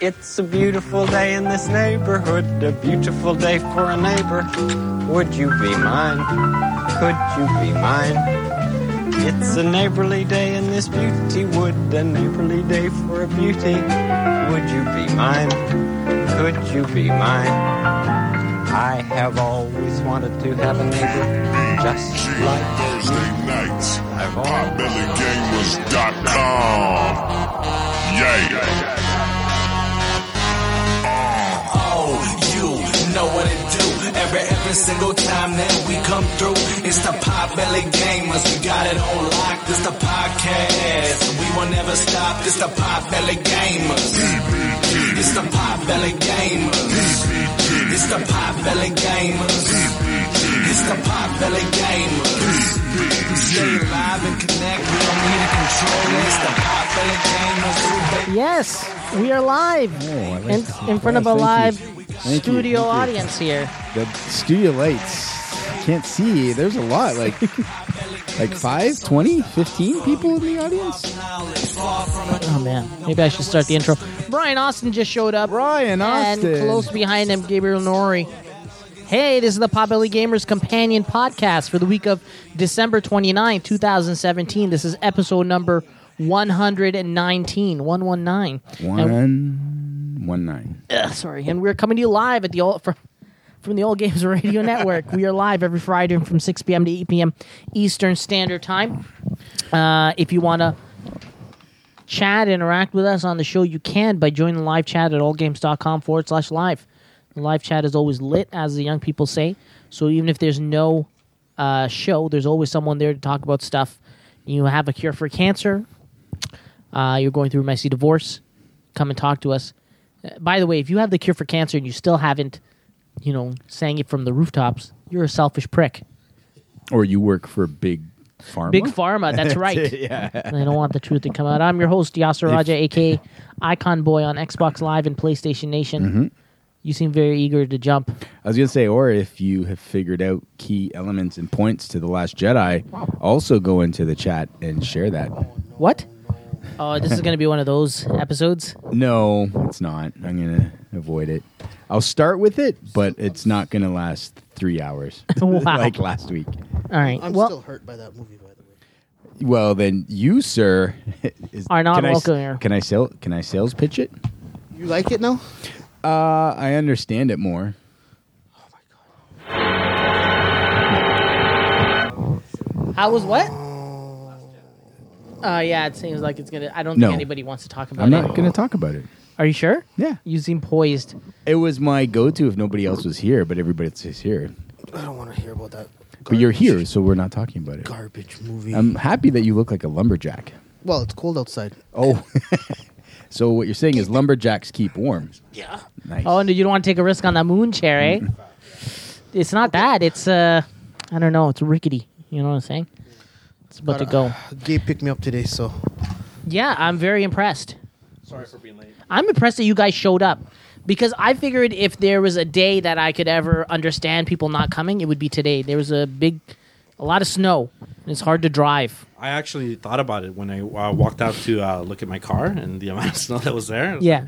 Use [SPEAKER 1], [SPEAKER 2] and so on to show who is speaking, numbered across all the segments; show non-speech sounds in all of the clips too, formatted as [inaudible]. [SPEAKER 1] It's a beautiful day in this neighborhood, a beautiful day for a neighbor. Would you be mine? Could you be mine? It's a neighborly day in this beauty wood, a neighborly day for a beauty. Would you be mine? Could you be mine? I have always wanted to have a neighbor just like
[SPEAKER 2] Thursday nights at
[SPEAKER 1] I've always.
[SPEAKER 2] potbellygamers.com. Yay.
[SPEAKER 3] Oh, you know what it do. Every every single time that we come through, it's the Pop Belly Gamers. We got it on lock. This the podcast. We will never stop. This the Pop Belly Gamers. It's the Pop Belly Gamers. It's the Pop Belly Gamers. It's the Pop Belly Gamers. Stay alive and connect. We don't need to control. it. It's the Pop Belly Gamers.
[SPEAKER 4] Yes, we are live in, in front of a
[SPEAKER 5] Thank
[SPEAKER 4] live
[SPEAKER 5] you. you,
[SPEAKER 4] studio
[SPEAKER 5] thank you.
[SPEAKER 4] audience here.
[SPEAKER 5] The studio lights. Can't see. There's a lot.
[SPEAKER 4] [laughs]
[SPEAKER 5] Like like 5, 20, 15 people in the audience.
[SPEAKER 4] Oh man, maybe I should start the intro. Brian Austin just showed up.
[SPEAKER 5] Brian
[SPEAKER 4] and
[SPEAKER 5] Austin.
[SPEAKER 4] close behind him, Gabriel Nori. Hey, this is the Pop Belly Gamers Companion Podcast for the week of December 29, 2017. This is episode number 119, 119. And-
[SPEAKER 5] One, one nine.
[SPEAKER 4] Ugh, sorry, and we're coming to you live at the old from, from the Old Games Radio [laughs] Network. We are live every Friday from 6 p.m. to 8 p.m. Eastern Standard Time. Uh, if you want to chat, interact with us on the show, you can by joining the live chat at allgames.com forward slash live. The live chat is always lit, as the young people say. So even if there's no uh, show, there's always someone there to talk about stuff. You have a cure for cancer. Uh, you're going through a messy divorce. Come and talk to us. Uh, By the way, if you have the cure for cancer and you still haven't, you know, sang it from the rooftops, you're a selfish prick.
[SPEAKER 5] Or you work for big pharma.
[SPEAKER 4] Big Pharma,
[SPEAKER 5] [laughs]
[SPEAKER 4] that's right. yeah. I don't want the truth to come out. I'm your host, Yasser Raja, aka
[SPEAKER 5] [laughs]
[SPEAKER 4] Icon Boy on Xbox Live and PlayStation Nation.
[SPEAKER 5] Mm-hmm.
[SPEAKER 4] You seem very eager to jump.
[SPEAKER 5] I was gonna say, or if you have figured out key elements and points to the Last Jedi, also go into the chat and share that.
[SPEAKER 4] What? Oh, this is going to be one of those episodes.
[SPEAKER 5] No, it's not. I'm gonna avoid it. I'll start with it, but it's not gonna last three hours
[SPEAKER 4] [laughs] Wow.
[SPEAKER 5] [laughs] like last week.
[SPEAKER 4] All right.
[SPEAKER 6] I'm
[SPEAKER 4] well,
[SPEAKER 6] still hurt by that movie, by the way.
[SPEAKER 5] Well, then you, sir, [laughs] is,
[SPEAKER 4] Are not
[SPEAKER 5] can I s-
[SPEAKER 4] welcome here.
[SPEAKER 5] Can I sell? Can I sales pitch it?
[SPEAKER 6] You like it now?
[SPEAKER 5] Uh, I understand it more.
[SPEAKER 4] how was what? Uh, yeah, it seems like it's going to. I don't
[SPEAKER 5] No.
[SPEAKER 4] think anybody wants to talk about
[SPEAKER 5] I'm
[SPEAKER 4] it.
[SPEAKER 5] not going to talk about it.
[SPEAKER 4] Are you sure?
[SPEAKER 5] Yeah,
[SPEAKER 4] You seem poised.
[SPEAKER 5] it was my go-to if nobody else was here, but everybody else is here.
[SPEAKER 6] I don't want to hear about that.
[SPEAKER 5] But you're
[SPEAKER 6] garbage-
[SPEAKER 5] here, so we're not talking about it.
[SPEAKER 6] Garbage movie.
[SPEAKER 4] Um,
[SPEAKER 5] I'm happy that you look like a lumberjack.
[SPEAKER 6] well, it's cold outside.
[SPEAKER 5] Oh, [laughs] so what you're saying is lumberjacks keep warm. Yeah. Nice.
[SPEAKER 4] Oh, and you don't want to take a risk on that moon chair, eh? it's not that. It's uh, I don't know. It's rickety. You know what I'm saying? It's about to go.
[SPEAKER 6] uh, Gabe picked me up today, so
[SPEAKER 4] Yeah, I'm very impressed. Sorry for being late. I'm impressed that you guys showed up because I figured if there was a day that I could ever understand people not coming, it would be today. There was a big, a lot of snow, and it's hard to drive.
[SPEAKER 7] I actually thought about it when I uh, walked out to uh, look at my car and the [laughs] amount of snow that was there.
[SPEAKER 4] Yeah,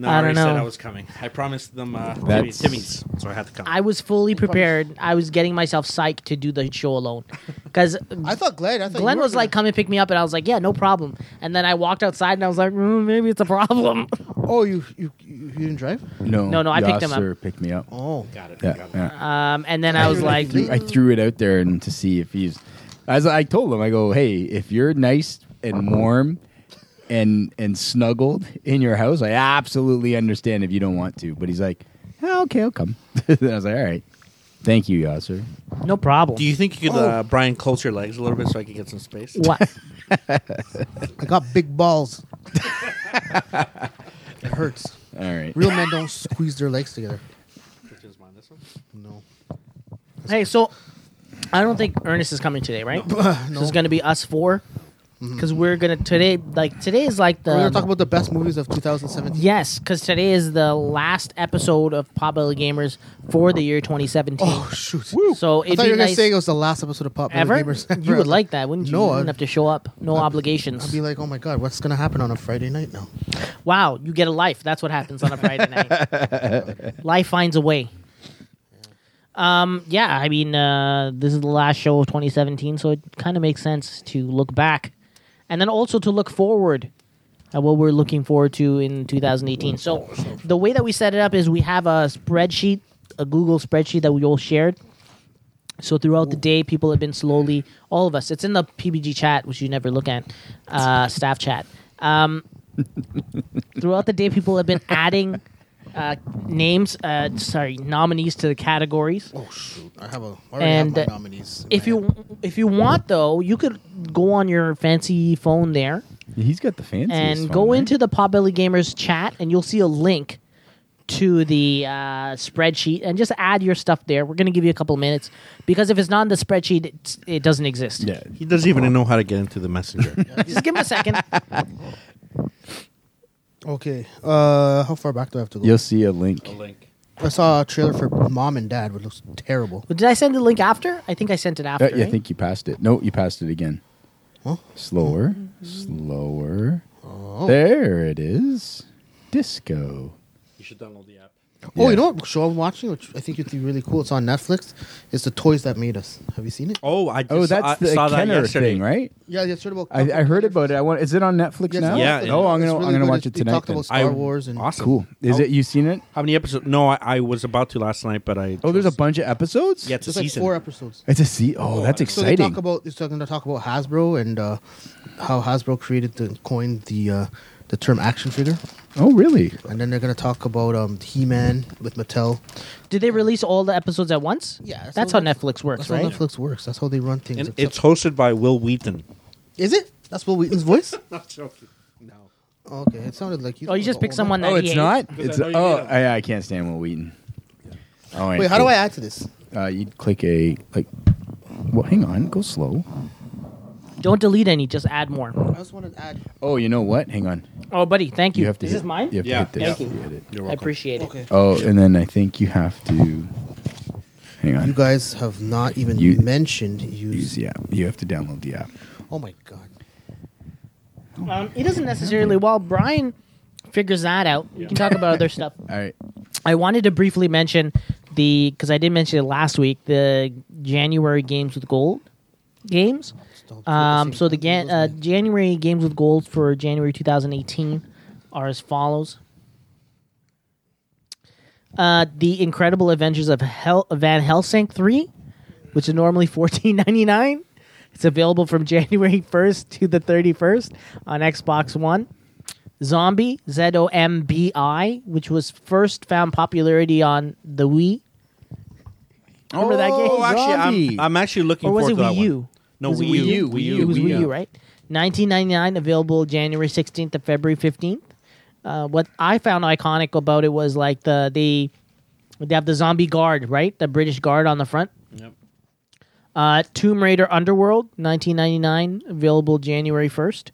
[SPEAKER 7] no,
[SPEAKER 4] I
[SPEAKER 7] I,
[SPEAKER 4] don't
[SPEAKER 7] already said
[SPEAKER 4] know.
[SPEAKER 7] I was coming. I promised them uh, Timmy,
[SPEAKER 5] That's-
[SPEAKER 7] Timmy's, so I had to come.
[SPEAKER 4] I was fully prepared. I was getting myself psyched to do the show alone because
[SPEAKER 6] I thought Glenn. I thought
[SPEAKER 4] [laughs] Glenn
[SPEAKER 6] you were
[SPEAKER 4] was like, "Come and pick me up," and I was like, "Yeah, no problem." And then I walked outside, and I was like, mm, "Maybe it's a problem." [laughs]
[SPEAKER 6] gonna- "Oh, you you you you didn't drive?"
[SPEAKER 5] no,
[SPEAKER 4] No, no, I picked him
[SPEAKER 5] Yasser picked me up.
[SPEAKER 6] Oh,
[SPEAKER 7] got it.
[SPEAKER 5] Yeah,
[SPEAKER 7] got it.
[SPEAKER 5] yeah.
[SPEAKER 4] Um, and then I was like,
[SPEAKER 5] threw- I threw it out there and to see if he's. As I told him, I go, "Hey, if you're nice and warm, and and snuggled in your house, I absolutely understand if you don't want to." But he's like, oh, "Okay, I'll come." [laughs] and I was like, "All right, thank you, Yasser."
[SPEAKER 4] "No problem."
[SPEAKER 7] Do you think you could,
[SPEAKER 5] Oh.
[SPEAKER 7] uh, Brian, close your legs a little bit so I can get some space?
[SPEAKER 4] [laughs] what?
[SPEAKER 6] I got big [laughs] balls. it hurts.
[SPEAKER 5] All right,
[SPEAKER 6] Real men don't squeeze their legs together.
[SPEAKER 7] Which is mine, this one?
[SPEAKER 6] No. [laughs]
[SPEAKER 4] hey, so I don't think Ernest is coming today, right? So it's going to be us four because we're gonna today like today is like the
[SPEAKER 6] Mm-hmm. We're gonna talk about the best movies of 2017.
[SPEAKER 4] yes because today is the last episode of Pop Belly Gamers for the year 2017.
[SPEAKER 6] Oh shoot!
[SPEAKER 4] So
[SPEAKER 6] I
[SPEAKER 4] it'd
[SPEAKER 6] thought
[SPEAKER 4] be
[SPEAKER 6] you were
[SPEAKER 4] nice
[SPEAKER 6] gonna say it was the last episode of Pop Billy
[SPEAKER 4] ever.
[SPEAKER 6] Gamers. [laughs] ever.
[SPEAKER 4] You would like that, wouldn't you?
[SPEAKER 6] No,
[SPEAKER 4] you wouldn't
[SPEAKER 6] I'd-
[SPEAKER 4] have to show up. No obligations.
[SPEAKER 6] I'd be like, oh my god, what's gonna happen on a Friday night now?
[SPEAKER 4] wow, you get a life. That's what happens on a Friday night. life finds a way. Um, yeah, I mean, uh, this is the last show of 2017, so it kind of makes sense to look back and then also to look forward at what we're looking forward to in 2018. So, the way that we set it up is we have a spreadsheet, a Google spreadsheet that we all shared. So throughout the day, people have been slowly, all of us. It's in the PBG chat, which you never look at, uh, staff chat. Um, throughout the day, people have been [laughs] adding uh, names, uh, sorry, nominees to the categories.
[SPEAKER 6] Oh shoot! I have a I already have
[SPEAKER 4] And,
[SPEAKER 6] my
[SPEAKER 4] uh,
[SPEAKER 6] nominees. in
[SPEAKER 4] If
[SPEAKER 6] my head.
[SPEAKER 4] you if you want though, you could go on your fancy phone there
[SPEAKER 5] He's got the fancy.
[SPEAKER 4] and go into the Potbelly Gamers chat, and you'll see a link to the uh, spreadsheet, and just add your stuff there. We're gonna give you a couple minutes because if it's not in the spreadsheet, it's, it doesn't exist.
[SPEAKER 5] Yeah.
[SPEAKER 7] He doesn't even know how to get into the [laughs] messenger.
[SPEAKER 4] [laughs] Just give him a second.
[SPEAKER 6] okay, uh, how far back do I have to go?
[SPEAKER 5] You'll see a link.
[SPEAKER 7] link.
[SPEAKER 6] I saw a trailer for Mom and Dad, which looks terrible.
[SPEAKER 4] Did I send the link after? I think I sent it after.
[SPEAKER 5] Uh, yeah, I
[SPEAKER 4] right?
[SPEAKER 5] think you passed it. No, you passed it again.
[SPEAKER 6] Huh?
[SPEAKER 5] Slower,
[SPEAKER 4] Mm-hmm.
[SPEAKER 5] slower.
[SPEAKER 6] Oh.
[SPEAKER 5] There it is. Disco.
[SPEAKER 7] You should download the app.
[SPEAKER 6] Oh,
[SPEAKER 5] Yeah.
[SPEAKER 6] you know what show I'm watching, which I think would be really cool. It's on Netflix. It's the Toys That Made Us. Have you seen it?
[SPEAKER 7] Oh, I just
[SPEAKER 5] Oh,
[SPEAKER 7] saw,
[SPEAKER 5] that's the
[SPEAKER 7] saw that
[SPEAKER 5] Kenner
[SPEAKER 7] yesterday.
[SPEAKER 5] thing, right?
[SPEAKER 6] Yeah, yeah, it's sort of about.
[SPEAKER 5] I, I heard about it. I want. Is it on Netflix
[SPEAKER 6] Yeah, it's
[SPEAKER 5] now?
[SPEAKER 6] on
[SPEAKER 7] Yeah,
[SPEAKER 6] Netflix.
[SPEAKER 7] it-
[SPEAKER 5] Oh, I'm gonna
[SPEAKER 6] It's really
[SPEAKER 5] I'm gonna
[SPEAKER 6] good.
[SPEAKER 5] watch
[SPEAKER 6] It's-
[SPEAKER 5] it
[SPEAKER 6] they
[SPEAKER 5] tonight.
[SPEAKER 6] talked
[SPEAKER 5] then.
[SPEAKER 6] about Star Wars and
[SPEAKER 7] awesome.
[SPEAKER 5] Cool. Is
[SPEAKER 7] How-
[SPEAKER 5] it? You seen it?
[SPEAKER 7] How many episodes? No, I, I was about to last night, but I
[SPEAKER 5] Oh, there's a
[SPEAKER 7] chose-
[SPEAKER 5] bunch of episodes.
[SPEAKER 7] Yeah, it's a
[SPEAKER 6] It's like
[SPEAKER 7] season.
[SPEAKER 6] four episodes.
[SPEAKER 5] It's a seat. Oh, that's
[SPEAKER 6] So they
[SPEAKER 5] exciting.
[SPEAKER 6] talk about it's talking to talk about Hasbro and uh, how Hasbro created the coined the uh, the term action figure,
[SPEAKER 5] oh, really?
[SPEAKER 6] and then they're gonna talk about um, He Man with Mattel.
[SPEAKER 4] Did they release all the episodes at once?
[SPEAKER 6] Yeah, that's
[SPEAKER 4] that's how
[SPEAKER 6] how
[SPEAKER 4] Netflix works,
[SPEAKER 6] That's
[SPEAKER 4] right?
[SPEAKER 6] how Netflix works. That's how they run things.
[SPEAKER 7] and
[SPEAKER 6] Except-
[SPEAKER 7] it's hosted by Will Wheaton.
[SPEAKER 6] is it? That's Will
[SPEAKER 7] [laughs]
[SPEAKER 6] Wheaton's voice.
[SPEAKER 7] Not joking. No.
[SPEAKER 6] Okay, it sounded like you.
[SPEAKER 4] Oh, you just picked
[SPEAKER 6] picked
[SPEAKER 4] someone that
[SPEAKER 5] Oh,
[SPEAKER 4] he
[SPEAKER 5] it's
[SPEAKER 4] hates.
[SPEAKER 5] not.
[SPEAKER 7] Because
[SPEAKER 5] It's
[SPEAKER 7] I know you
[SPEAKER 5] oh,
[SPEAKER 7] hate him.
[SPEAKER 5] I, I can't stand Will Wheaton. All right,
[SPEAKER 6] Wait, how do
[SPEAKER 5] cool.
[SPEAKER 6] I add to this?
[SPEAKER 5] Uh, you click a like. Well, hang on. Go slow.
[SPEAKER 4] Don't delete any. Just add more.
[SPEAKER 6] I just wanted to add.
[SPEAKER 5] Oh, you know what? Hang on.
[SPEAKER 4] Oh, buddy, thank you.
[SPEAKER 5] You have to.
[SPEAKER 4] This
[SPEAKER 5] hit,
[SPEAKER 4] is mine.
[SPEAKER 5] You have
[SPEAKER 7] Yeah,
[SPEAKER 5] to hit
[SPEAKER 7] thank
[SPEAKER 5] this.
[SPEAKER 7] you.
[SPEAKER 5] You hit it.
[SPEAKER 7] You're
[SPEAKER 4] I
[SPEAKER 7] welcome.
[SPEAKER 4] appreciate it.
[SPEAKER 6] Okay.
[SPEAKER 5] Oh, and then I think you have to. Hang on.
[SPEAKER 6] You guys have not even
[SPEAKER 5] You-
[SPEAKER 6] mentioned
[SPEAKER 5] Use
[SPEAKER 6] use.
[SPEAKER 5] the app. You have to download the app.
[SPEAKER 6] Oh my god.
[SPEAKER 4] Um, it doesn't necessarily. While Brian figures that out, we can talk about other stuff.
[SPEAKER 5] All right.
[SPEAKER 4] I wanted to briefly mention the because I did mention it last week. The January games with gold games.
[SPEAKER 6] Don't do
[SPEAKER 4] Um,
[SPEAKER 6] same
[SPEAKER 4] so the
[SPEAKER 6] thing.
[SPEAKER 4] ga- uh, January games with gold for January 2018 are as follows. Uh, the Incredible Adventures of Hel- Van Helsing 3, which is normally 14.99. It's available from [laughs] January 1st to the 31st on Xbox One. Zombie, Z O M B I, which was first found popularity on the Wii. Remember that game?
[SPEAKER 5] Oh,
[SPEAKER 7] Actually,
[SPEAKER 5] Zombie.
[SPEAKER 7] I'm, I'm actually looking
[SPEAKER 4] Or was
[SPEAKER 7] forward
[SPEAKER 4] it
[SPEAKER 7] to that
[SPEAKER 4] Wii
[SPEAKER 7] one.
[SPEAKER 4] U?
[SPEAKER 7] No,
[SPEAKER 4] Was it
[SPEAKER 7] Wii U. Wii U.
[SPEAKER 4] It was
[SPEAKER 5] Wii
[SPEAKER 4] Wii
[SPEAKER 5] U.
[SPEAKER 4] U, right? 1999, available January 16th to February 15th. Uh, what I found iconic about it was like the they they have the zombie guard, right? The British guard on the front.
[SPEAKER 7] Yep.
[SPEAKER 4] Uh, Tomb Raider Underworld, 1999, available January 1st.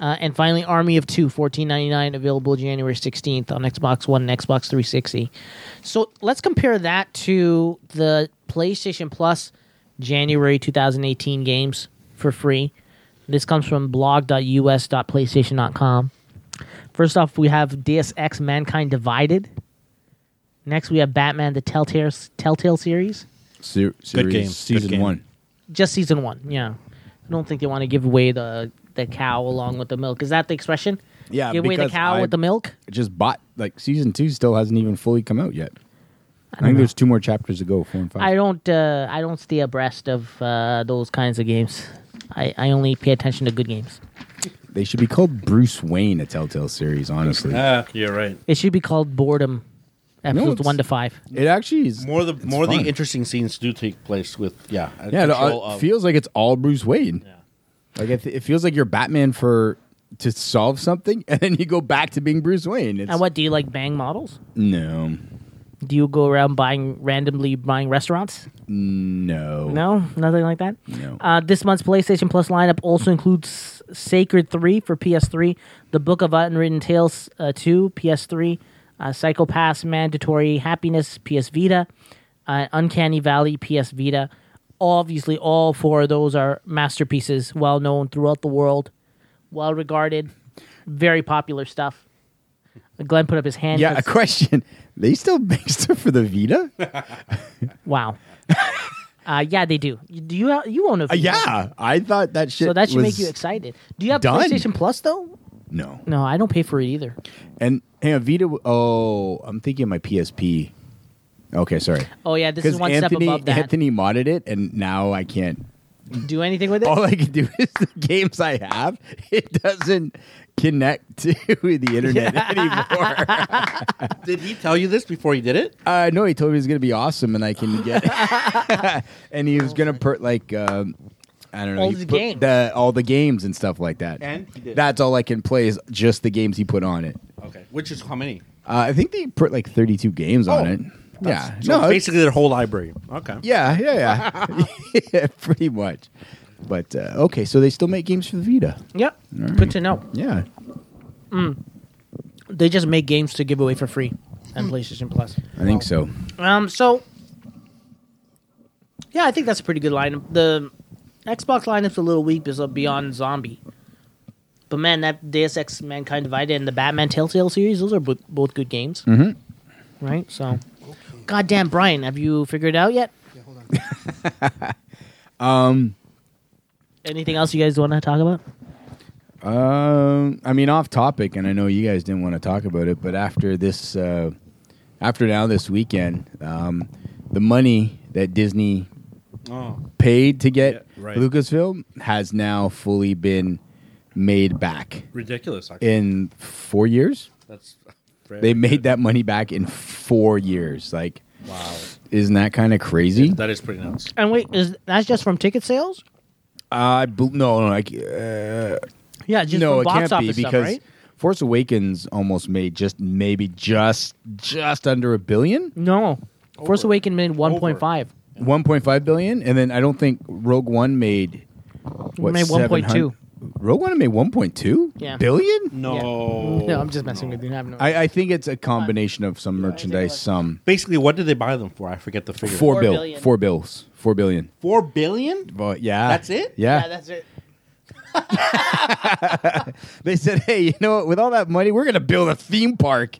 [SPEAKER 4] Uh, and finally, Army of Two, 14.99, available January 16th on Xbox One and Xbox 360. So let's compare that to the PlayStation Plus January 2018 games for free. This comes from blog.us.playstation.com. First off, we have DSX Mankind Divided. Next, we have Batman the Telltale, Telltale series
[SPEAKER 5] Se- series
[SPEAKER 7] game. Good
[SPEAKER 5] Season
[SPEAKER 7] game.
[SPEAKER 5] one.
[SPEAKER 4] just season one. Yeah, I don't think they want to give away the the cow along with the milk. Is that the expression?
[SPEAKER 5] Yeah,
[SPEAKER 4] give away the
[SPEAKER 5] because
[SPEAKER 4] cow
[SPEAKER 5] I-
[SPEAKER 4] with the milk.
[SPEAKER 5] I just bought like season two still hasn't even fully come out yet. I, think there's two more chapters to go, four and five.
[SPEAKER 4] I don't. Uh, I don't stay abreast of uh, those kinds of games. I, I only pay attention to good games.
[SPEAKER 5] they should be called Bruce Wayne a Telltale series. Honestly,
[SPEAKER 7] Ah, you're right.
[SPEAKER 4] It should be called boredom. Episodes
[SPEAKER 5] it's-
[SPEAKER 4] one to five.
[SPEAKER 5] it actually is
[SPEAKER 7] More the
[SPEAKER 5] it's
[SPEAKER 7] more
[SPEAKER 5] fun.
[SPEAKER 7] the interesting scenes do take place with yeah. uh,
[SPEAKER 5] Yeah, it,
[SPEAKER 7] control
[SPEAKER 5] uh,
[SPEAKER 7] of-
[SPEAKER 5] feels like it's all Bruce Wayne. Like it, it feels like you're Batman for to [laughs] solve something, and then you go back to being Bruce Wayne. It's,
[SPEAKER 4] And what do you like? Bang models?
[SPEAKER 5] No,
[SPEAKER 4] Do you go around buying randomly buying restaurants?
[SPEAKER 5] No.
[SPEAKER 4] No, nothing like that.
[SPEAKER 5] No.
[SPEAKER 4] Uh, this month's PlayStation Plus lineup also includes Sacred Three for PS3, The Book of Unwritten Tales uh, Two PS3, uh, Psycho Pass Mandatory Happiness PS Vita, uh, Uncanny Valley PS Vita. Obviously, all four of those are masterpieces, well known throughout the world, well regarded, very popular stuff. Glenn put up his hand.
[SPEAKER 5] Yeah, a
[SPEAKER 4] 'cause-
[SPEAKER 5] question. [laughs] They still make stuff for
[SPEAKER 4] [laughs]
[SPEAKER 5] the Vita? Uh,
[SPEAKER 4] Wow. [laughs] uh, yeah, they do. You- Do you you own a
[SPEAKER 5] Uh,
[SPEAKER 4] Vita?
[SPEAKER 5] yeah, I thought that shit.
[SPEAKER 4] So that should
[SPEAKER 5] was
[SPEAKER 4] make you excited. Do you have
[SPEAKER 5] done.
[SPEAKER 4] PlayStation Plus though?
[SPEAKER 5] No,
[SPEAKER 4] No, I don't pay for it either.
[SPEAKER 5] and hang on, Vita. w- Oh, I'm thinking of my PSP. Okay, sorry.
[SPEAKER 4] Oh yeah, this is
[SPEAKER 5] Because
[SPEAKER 4] one step
[SPEAKER 5] Anthony
[SPEAKER 4] above that.
[SPEAKER 5] Anthony modded it, and now I can't.
[SPEAKER 4] do anything with it?
[SPEAKER 5] All I can [laughs] do is the games I have. It doesn't connect [laughs] to
[SPEAKER 4] [laughs]
[SPEAKER 5] the internet anymore.
[SPEAKER 8] Did he tell you this before he did it?
[SPEAKER 5] Uh, no, he told me it was gonna be awesome, and I can get.
[SPEAKER 4] [laughs]
[SPEAKER 5] [laughs] and he was gonna put like um, I don't know,
[SPEAKER 4] All
[SPEAKER 5] he
[SPEAKER 4] the
[SPEAKER 5] put
[SPEAKER 4] games.
[SPEAKER 5] the- all the games and stuff like that.
[SPEAKER 8] And he did.
[SPEAKER 5] that's all I can play is just the games he put on it.
[SPEAKER 8] Okay. Which is how many?
[SPEAKER 5] Uh, I think they put like 32 games on
[SPEAKER 8] Oh,
[SPEAKER 5] it. Yeah,
[SPEAKER 8] So
[SPEAKER 5] no, it's-
[SPEAKER 8] basically their whole library. Okay.
[SPEAKER 5] yeah, yeah,
[SPEAKER 7] [laughs]
[SPEAKER 5] [laughs] yeah, yeah, pretty much. But uh, okay, so they still make games for the Vita.
[SPEAKER 4] Yep. Good to know.
[SPEAKER 5] Yeah,
[SPEAKER 4] They just make games to give away for free on PlayStation Plus.
[SPEAKER 5] I think so.
[SPEAKER 4] Um. So. Yeah, I think that's a pretty good lineup. The Xbox lineup's a little weak because of Beyond Zombie. But man, that Deus Ex Mankind Divided and the Batman Telltale series, those are both, both good games. Mm-hmm. Right? So. Goddamn, Brian, have you figured it out yet?
[SPEAKER 6] Yeah, hold on.
[SPEAKER 5] [laughs]
[SPEAKER 4] Anything else you guys want to talk about?
[SPEAKER 5] Um, I mean, off topic, and I know you guys didn't want to talk about it, but after this, uh, after now this weekend, um, the money that Disney
[SPEAKER 7] Oh,
[SPEAKER 5] paid to get
[SPEAKER 7] Yeah, right.
[SPEAKER 5] Lucasfilm has now fully been made back
[SPEAKER 7] ridiculous! Actually.
[SPEAKER 5] in four years.
[SPEAKER 7] That's [laughs]
[SPEAKER 5] They made that money back in four years. Like,
[SPEAKER 7] wow.
[SPEAKER 5] isn't that kind of crazy?
[SPEAKER 7] That is pretty nuts.
[SPEAKER 4] And wait, is that's just from ticket sales?
[SPEAKER 5] I bel- no, no, I, c- uh,
[SPEAKER 4] Yeah, just
[SPEAKER 5] no,
[SPEAKER 4] from
[SPEAKER 5] it
[SPEAKER 4] box
[SPEAKER 5] can't be
[SPEAKER 4] office
[SPEAKER 5] because
[SPEAKER 4] stuff, right?
[SPEAKER 5] Force Awakens almost made just maybe just just under a billion.
[SPEAKER 4] No, Force Awakens made one point five.
[SPEAKER 5] 1.5 billion and then i don't think rogue one made what
[SPEAKER 4] Made 1.2.
[SPEAKER 5] 700 rogue one made 1.2
[SPEAKER 4] Yeah.
[SPEAKER 5] billion
[SPEAKER 7] No.
[SPEAKER 4] No, I'm just messing with you. I have no.
[SPEAKER 5] Oh, I, I think it's a combination of some merchandise some
[SPEAKER 7] Basically, what did they buy them for? I forget the figure.
[SPEAKER 5] four,
[SPEAKER 4] Four
[SPEAKER 5] bill
[SPEAKER 4] billion.
[SPEAKER 5] four bills four billion
[SPEAKER 8] Four billion?
[SPEAKER 5] well, yeah
[SPEAKER 8] That's it?
[SPEAKER 5] yeah,
[SPEAKER 4] that's it.
[SPEAKER 5] they said hey you know what with all that money we're gonna build a theme park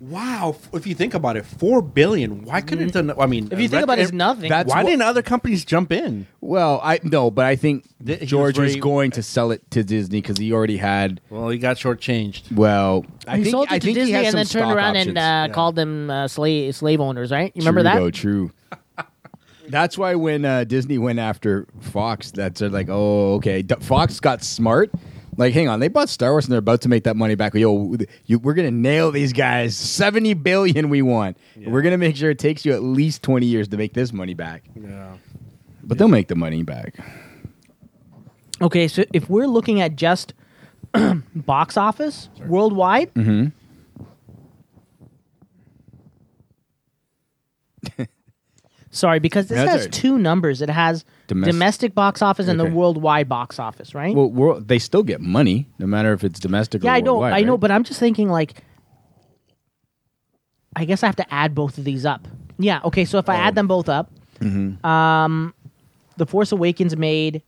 [SPEAKER 8] Wow. f- If you think about it, four billion. Why couldn't it done? I mean,
[SPEAKER 4] Mm-hmm.
[SPEAKER 5] Uh,
[SPEAKER 4] If you think about it, it's nothing.
[SPEAKER 5] That's
[SPEAKER 8] Why
[SPEAKER 5] what-
[SPEAKER 8] didn't other companies jump in?
[SPEAKER 5] well i no but i think
[SPEAKER 8] Th- he was
[SPEAKER 5] george was
[SPEAKER 8] very-
[SPEAKER 5] going to sell it to disney because he already had
[SPEAKER 8] Well, he got shortchanged.
[SPEAKER 5] well i
[SPEAKER 4] He
[SPEAKER 5] think
[SPEAKER 4] sold it
[SPEAKER 5] i
[SPEAKER 4] to
[SPEAKER 5] think he
[SPEAKER 4] Disney
[SPEAKER 5] had
[SPEAKER 4] and
[SPEAKER 5] some
[SPEAKER 4] then turned
[SPEAKER 5] stock
[SPEAKER 4] around
[SPEAKER 5] options.
[SPEAKER 4] and uh, called them uh, slave slave owners, right? You remember
[SPEAKER 5] true,
[SPEAKER 4] that?
[SPEAKER 5] Though, true. That's why when uh, Disney went after Fox, that's they're like, oh, okay. D- Fox got smart. Like, hang on, they bought Star Wars and they're about to make that money back. Yo, you, we're gonna nail these guys. Seventy billion we want. We're gonna make sure it takes you at least twenty years to make this money back.
[SPEAKER 7] Yeah.
[SPEAKER 5] But they'll make the money back.
[SPEAKER 4] Okay, so if we're looking at just [clears throat] box office worldwide,
[SPEAKER 5] Mm-hmm.
[SPEAKER 4] sorry,
[SPEAKER 5] [laughs]
[SPEAKER 4] because this
[SPEAKER 5] That's
[SPEAKER 4] has
[SPEAKER 5] all right.
[SPEAKER 4] two numbers. It has
[SPEAKER 5] Domestic-
[SPEAKER 4] domestic, box office and
[SPEAKER 5] Okay.
[SPEAKER 4] the worldwide box office, right?
[SPEAKER 5] Well, world, they still get money, no matter if it's domestic.
[SPEAKER 4] yeah,
[SPEAKER 5] or
[SPEAKER 4] I know,
[SPEAKER 5] worldwide,
[SPEAKER 4] I know,
[SPEAKER 5] right?
[SPEAKER 4] but I'm just thinking like, I guess I have to add both of these up. Yeah, okay, so if I
[SPEAKER 5] Oh.
[SPEAKER 4] add them both up, um,
[SPEAKER 5] Mm-hmm.
[SPEAKER 4] the Force Awakens made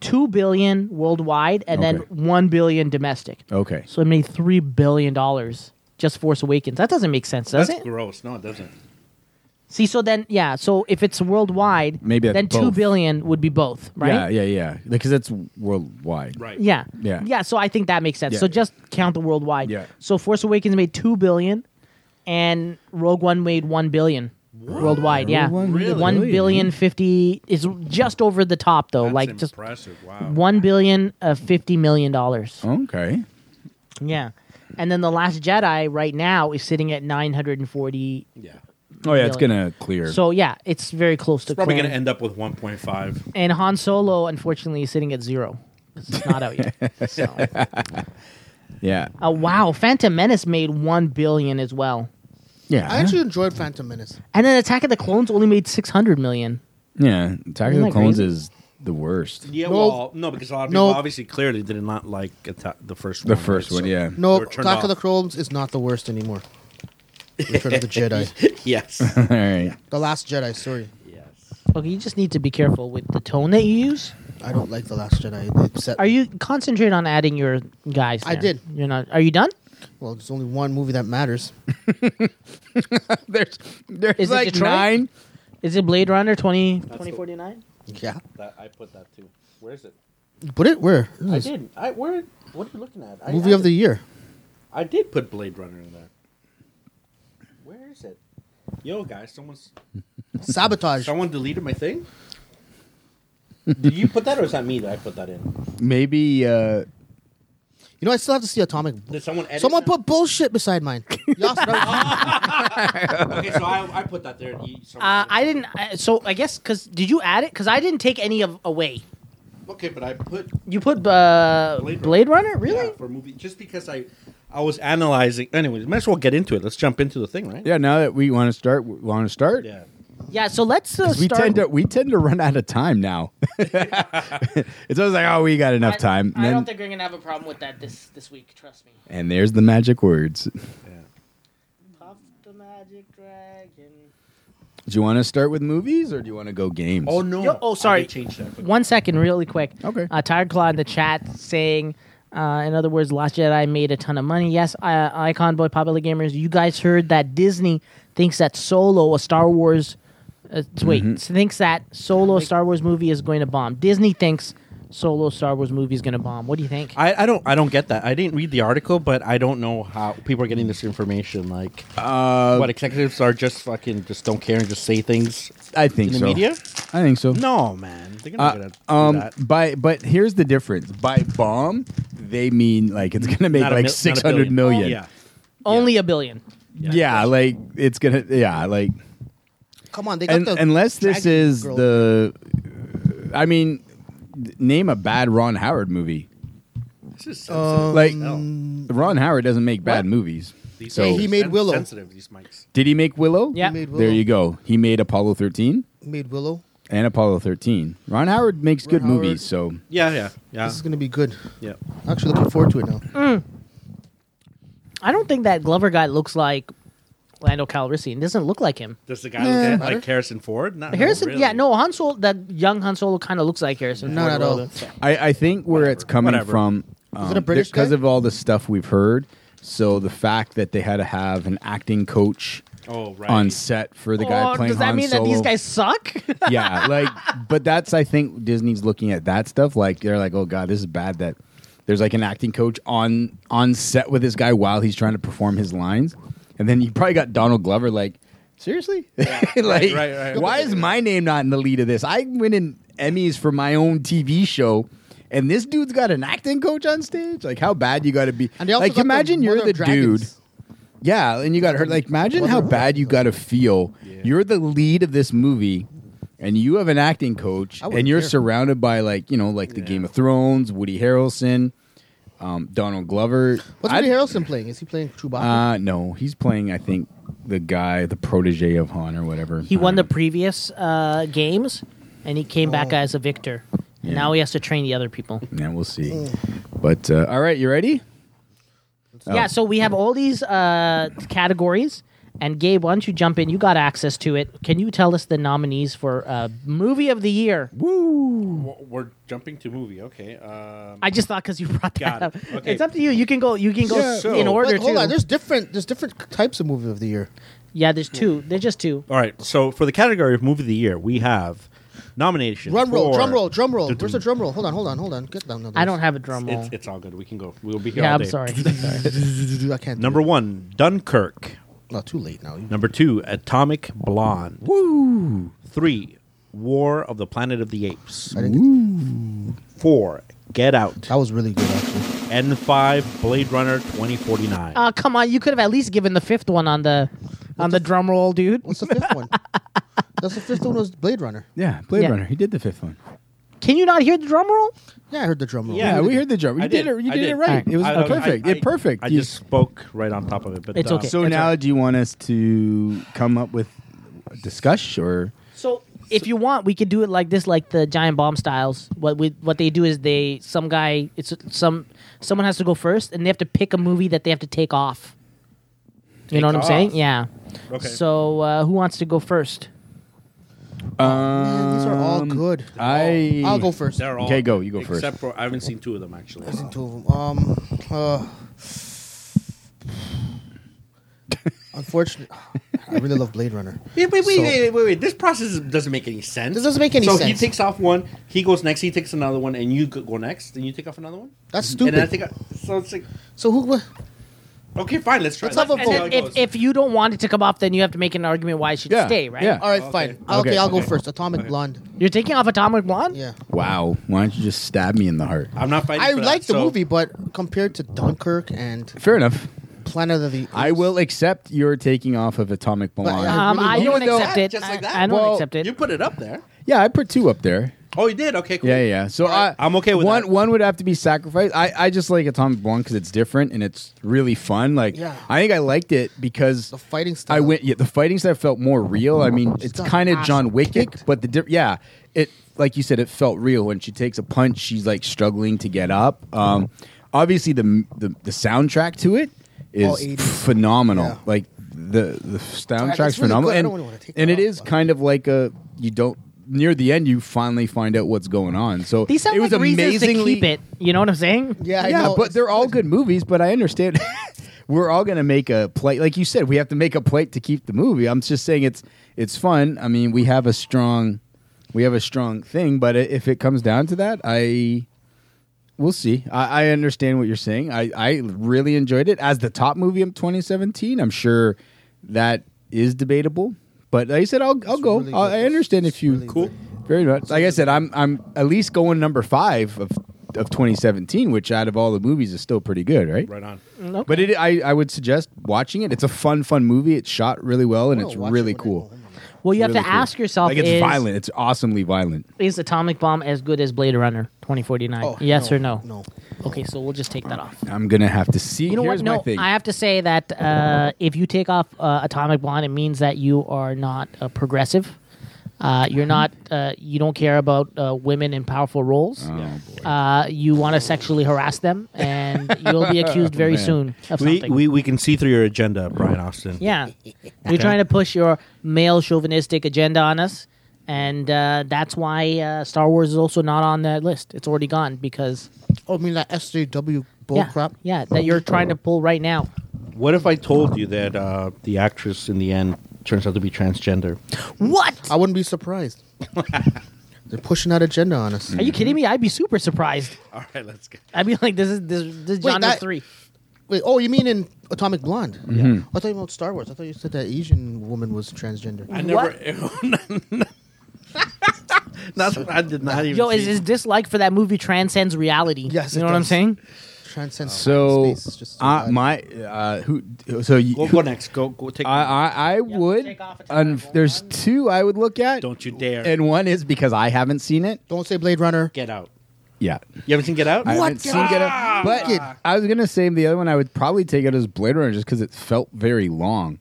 [SPEAKER 4] two billion worldwide and then
[SPEAKER 5] Okay. Oh.
[SPEAKER 4] one billion domestic.
[SPEAKER 5] okay.
[SPEAKER 4] So it made three billion dollars just Force Awakens. That doesn't make sense, does
[SPEAKER 8] That's
[SPEAKER 4] it?
[SPEAKER 8] gross. No, it doesn't.
[SPEAKER 4] See, so then yeah, so if it's worldwide,
[SPEAKER 5] Maybe that's
[SPEAKER 4] then two
[SPEAKER 5] both.
[SPEAKER 4] billion would be both, right?
[SPEAKER 5] Yeah, yeah, yeah. Because that's worldwide.
[SPEAKER 7] Right.
[SPEAKER 4] Yeah.
[SPEAKER 5] Yeah.
[SPEAKER 4] So I think that makes sense.
[SPEAKER 5] Yeah.
[SPEAKER 4] So just count the worldwide.
[SPEAKER 5] Yeah.
[SPEAKER 4] So Force Awakens made two billion, and Rogue One made one billion worldwide. yeah.
[SPEAKER 5] One Really?
[SPEAKER 4] One billion fifty is just over the top though.
[SPEAKER 7] That's
[SPEAKER 4] like
[SPEAKER 7] impressive. Wow.
[SPEAKER 4] just one billion of fifty million dollars.
[SPEAKER 5] Okay.
[SPEAKER 4] Yeah. And then the Last Jedi right now is sitting at nine hundred and forty.
[SPEAKER 7] yeah.
[SPEAKER 5] Oh yeah, it's
[SPEAKER 4] Billion.
[SPEAKER 5] gonna clear.
[SPEAKER 4] So yeah, it's very close to
[SPEAKER 7] Probably going
[SPEAKER 4] clearing.
[SPEAKER 7] to end up with 1.5.
[SPEAKER 4] And Han Solo, unfortunately, is sitting at zero. 'cause It's not out
[SPEAKER 5] [laughs]
[SPEAKER 4] yet. So.
[SPEAKER 5] yeah.
[SPEAKER 4] Uh, wow, Phantom Menace made one billion as well.
[SPEAKER 5] Yeah.
[SPEAKER 6] I actually enjoyed Phantom Menace.
[SPEAKER 4] And then Attack of the Clones only made six hundred million.
[SPEAKER 5] yeah. Attack
[SPEAKER 4] Isn't
[SPEAKER 5] of the
[SPEAKER 4] that
[SPEAKER 5] Clones
[SPEAKER 4] crazy?
[SPEAKER 5] is the worst.
[SPEAKER 8] Yeah,
[SPEAKER 6] No.
[SPEAKER 8] well, no, because a lot of
[SPEAKER 6] No.
[SPEAKER 8] people obviously clearly did not like atta- the first one.
[SPEAKER 5] The first
[SPEAKER 8] right?
[SPEAKER 5] one,
[SPEAKER 8] So-
[SPEAKER 5] yeah.
[SPEAKER 6] No,
[SPEAKER 8] Or turned
[SPEAKER 6] Attack of
[SPEAKER 8] off.
[SPEAKER 6] the Clones is not the worst anymore. Return of
[SPEAKER 7] [laughs]
[SPEAKER 6] the Jedi,
[SPEAKER 5] [laughs]
[SPEAKER 8] Yes.
[SPEAKER 5] All right.
[SPEAKER 6] the Last Jedi. Sorry,
[SPEAKER 8] yes.
[SPEAKER 4] Okay, you just need to be careful with the tone that you use.
[SPEAKER 6] I don't like the Last Jedi. It upset.
[SPEAKER 4] Are you concentrate on adding your guys?
[SPEAKER 6] I
[SPEAKER 4] there.
[SPEAKER 6] did.
[SPEAKER 4] You're not. Are you done?
[SPEAKER 6] Well, there's only one movie that matters.
[SPEAKER 5] There's there's
[SPEAKER 4] Is it
[SPEAKER 5] like
[SPEAKER 4] Detroit?
[SPEAKER 5] nine.
[SPEAKER 4] Is it Blade Runner 20, 2049?
[SPEAKER 6] Yeah,
[SPEAKER 8] That, I put that too. Where is it?
[SPEAKER 6] put it where?
[SPEAKER 8] I did. I where? What are you looking at? I,
[SPEAKER 6] Movie
[SPEAKER 8] I
[SPEAKER 6] of the year.
[SPEAKER 8] I did put Blade Runner in there. Where is it? Yo, guys, someone's
[SPEAKER 7] [laughs]
[SPEAKER 6] Sabotage.
[SPEAKER 8] someone deleted my thing. Did you put that, or is that me that I put that in?
[SPEAKER 5] Maybe uh
[SPEAKER 6] You know, I still have to see Atomic.
[SPEAKER 8] Did someone edit?
[SPEAKER 6] Someone
[SPEAKER 8] that?
[SPEAKER 6] put bullshit beside mine. Y'all start-
[SPEAKER 8] Okay, so I, I put that there. And you, someone
[SPEAKER 4] Uh,
[SPEAKER 8] added
[SPEAKER 4] I
[SPEAKER 8] it.
[SPEAKER 4] didn't. I- So I guess because did you add it? Because I didn't take any of away.
[SPEAKER 8] Okay, but I put
[SPEAKER 4] You put uh,
[SPEAKER 8] Blade Runner.
[SPEAKER 4] Blade, Runner, really?
[SPEAKER 8] yeah, for movie just because I I was analyzing. Anyways, might as well get into it. Let's jump into the thing, right?
[SPEAKER 5] yeah, now that we want to start want to start.
[SPEAKER 8] Yeah.
[SPEAKER 4] Yeah. So let's uh,
[SPEAKER 5] 'Cause We
[SPEAKER 4] start.
[SPEAKER 5] tend to we tend to run out of time now. [laughs] it's always like, oh, we got enough time.
[SPEAKER 4] I,
[SPEAKER 5] and,
[SPEAKER 4] don't
[SPEAKER 5] then-
[SPEAKER 4] think we're gonna have a problem with that this this week. Trust me.
[SPEAKER 5] and there's the magic words.
[SPEAKER 4] Puff the magic dragon.
[SPEAKER 5] Do you want to start with movies or do you want to go games?
[SPEAKER 8] Oh no.
[SPEAKER 4] Yo- oh, sorry.
[SPEAKER 8] I did change that. but-
[SPEAKER 4] One second, really quick.
[SPEAKER 5] Okay.
[SPEAKER 4] Uh, Tired Claw in the chat saying, uh, in other words, Last Jedi made a ton of money. Yes, uh, Icon Boy, Popular Gamers, you guys heard that Disney thinks that Solo, a Star Wars, uh, wait,
[SPEAKER 8] Mm-hmm.
[SPEAKER 4] thinks that Solo, a Star Wars movie is going to bomb. Disney thinks Solo, a Star Wars movie is going to bomb. What do you think?
[SPEAKER 8] I, I don't I don't get that. I didn't read the article, but I don't know how people are getting this information. Like,
[SPEAKER 5] Uh,
[SPEAKER 8] what executives are just fucking just don't care and just say things.
[SPEAKER 5] I think
[SPEAKER 8] in the
[SPEAKER 5] so.
[SPEAKER 8] media?
[SPEAKER 5] I think so.
[SPEAKER 8] No, man. They're
[SPEAKER 5] Uh,
[SPEAKER 8] not gonna do
[SPEAKER 5] um,
[SPEAKER 8] that.
[SPEAKER 5] by but here's the difference. By bomb, they mean like it's gonna make
[SPEAKER 8] Not a mil-
[SPEAKER 5] like
[SPEAKER 8] not a
[SPEAKER 5] six hundred million.
[SPEAKER 8] billion. Oh, Yeah.
[SPEAKER 4] Only a billion.
[SPEAKER 5] Yeah, like it's gonna yeah, like
[SPEAKER 6] [laughs] Come on, they got
[SPEAKER 5] un-
[SPEAKER 6] the
[SPEAKER 5] unless this
[SPEAKER 6] dragon
[SPEAKER 5] is
[SPEAKER 6] girl.
[SPEAKER 5] the I mean th- name a bad Ron Howard movie.
[SPEAKER 8] This is
[SPEAKER 6] Um,
[SPEAKER 5] Like
[SPEAKER 8] sensitive.
[SPEAKER 5] Ron Howard doesn't make bad movies.
[SPEAKER 8] These
[SPEAKER 5] so-
[SPEAKER 8] mics
[SPEAKER 5] Hey,
[SPEAKER 8] are
[SPEAKER 6] he made
[SPEAKER 8] sen-
[SPEAKER 6] Willow.
[SPEAKER 8] Sensitive these mics.
[SPEAKER 5] Did he make Willow?
[SPEAKER 4] Yeah.
[SPEAKER 6] made Willow.
[SPEAKER 5] There you go. He made Apollo 13
[SPEAKER 6] made Willow.
[SPEAKER 5] and Apollo 13. Ron Howard makes
[SPEAKER 6] Ron
[SPEAKER 5] good
[SPEAKER 6] Howard-
[SPEAKER 5] movies, so
[SPEAKER 8] Yeah, yeah, yeah,
[SPEAKER 6] This is gonna be good.
[SPEAKER 8] yeah.
[SPEAKER 6] Actually, looking forward to it now.
[SPEAKER 4] I don't think that Glover guy looks like Lando Calrissian. Doesn't look like him.
[SPEAKER 8] Does the guy look at,
[SPEAKER 6] matter.
[SPEAKER 8] like Harrison Ford? Not
[SPEAKER 4] Harrison,
[SPEAKER 8] really.
[SPEAKER 4] yeah, no, Han Solo, that young Han Solo kind of looks like Harrison.
[SPEAKER 6] Not
[SPEAKER 4] Ford a
[SPEAKER 6] at
[SPEAKER 4] little
[SPEAKER 6] all.
[SPEAKER 4] bit.
[SPEAKER 5] I, I think where it's coming
[SPEAKER 8] Whatever.
[SPEAKER 5] from
[SPEAKER 6] it a British
[SPEAKER 5] because
[SPEAKER 6] guy?
[SPEAKER 5] of all the stuff we've heard. So the fact that they had to have an acting coach
[SPEAKER 8] Oh, right.
[SPEAKER 5] on set for the guy
[SPEAKER 4] Oh,
[SPEAKER 5] playing
[SPEAKER 4] does that
[SPEAKER 5] Han
[SPEAKER 4] mean that these
[SPEAKER 5] Solo-
[SPEAKER 4] guys suck?
[SPEAKER 5] yeah, like, but that's I think Disney's looking at that stuff. Like they're like, oh god, this is bad. That there's like an acting coach on on set with this guy while he's trying to perform his lines, and then you probably got Donald Glover like, seriously, [laughs] like,
[SPEAKER 8] right, right.
[SPEAKER 5] why is my name not in the lead of this? I win in Emmys for my own TV show. And this dude's got an acting coach on stage. Like, how bad you got to be?
[SPEAKER 6] And they also
[SPEAKER 5] like,
[SPEAKER 6] got the
[SPEAKER 5] imagine
[SPEAKER 6] Mother
[SPEAKER 5] you're
[SPEAKER 6] of
[SPEAKER 5] the
[SPEAKER 6] Dragons.
[SPEAKER 5] dude. Yeah, and you got hurt. Like, imagine how bad you got to feel. You're the lead of this movie, and you have an acting coach,
[SPEAKER 6] wouldn't
[SPEAKER 5] and you're
[SPEAKER 6] care.
[SPEAKER 5] surrounded by like you know, like the Game of Thrones, Woody Harrelson, um, Donald Glover.
[SPEAKER 6] What's
[SPEAKER 5] I'd-
[SPEAKER 6] Woody Harrelson playing? Is he playing Chewbacca?
[SPEAKER 5] Uh, no, he's playing. I think the guy, the protege of Han or whatever.
[SPEAKER 4] [laughs] he
[SPEAKER 5] I
[SPEAKER 4] won the
[SPEAKER 5] don't know.
[SPEAKER 4] previous uh, games, and he came back
[SPEAKER 6] Oh.
[SPEAKER 4] as a victor. And
[SPEAKER 5] Yeah.
[SPEAKER 4] now he has to train the other people.
[SPEAKER 5] Yeah, we'll see. But uh, all right, you ready? Oh.
[SPEAKER 4] Yeah, so we have all these uh, categories. And Gabe, why don't you jump in? You got access to it. Can you tell us the nominees for uh, movie of the year?
[SPEAKER 8] W- We're jumping to movie. Okay. Um,
[SPEAKER 4] I just thought because you brought that
[SPEAKER 8] Got
[SPEAKER 4] up.
[SPEAKER 8] it. Okay.
[SPEAKER 4] It's up to you. You can go. You can go
[SPEAKER 5] Yeah,
[SPEAKER 4] in
[SPEAKER 5] so-
[SPEAKER 4] order
[SPEAKER 6] Wait, hold
[SPEAKER 4] too.
[SPEAKER 6] on. There's different. There's different types of movie of the year.
[SPEAKER 4] yeah, there's two. There's just two.
[SPEAKER 8] all right. So for the category of movie of the year, we have nomination.
[SPEAKER 6] Drum roll,
[SPEAKER 8] for-
[SPEAKER 6] drum roll, drum roll. Where's the drum roll? Hold on, hold on, hold on. Get down. No,
[SPEAKER 4] I don't have a drum roll.
[SPEAKER 8] It's, it's all good. We can go. We'll be here.
[SPEAKER 4] yeah,
[SPEAKER 8] all
[SPEAKER 4] I'm
[SPEAKER 8] day.
[SPEAKER 4] sorry. [laughs]
[SPEAKER 6] I can't. do
[SPEAKER 8] Number
[SPEAKER 6] it.
[SPEAKER 8] one, Dunkirk.
[SPEAKER 6] Not too late now. You-
[SPEAKER 8] Number two, Atomic Blonde. Woo! Three, War of the Planet of the Apes.
[SPEAKER 6] I didn't-
[SPEAKER 8] Four, Get Out.
[SPEAKER 6] that was really good actually.
[SPEAKER 8] And five, Blade Runner 2049.
[SPEAKER 7] Uh,
[SPEAKER 4] Oh, come on. You could have at least given the fifth one on the on the drum roll, dude. [laughs]
[SPEAKER 6] What's the fifth one? That's the fifth one was Blade Runner.
[SPEAKER 5] Yeah, Blade
[SPEAKER 4] Yeah.
[SPEAKER 5] Runner. He did the fifth one.
[SPEAKER 4] Can you not hear the drum roll?
[SPEAKER 6] Yeah, I heard the drum roll.
[SPEAKER 5] Yeah, we heard the drum. You
[SPEAKER 7] I
[SPEAKER 5] did,
[SPEAKER 7] did.
[SPEAKER 5] it. You
[SPEAKER 7] I
[SPEAKER 5] did,
[SPEAKER 7] did.
[SPEAKER 5] it right.
[SPEAKER 4] Alright.
[SPEAKER 5] It was
[SPEAKER 7] I-
[SPEAKER 5] uh,
[SPEAKER 7] I-
[SPEAKER 5] perfect.
[SPEAKER 7] I-
[SPEAKER 5] it perfect.
[SPEAKER 7] I
[SPEAKER 5] You-
[SPEAKER 7] just spoke right on top of it, but
[SPEAKER 4] It's
[SPEAKER 7] uh,
[SPEAKER 4] okay.
[SPEAKER 5] So
[SPEAKER 4] That's
[SPEAKER 5] now,
[SPEAKER 4] alright.
[SPEAKER 5] do you want us to come up with a discussion or?
[SPEAKER 4] So if you want, we could do it like this, like the giant bomb styles. What we what they do is they some guy it's some someone has to go first, and they have to pick a movie that they have to take off. you know what I'm
[SPEAKER 7] off?
[SPEAKER 4] saying? Yeah.
[SPEAKER 7] Okay.
[SPEAKER 4] So uh, who wants to go first?
[SPEAKER 6] Man, these are all
[SPEAKER 5] Um,
[SPEAKER 6] good.
[SPEAKER 5] I
[SPEAKER 6] I'll go first.
[SPEAKER 7] they're all
[SPEAKER 5] Okay, go. You go first.
[SPEAKER 7] Except for I haven't seen two of them actually.
[SPEAKER 6] I've seen two of them. Um, uh, unfortunately, [sighs] I really love Blade Runner.
[SPEAKER 7] Wait, wait, wait,
[SPEAKER 6] So-
[SPEAKER 7] wait, wait, wait. This process doesn't make any sense.
[SPEAKER 6] This doesn't make any
[SPEAKER 7] so
[SPEAKER 6] sense.
[SPEAKER 7] he takes off one, he goes next, he takes another one, and you go go next, and you take off another one.
[SPEAKER 6] That's
[SPEAKER 7] And then I
[SPEAKER 6] stupid.
[SPEAKER 7] think I, so. It's like
[SPEAKER 6] so who?
[SPEAKER 7] okay, fine. Let's try.
[SPEAKER 6] Let's have a
[SPEAKER 7] see how
[SPEAKER 6] vote.
[SPEAKER 7] it
[SPEAKER 4] If,
[SPEAKER 7] goes.
[SPEAKER 4] if you don't want it to come off, then you have to make an argument why it should
[SPEAKER 5] Yeah,
[SPEAKER 4] stay, right?
[SPEAKER 5] yeah.
[SPEAKER 6] All right,
[SPEAKER 7] Okay.
[SPEAKER 6] fine. Okay, I'll go
[SPEAKER 5] Okay.
[SPEAKER 6] first. Atomic Blonde.
[SPEAKER 4] You're taking off Atomic Blonde?
[SPEAKER 6] Yeah.
[SPEAKER 5] Wow, why don't you just stab me in the heart?
[SPEAKER 7] I'm not fighting.
[SPEAKER 6] I
[SPEAKER 7] for that,
[SPEAKER 6] like the
[SPEAKER 7] so-
[SPEAKER 6] movie, but compared to Dunkirk and
[SPEAKER 5] Fair enough.
[SPEAKER 6] Planet of the Apes,
[SPEAKER 5] I will accept your taking off of Atomic Blonde.
[SPEAKER 6] I-
[SPEAKER 4] Um, I
[SPEAKER 6] Even
[SPEAKER 4] don't
[SPEAKER 5] though-
[SPEAKER 4] accept it.
[SPEAKER 7] Just like
[SPEAKER 4] I-
[SPEAKER 7] that?
[SPEAKER 4] I, don't
[SPEAKER 5] Well,
[SPEAKER 4] accept it.
[SPEAKER 7] You put it up there.
[SPEAKER 5] yeah, I put two up there.
[SPEAKER 7] Oh, you did. Okay, cool.
[SPEAKER 5] Yeah, yeah. yeah. So
[SPEAKER 7] Alright,
[SPEAKER 5] I,
[SPEAKER 7] I'm okay with
[SPEAKER 5] one.
[SPEAKER 7] that.
[SPEAKER 5] One would have to be sacrificed. I, I just like Atomic Blonde because it's different and it's really fun. Like,
[SPEAKER 6] Yeah.
[SPEAKER 5] I think I liked it because
[SPEAKER 6] the fighting style.
[SPEAKER 5] I went. Yeah, the fighting style felt more real. I mean, it's
[SPEAKER 6] got
[SPEAKER 5] kind of
[SPEAKER 6] ass
[SPEAKER 5] John Wick,
[SPEAKER 6] kicked.
[SPEAKER 5] but the di- yeah, it like you said, it felt real. When she takes a punch, she's like struggling to get up. Um, obviously, the m- the, the soundtrack to it
[SPEAKER 6] All
[SPEAKER 5] is
[SPEAKER 6] 80s.
[SPEAKER 5] phenomenal.
[SPEAKER 6] Yeah.
[SPEAKER 5] Like the the soundtrack's
[SPEAKER 6] really
[SPEAKER 5] phenomenal,
[SPEAKER 6] good. I
[SPEAKER 5] and,
[SPEAKER 6] don't wanna take
[SPEAKER 5] and
[SPEAKER 6] that
[SPEAKER 5] it
[SPEAKER 6] off,
[SPEAKER 5] is
[SPEAKER 6] but-
[SPEAKER 5] kind of like a you don't near the end you finally find out what's going on. So
[SPEAKER 4] These sound
[SPEAKER 5] it was
[SPEAKER 4] like reasons to
[SPEAKER 5] amazingly
[SPEAKER 4] keep it. You know what I'm saying?
[SPEAKER 6] Yeah, I
[SPEAKER 5] yeah,
[SPEAKER 6] know.
[SPEAKER 5] but
[SPEAKER 6] It's-
[SPEAKER 5] they're all good movies. But I understand [laughs] we're all gonna make a plate. Like you said, we have to make a plate to keep the movie. I'm just saying it's it's fun. I mean, we have a strong we have a strong thing. But i- if it comes down to that, I we'll see. I, I understand what you're saying. I I really enjoyed it as the top movie of 2017. I'm sure that is debatable. But like I said, I'll I'll go.
[SPEAKER 6] really
[SPEAKER 5] I-
[SPEAKER 6] good.
[SPEAKER 5] I understand
[SPEAKER 6] It's
[SPEAKER 5] if you
[SPEAKER 6] really Cool. good.
[SPEAKER 5] very much. Like I said, I'm I'm at least going number five of of 2017, which out of all the movies is still pretty good, right?
[SPEAKER 7] Right on.
[SPEAKER 5] But it, I I would suggest watching it. It's a fun fun movie. It's shot really well and
[SPEAKER 6] I'll
[SPEAKER 5] it's
[SPEAKER 6] Oh, watch it
[SPEAKER 5] really
[SPEAKER 6] when I
[SPEAKER 5] cool.
[SPEAKER 6] go home.
[SPEAKER 4] Well, you
[SPEAKER 5] Really
[SPEAKER 4] have to
[SPEAKER 5] cool.
[SPEAKER 4] ask yourself
[SPEAKER 5] Like it's
[SPEAKER 4] is,
[SPEAKER 5] violent. It's awesomely violent.
[SPEAKER 4] is Atomic Bomb as good as Blade Runner 2049?
[SPEAKER 6] Oh,
[SPEAKER 4] yes or no?
[SPEAKER 6] No.
[SPEAKER 4] Okay, so we'll just take that off.
[SPEAKER 5] I'm gonna have to see.
[SPEAKER 4] You know
[SPEAKER 5] Here's
[SPEAKER 4] what? No,
[SPEAKER 5] my thing.
[SPEAKER 4] I have to say that uh, if you take off uh, Atomic Blonde, it means that you are not uh, progressive. Uh, you're not. Uh, you don't care about uh, women in powerful roles.
[SPEAKER 5] Oh, boy.
[SPEAKER 4] Uh, you want to sexually harass them, and you'll be
[SPEAKER 5] [laughs]
[SPEAKER 4] accused very
[SPEAKER 5] Man.
[SPEAKER 4] soon of
[SPEAKER 7] We,
[SPEAKER 4] something.
[SPEAKER 7] we we can see through your agenda, Brian Austin.
[SPEAKER 6] [laughs]
[SPEAKER 4] yeah, you're trying to push your male chauvinistic agenda on us, and uh, that's why uh, Star Wars is also not on that list. It's already gone because
[SPEAKER 6] Oh, I mean that SJW bull
[SPEAKER 4] yeah,
[SPEAKER 6] crap.
[SPEAKER 4] yeah, that you're trying to pull right now.
[SPEAKER 7] What if I told you that uh, the actress in the end turns out to be
[SPEAKER 8] [laughs]
[SPEAKER 7] transgender?
[SPEAKER 4] What?
[SPEAKER 6] I wouldn't be
[SPEAKER 7] [laughs]
[SPEAKER 6] surprised. they're pushing that agenda on us.
[SPEAKER 4] Are you kidding me? I'd be super surprised.
[SPEAKER 7] All right, let's go.
[SPEAKER 4] I'd be like, this is this, this is
[SPEAKER 6] Wait,
[SPEAKER 4] genre
[SPEAKER 6] that-
[SPEAKER 4] three.
[SPEAKER 6] Wait, oh, you mean in Atomic Blonde?
[SPEAKER 5] Mm-hmm.
[SPEAKER 6] Yeah. I thought you meant Star Wars. I thought you said that Asian woman was transgender.
[SPEAKER 7] I never.
[SPEAKER 4] [laughs] What?
[SPEAKER 8] [laughs]
[SPEAKER 7] That's what I did not even.
[SPEAKER 4] Yo, is
[SPEAKER 7] see.
[SPEAKER 4] his dislike for that movie transcends reality?
[SPEAKER 6] Yes,
[SPEAKER 4] you
[SPEAKER 6] it
[SPEAKER 4] know what I'm
[SPEAKER 6] does.
[SPEAKER 4] saying.
[SPEAKER 6] Transcends
[SPEAKER 5] so
[SPEAKER 6] space. It's just so
[SPEAKER 5] uh,
[SPEAKER 6] bad.
[SPEAKER 5] my uh, who so you,
[SPEAKER 7] Go, go next. Go go take.
[SPEAKER 5] I I, I would.
[SPEAKER 4] take off a
[SPEAKER 5] Un-
[SPEAKER 4] time.
[SPEAKER 5] there's two I would look at.
[SPEAKER 7] Don't you dare.
[SPEAKER 5] And one is because I haven't seen it.
[SPEAKER 6] don't say Blade Runner.
[SPEAKER 7] Get out.
[SPEAKER 5] Yeah.
[SPEAKER 7] You haven't seen Get Out?
[SPEAKER 5] I haven't seen Get Out. But I was gonna say the other one I would probably take out as Blade Runner just because it felt very long.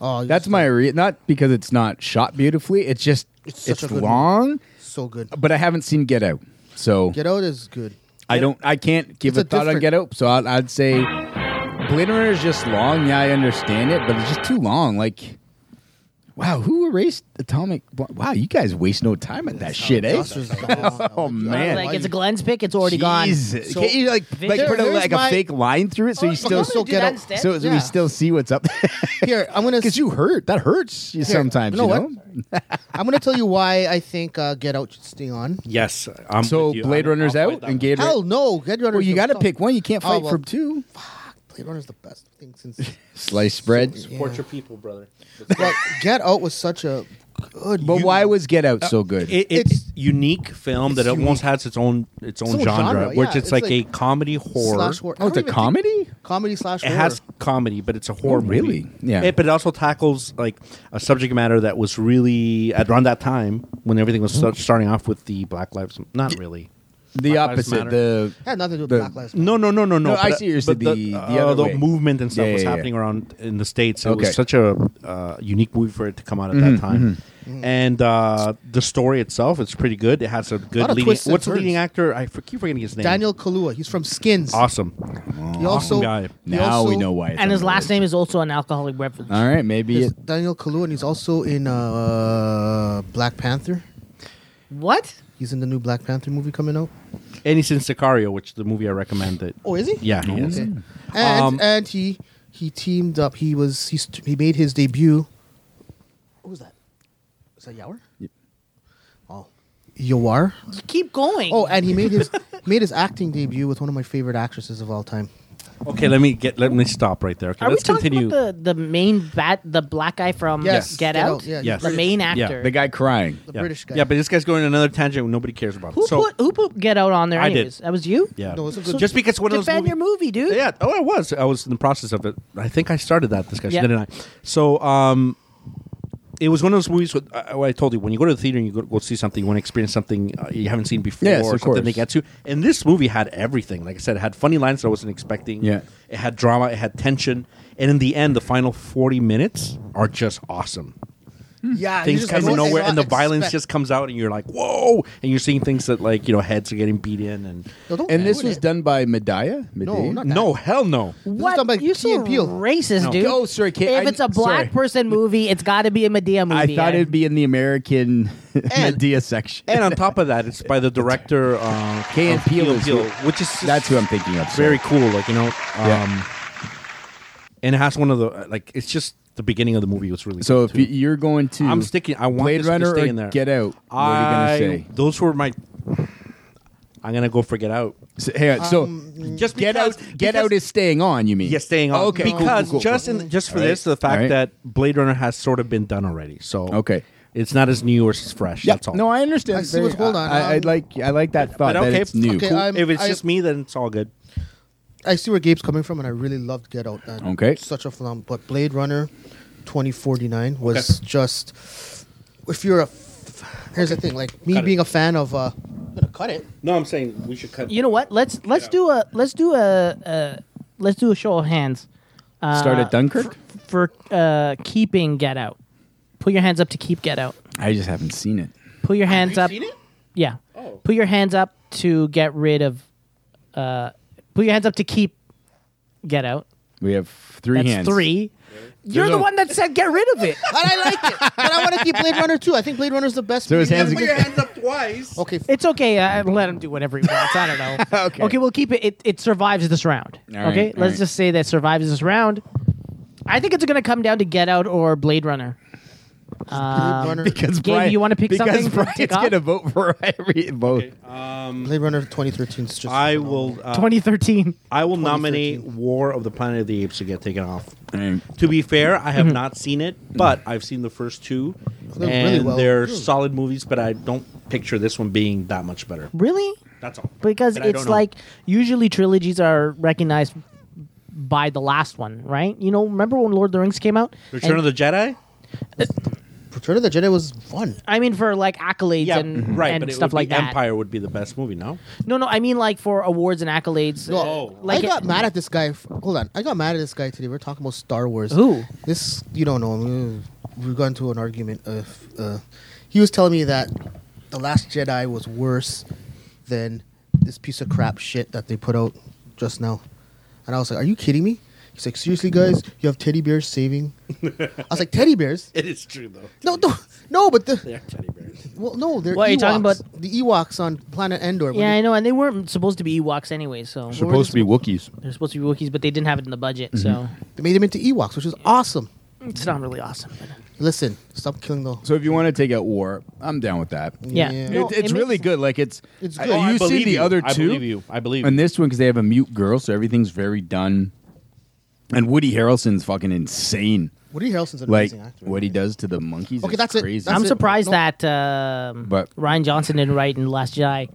[SPEAKER 6] Oh,
[SPEAKER 5] That's my re- not because it's not shot beautifully. It's just
[SPEAKER 6] It's
[SPEAKER 5] it's,
[SPEAKER 6] such a good
[SPEAKER 5] long,
[SPEAKER 6] so good.
[SPEAKER 5] but I haven't seen Get Out, so
[SPEAKER 6] Get Out is good.
[SPEAKER 5] I don't I can't give
[SPEAKER 6] It's
[SPEAKER 5] a,
[SPEAKER 6] a
[SPEAKER 5] thought on
[SPEAKER 6] different-
[SPEAKER 5] Get Out. So I'd, I'd say Blade Runner is just long. Yeah, I understand it, but it's just too long. Like. Wow, who erased Atomic? Blo- Wow, you guys waste no time at that shit, eh?
[SPEAKER 6] Dusters is gone.
[SPEAKER 5] [laughs] Oh
[SPEAKER 4] I
[SPEAKER 5] man,
[SPEAKER 4] was like, it's a
[SPEAKER 6] you-
[SPEAKER 4] Glenn's pick. It's already gone.
[SPEAKER 5] Jeez. Can't you like, like
[SPEAKER 4] There-
[SPEAKER 5] put a,
[SPEAKER 6] there's
[SPEAKER 5] like a
[SPEAKER 6] my-
[SPEAKER 5] fake line through
[SPEAKER 4] Oh,
[SPEAKER 5] it so you still
[SPEAKER 6] want me to do
[SPEAKER 5] get
[SPEAKER 6] that
[SPEAKER 5] a-
[SPEAKER 4] instead?
[SPEAKER 5] so so
[SPEAKER 6] Yeah.
[SPEAKER 5] we still see what's up [laughs]
[SPEAKER 6] Here, I'm gonna
[SPEAKER 5] because you hurt that hurts you sometimes
[SPEAKER 6] you
[SPEAKER 5] you
[SPEAKER 6] know
[SPEAKER 5] know,
[SPEAKER 6] what? I'm gonna tell you why I think uh, Get Out should stay on.
[SPEAKER 7] Yes, I'm
[SPEAKER 5] so
[SPEAKER 7] with you.
[SPEAKER 5] Blade
[SPEAKER 7] I'm-
[SPEAKER 5] Runner's
[SPEAKER 7] I'll
[SPEAKER 5] out
[SPEAKER 7] fight that
[SPEAKER 5] and
[SPEAKER 7] one.
[SPEAKER 5] Gator
[SPEAKER 6] Hell no, Get Runner.
[SPEAKER 5] well you
[SPEAKER 6] should
[SPEAKER 5] got to
[SPEAKER 6] stop.
[SPEAKER 5] pick one you can't
[SPEAKER 6] Oh,
[SPEAKER 5] fight
[SPEAKER 6] well.
[SPEAKER 5] from two
[SPEAKER 6] Blade Runner's the best thing
[SPEAKER 5] [laughs]
[SPEAKER 6] since.
[SPEAKER 5] Sliced bread.
[SPEAKER 7] Support
[SPEAKER 6] Yeah.
[SPEAKER 7] your people, brother.
[SPEAKER 6] well, Get Out was such a good.
[SPEAKER 5] But
[SPEAKER 6] movie.
[SPEAKER 5] why was Get Out so good?
[SPEAKER 8] It, it's, unique film
[SPEAKER 6] it's
[SPEAKER 8] that almost has its own its own
[SPEAKER 6] own
[SPEAKER 8] genre,
[SPEAKER 6] genre,
[SPEAKER 8] which
[SPEAKER 6] yeah.
[SPEAKER 8] it's,
[SPEAKER 6] It's
[SPEAKER 8] like,
[SPEAKER 6] like
[SPEAKER 8] a comedy horror.
[SPEAKER 6] slash horror? I
[SPEAKER 5] oh, it's
[SPEAKER 6] don't
[SPEAKER 5] a
[SPEAKER 6] even think-
[SPEAKER 5] comedy.
[SPEAKER 6] comedy slash
[SPEAKER 8] It
[SPEAKER 6] horror.
[SPEAKER 8] has comedy, but it's a horror.
[SPEAKER 5] Oh, really?
[SPEAKER 8] movie.
[SPEAKER 5] Yeah.
[SPEAKER 8] It, but it also tackles like a subject matter that was really at around that time when everything was sta- starting off with the Black Lives. Not really.
[SPEAKER 5] The
[SPEAKER 8] Black Lives
[SPEAKER 5] opposite.
[SPEAKER 8] Matter.
[SPEAKER 5] The
[SPEAKER 6] It had nothing to do with
[SPEAKER 5] The-
[SPEAKER 6] Black Lives Matter.
[SPEAKER 8] No, no, no, no, no.
[SPEAKER 5] No, I
[SPEAKER 8] but-
[SPEAKER 5] see what you're saying,
[SPEAKER 8] but
[SPEAKER 5] the- the
[SPEAKER 8] uh,
[SPEAKER 5] other
[SPEAKER 8] the
[SPEAKER 5] way.
[SPEAKER 8] movement and stuff
[SPEAKER 5] Yeah,
[SPEAKER 8] was
[SPEAKER 5] yeah, yeah.
[SPEAKER 8] happening around in the states. It
[SPEAKER 5] Okay.
[SPEAKER 8] was such a uh, unique movie for it to come out at that time. And uh, the story itself, it's pretty good. It has a good
[SPEAKER 6] Lot of
[SPEAKER 8] leading.
[SPEAKER 6] twists and
[SPEAKER 8] What's the
[SPEAKER 6] turns.
[SPEAKER 8] leading actor? I for- keep forgetting his name.
[SPEAKER 6] Daniel Kaluuya. He's from Skins.
[SPEAKER 8] Awesome.
[SPEAKER 6] He also,
[SPEAKER 8] guy.
[SPEAKER 6] he
[SPEAKER 5] now we
[SPEAKER 6] also-
[SPEAKER 5] know why. it's
[SPEAKER 4] and his
[SPEAKER 5] on
[SPEAKER 4] last
[SPEAKER 5] the
[SPEAKER 4] name is also an alcoholic beverage.
[SPEAKER 5] list. All right, maybe
[SPEAKER 6] He's
[SPEAKER 5] it.
[SPEAKER 6] Daniel Kaluuya, and he's also in uh, Black Panther.
[SPEAKER 4] What?
[SPEAKER 6] He's in the new Black Panther movie coming out.
[SPEAKER 8] And he's in Sicario, which the movie I recommended.
[SPEAKER 6] Oh, is he?
[SPEAKER 8] Yeah, he is.
[SPEAKER 6] Okay. And
[SPEAKER 8] Um,
[SPEAKER 6] and he he teamed up. He was he st- he made his debut. What was that? Was that Yawar?
[SPEAKER 5] Yep.
[SPEAKER 6] Oh, Yawar.
[SPEAKER 4] Keep going.
[SPEAKER 6] Oh, and he made his [laughs] made his acting debut with one of my favorite actresses of all time.
[SPEAKER 8] Okay, let me get. Let me stop right there. Okay,
[SPEAKER 4] are we
[SPEAKER 8] let's
[SPEAKER 4] talking
[SPEAKER 8] continue.
[SPEAKER 4] about the, the main bat, the black guy from
[SPEAKER 6] Yes,
[SPEAKER 4] Get,
[SPEAKER 6] Get
[SPEAKER 4] Out?
[SPEAKER 6] Out, yeah,
[SPEAKER 8] Yes.
[SPEAKER 4] The main actor.
[SPEAKER 5] The guy crying.
[SPEAKER 6] The
[SPEAKER 8] yeah.
[SPEAKER 6] British guy.
[SPEAKER 8] Yeah, but this guy's going on another tangent. and Nobody cares about.
[SPEAKER 4] Who
[SPEAKER 8] so,
[SPEAKER 4] put who put Get Out on there?
[SPEAKER 8] I did.
[SPEAKER 4] Anyways? That was you.
[SPEAKER 8] Yeah.
[SPEAKER 6] No, it's a good-
[SPEAKER 8] just because one of those
[SPEAKER 4] Defend your
[SPEAKER 8] movies,
[SPEAKER 4] movie, dude.
[SPEAKER 8] Yeah. Oh, I was. I was in the process of it. I think I started that discussion,
[SPEAKER 4] Yeah.
[SPEAKER 8] didn't I? So, um, it was one of those movies. With, uh, I told you when you go to the theater and you go, go see something, you want to experience something uh, you haven't seen before,
[SPEAKER 5] Yes,
[SPEAKER 8] or
[SPEAKER 5] of
[SPEAKER 8] something
[SPEAKER 5] course.
[SPEAKER 8] they get to. And this movie had everything. Like I said, it had funny lines that I wasn't expecting.
[SPEAKER 5] Yeah.
[SPEAKER 8] It had drama. It had tension. And in the end, the final forty minutes are just awesome
[SPEAKER 6] yeah you
[SPEAKER 8] things
[SPEAKER 6] just
[SPEAKER 8] come from
[SPEAKER 6] don't
[SPEAKER 8] nowhere and the
[SPEAKER 6] expect-
[SPEAKER 8] violence just comes out and you're like whoa and you're seeing things that like you know heads are getting beat in and
[SPEAKER 6] No, don't
[SPEAKER 5] And this
[SPEAKER 6] do
[SPEAKER 5] was
[SPEAKER 6] it.
[SPEAKER 5] done by Medea. Medea?
[SPEAKER 6] not-
[SPEAKER 8] no hell no
[SPEAKER 4] What?
[SPEAKER 6] done by
[SPEAKER 4] You're so
[SPEAKER 6] Key and Peele.
[SPEAKER 4] racist,
[SPEAKER 8] No.
[SPEAKER 4] dude.
[SPEAKER 5] Oh, sorry, Kate,
[SPEAKER 4] If
[SPEAKER 5] I-
[SPEAKER 4] it's a black
[SPEAKER 5] sorry.
[SPEAKER 4] person movie, it's got to be a Medea movie.
[SPEAKER 5] I thought
[SPEAKER 4] eh?
[SPEAKER 5] it'd be in the American [laughs] Medea section.
[SPEAKER 8] and on top of that it's by the director uh,
[SPEAKER 5] Key and
[SPEAKER 8] of
[SPEAKER 5] Peele is who-
[SPEAKER 8] which is just
[SPEAKER 5] That's who I'm thinking of. sorry.
[SPEAKER 8] very cool like you know um
[SPEAKER 5] Yeah.
[SPEAKER 8] and it has one of the uh, like it's just the beginning of the movie was really
[SPEAKER 5] So
[SPEAKER 8] cool,
[SPEAKER 5] if
[SPEAKER 8] too.
[SPEAKER 5] you- you're going to,
[SPEAKER 8] I'm sticking. I want
[SPEAKER 5] Blade
[SPEAKER 8] this
[SPEAKER 5] Runner
[SPEAKER 8] to stay
[SPEAKER 5] or
[SPEAKER 8] in there.
[SPEAKER 5] Get Out. What
[SPEAKER 8] I,
[SPEAKER 5] are you gonna
[SPEAKER 8] Those were my. I'm gonna go for Get Out.
[SPEAKER 5] say? So, hang on. So
[SPEAKER 6] Um,
[SPEAKER 8] Just
[SPEAKER 5] Get
[SPEAKER 8] because-
[SPEAKER 5] Out. Get
[SPEAKER 8] because-
[SPEAKER 5] Out is staying on. You mean?
[SPEAKER 8] Yes, staying on.
[SPEAKER 5] Okay. cool,
[SPEAKER 8] because
[SPEAKER 5] cool, cool,
[SPEAKER 8] just in just for
[SPEAKER 5] All right.
[SPEAKER 8] this, the fact
[SPEAKER 5] All right.
[SPEAKER 8] that Blade Runner has sort of been done already. So
[SPEAKER 5] Okay.
[SPEAKER 8] it's not as new or as fresh.
[SPEAKER 5] Yeah.
[SPEAKER 8] That's all.
[SPEAKER 5] No, I understand.
[SPEAKER 6] I see what's- hold on,
[SPEAKER 5] I, I
[SPEAKER 6] um,
[SPEAKER 5] like. I like that thought
[SPEAKER 8] But
[SPEAKER 5] that
[SPEAKER 8] okay,
[SPEAKER 5] it's new.
[SPEAKER 6] okay,
[SPEAKER 8] Cool.
[SPEAKER 6] I'm-
[SPEAKER 8] if it's
[SPEAKER 6] I-
[SPEAKER 8] just me, then it's all good.
[SPEAKER 6] I see where Gabe's coming from, and I really loved Get Out. And
[SPEAKER 5] Okay.
[SPEAKER 6] such a phenomenon. But Blade Runner, twenty forty nine was just. If you're a, f- here's the thing. Like me
[SPEAKER 8] Cut it.
[SPEAKER 6] being a fan of, uh, I'm gonna cut it.
[SPEAKER 8] No, I'm saying we should cut.
[SPEAKER 4] You know what? Let's let's do a let's do a uh, let's do a show of hands
[SPEAKER 6] uh,
[SPEAKER 5] Start at Dunkirk.
[SPEAKER 4] for uh, keeping Get Out. Put your hands up to keep Get Out.
[SPEAKER 5] I just haven't seen it.
[SPEAKER 4] Put your hands up. Yeah.
[SPEAKER 8] Oh.
[SPEAKER 4] Put your hands up to get rid of. Uh, put your hands up to keep Get Out.
[SPEAKER 5] We have three
[SPEAKER 4] That's
[SPEAKER 5] hands.
[SPEAKER 4] three. You're
[SPEAKER 5] There's
[SPEAKER 4] the
[SPEAKER 5] no-
[SPEAKER 4] one that said get rid of
[SPEAKER 5] [laughs]
[SPEAKER 4] it.
[SPEAKER 6] And I like it, but I want to keep Blade Runner too. I think Blade Runner's the best.
[SPEAKER 5] So his hands [laughs]
[SPEAKER 6] movie.
[SPEAKER 5] again.
[SPEAKER 8] up twice.
[SPEAKER 6] Okay, f-
[SPEAKER 4] It's okay. I let him do whatever he wants. I don't know.
[SPEAKER 5] [laughs] Okay.
[SPEAKER 4] we'll keep it. It, it survives this round.
[SPEAKER 5] All right,
[SPEAKER 4] okay,
[SPEAKER 5] all
[SPEAKER 4] let's
[SPEAKER 5] right.
[SPEAKER 4] just say that survives this round. I think it's going to come down to Get Out or Blade Runner. Um,
[SPEAKER 6] Blade Runner.
[SPEAKER 5] Because
[SPEAKER 4] Gabe,
[SPEAKER 5] Brian,
[SPEAKER 4] you wanna pick
[SPEAKER 5] because
[SPEAKER 4] something to
[SPEAKER 5] Brian's
[SPEAKER 4] tick off?
[SPEAKER 5] gonna vote for [laughs] every vote.
[SPEAKER 6] Blade Runner 2013 is just.
[SPEAKER 8] I
[SPEAKER 6] phenomenal.
[SPEAKER 8] will. Uh,
[SPEAKER 4] 2013.
[SPEAKER 8] I will nominate War of the Planet of the Apes to get taken off.
[SPEAKER 5] All right.
[SPEAKER 8] To be fair, I have not seen it, but I've seen the first two,
[SPEAKER 6] They're
[SPEAKER 8] and
[SPEAKER 6] really well-
[SPEAKER 8] they're
[SPEAKER 6] really-
[SPEAKER 8] solid movies. But I don't picture this one being that much better.
[SPEAKER 4] Really?
[SPEAKER 8] That's all.
[SPEAKER 4] Because
[SPEAKER 8] But I don't
[SPEAKER 4] it's
[SPEAKER 8] know.
[SPEAKER 4] like usually trilogies are recognized by the last one, right? You know, remember when Lord of the Rings came out?
[SPEAKER 8] Return
[SPEAKER 4] And-
[SPEAKER 8] of the Jedi.
[SPEAKER 6] Return of the Jedi was fun.
[SPEAKER 4] I mean, for like accolades
[SPEAKER 8] Yeah, mm-hmm. mhm.
[SPEAKER 4] and,
[SPEAKER 8] right.
[SPEAKER 4] and
[SPEAKER 8] but it
[SPEAKER 4] stuff
[SPEAKER 8] would
[SPEAKER 4] like
[SPEAKER 8] be,
[SPEAKER 4] that.
[SPEAKER 8] Empire would be the best movie. No,
[SPEAKER 4] No, no, I mean like for awards and accolades.
[SPEAKER 6] No,
[SPEAKER 4] uh,
[SPEAKER 6] I
[SPEAKER 4] like
[SPEAKER 6] got
[SPEAKER 4] it-
[SPEAKER 6] mad at this guy. f- Hold on, I got mad at this guy today. We are talking about Star Wars.
[SPEAKER 4] Who?
[SPEAKER 6] This you don't know. him. We got into an argument. Of, uh, he was telling me that the Last Jedi was worse than this piece of crap shit that they put out just now, and I was like, "Are you kidding me?" He's like, "Seriously, guys, you have teddy bears saving." I was like, "Teddy bears?
[SPEAKER 8] [laughs] it is true though.
[SPEAKER 6] No, no, no!" But the
[SPEAKER 8] They're teddy bears.
[SPEAKER 6] well, no, they're
[SPEAKER 4] What are you talking
[SPEAKER 6] Ewoks.
[SPEAKER 4] about?
[SPEAKER 6] The Ewoks on planet Endor. when
[SPEAKER 4] Yeah,
[SPEAKER 6] they-
[SPEAKER 4] I know, and they weren't supposed to be Ewoks anyway, so
[SPEAKER 5] Supposed to be Wookiees.
[SPEAKER 4] they're supposed to be Wookiees, but they didn't have it in the budget, so
[SPEAKER 6] They made them into Ewoks, which is awesome.
[SPEAKER 4] it's not really awesome. but-
[SPEAKER 6] Listen, stop killing the
[SPEAKER 5] So if you want to take out war, I'm down with that.
[SPEAKER 4] Yeah,
[SPEAKER 6] Yeah.
[SPEAKER 4] No,
[SPEAKER 5] It- it's
[SPEAKER 4] it
[SPEAKER 5] really
[SPEAKER 4] makes-
[SPEAKER 5] good. Like it's.
[SPEAKER 6] It's
[SPEAKER 5] I-
[SPEAKER 6] good. Oh,
[SPEAKER 5] you see the other
[SPEAKER 8] I
[SPEAKER 5] two,
[SPEAKER 8] believe you. I believe.
[SPEAKER 5] and this one because they have a mute girl, so everything's very done And Woody Harrelson's fucking insane.
[SPEAKER 6] Woody Harrelson's an
[SPEAKER 5] Like
[SPEAKER 6] amazing actor.
[SPEAKER 5] what he does to the monkeys.
[SPEAKER 6] Okay,
[SPEAKER 5] is
[SPEAKER 6] that's it.
[SPEAKER 5] crazy.
[SPEAKER 6] That's
[SPEAKER 4] I'm
[SPEAKER 6] it.
[SPEAKER 4] surprised
[SPEAKER 6] No.
[SPEAKER 4] that um,
[SPEAKER 5] But-
[SPEAKER 4] Ryan Johnson didn't write in The Last Jedi.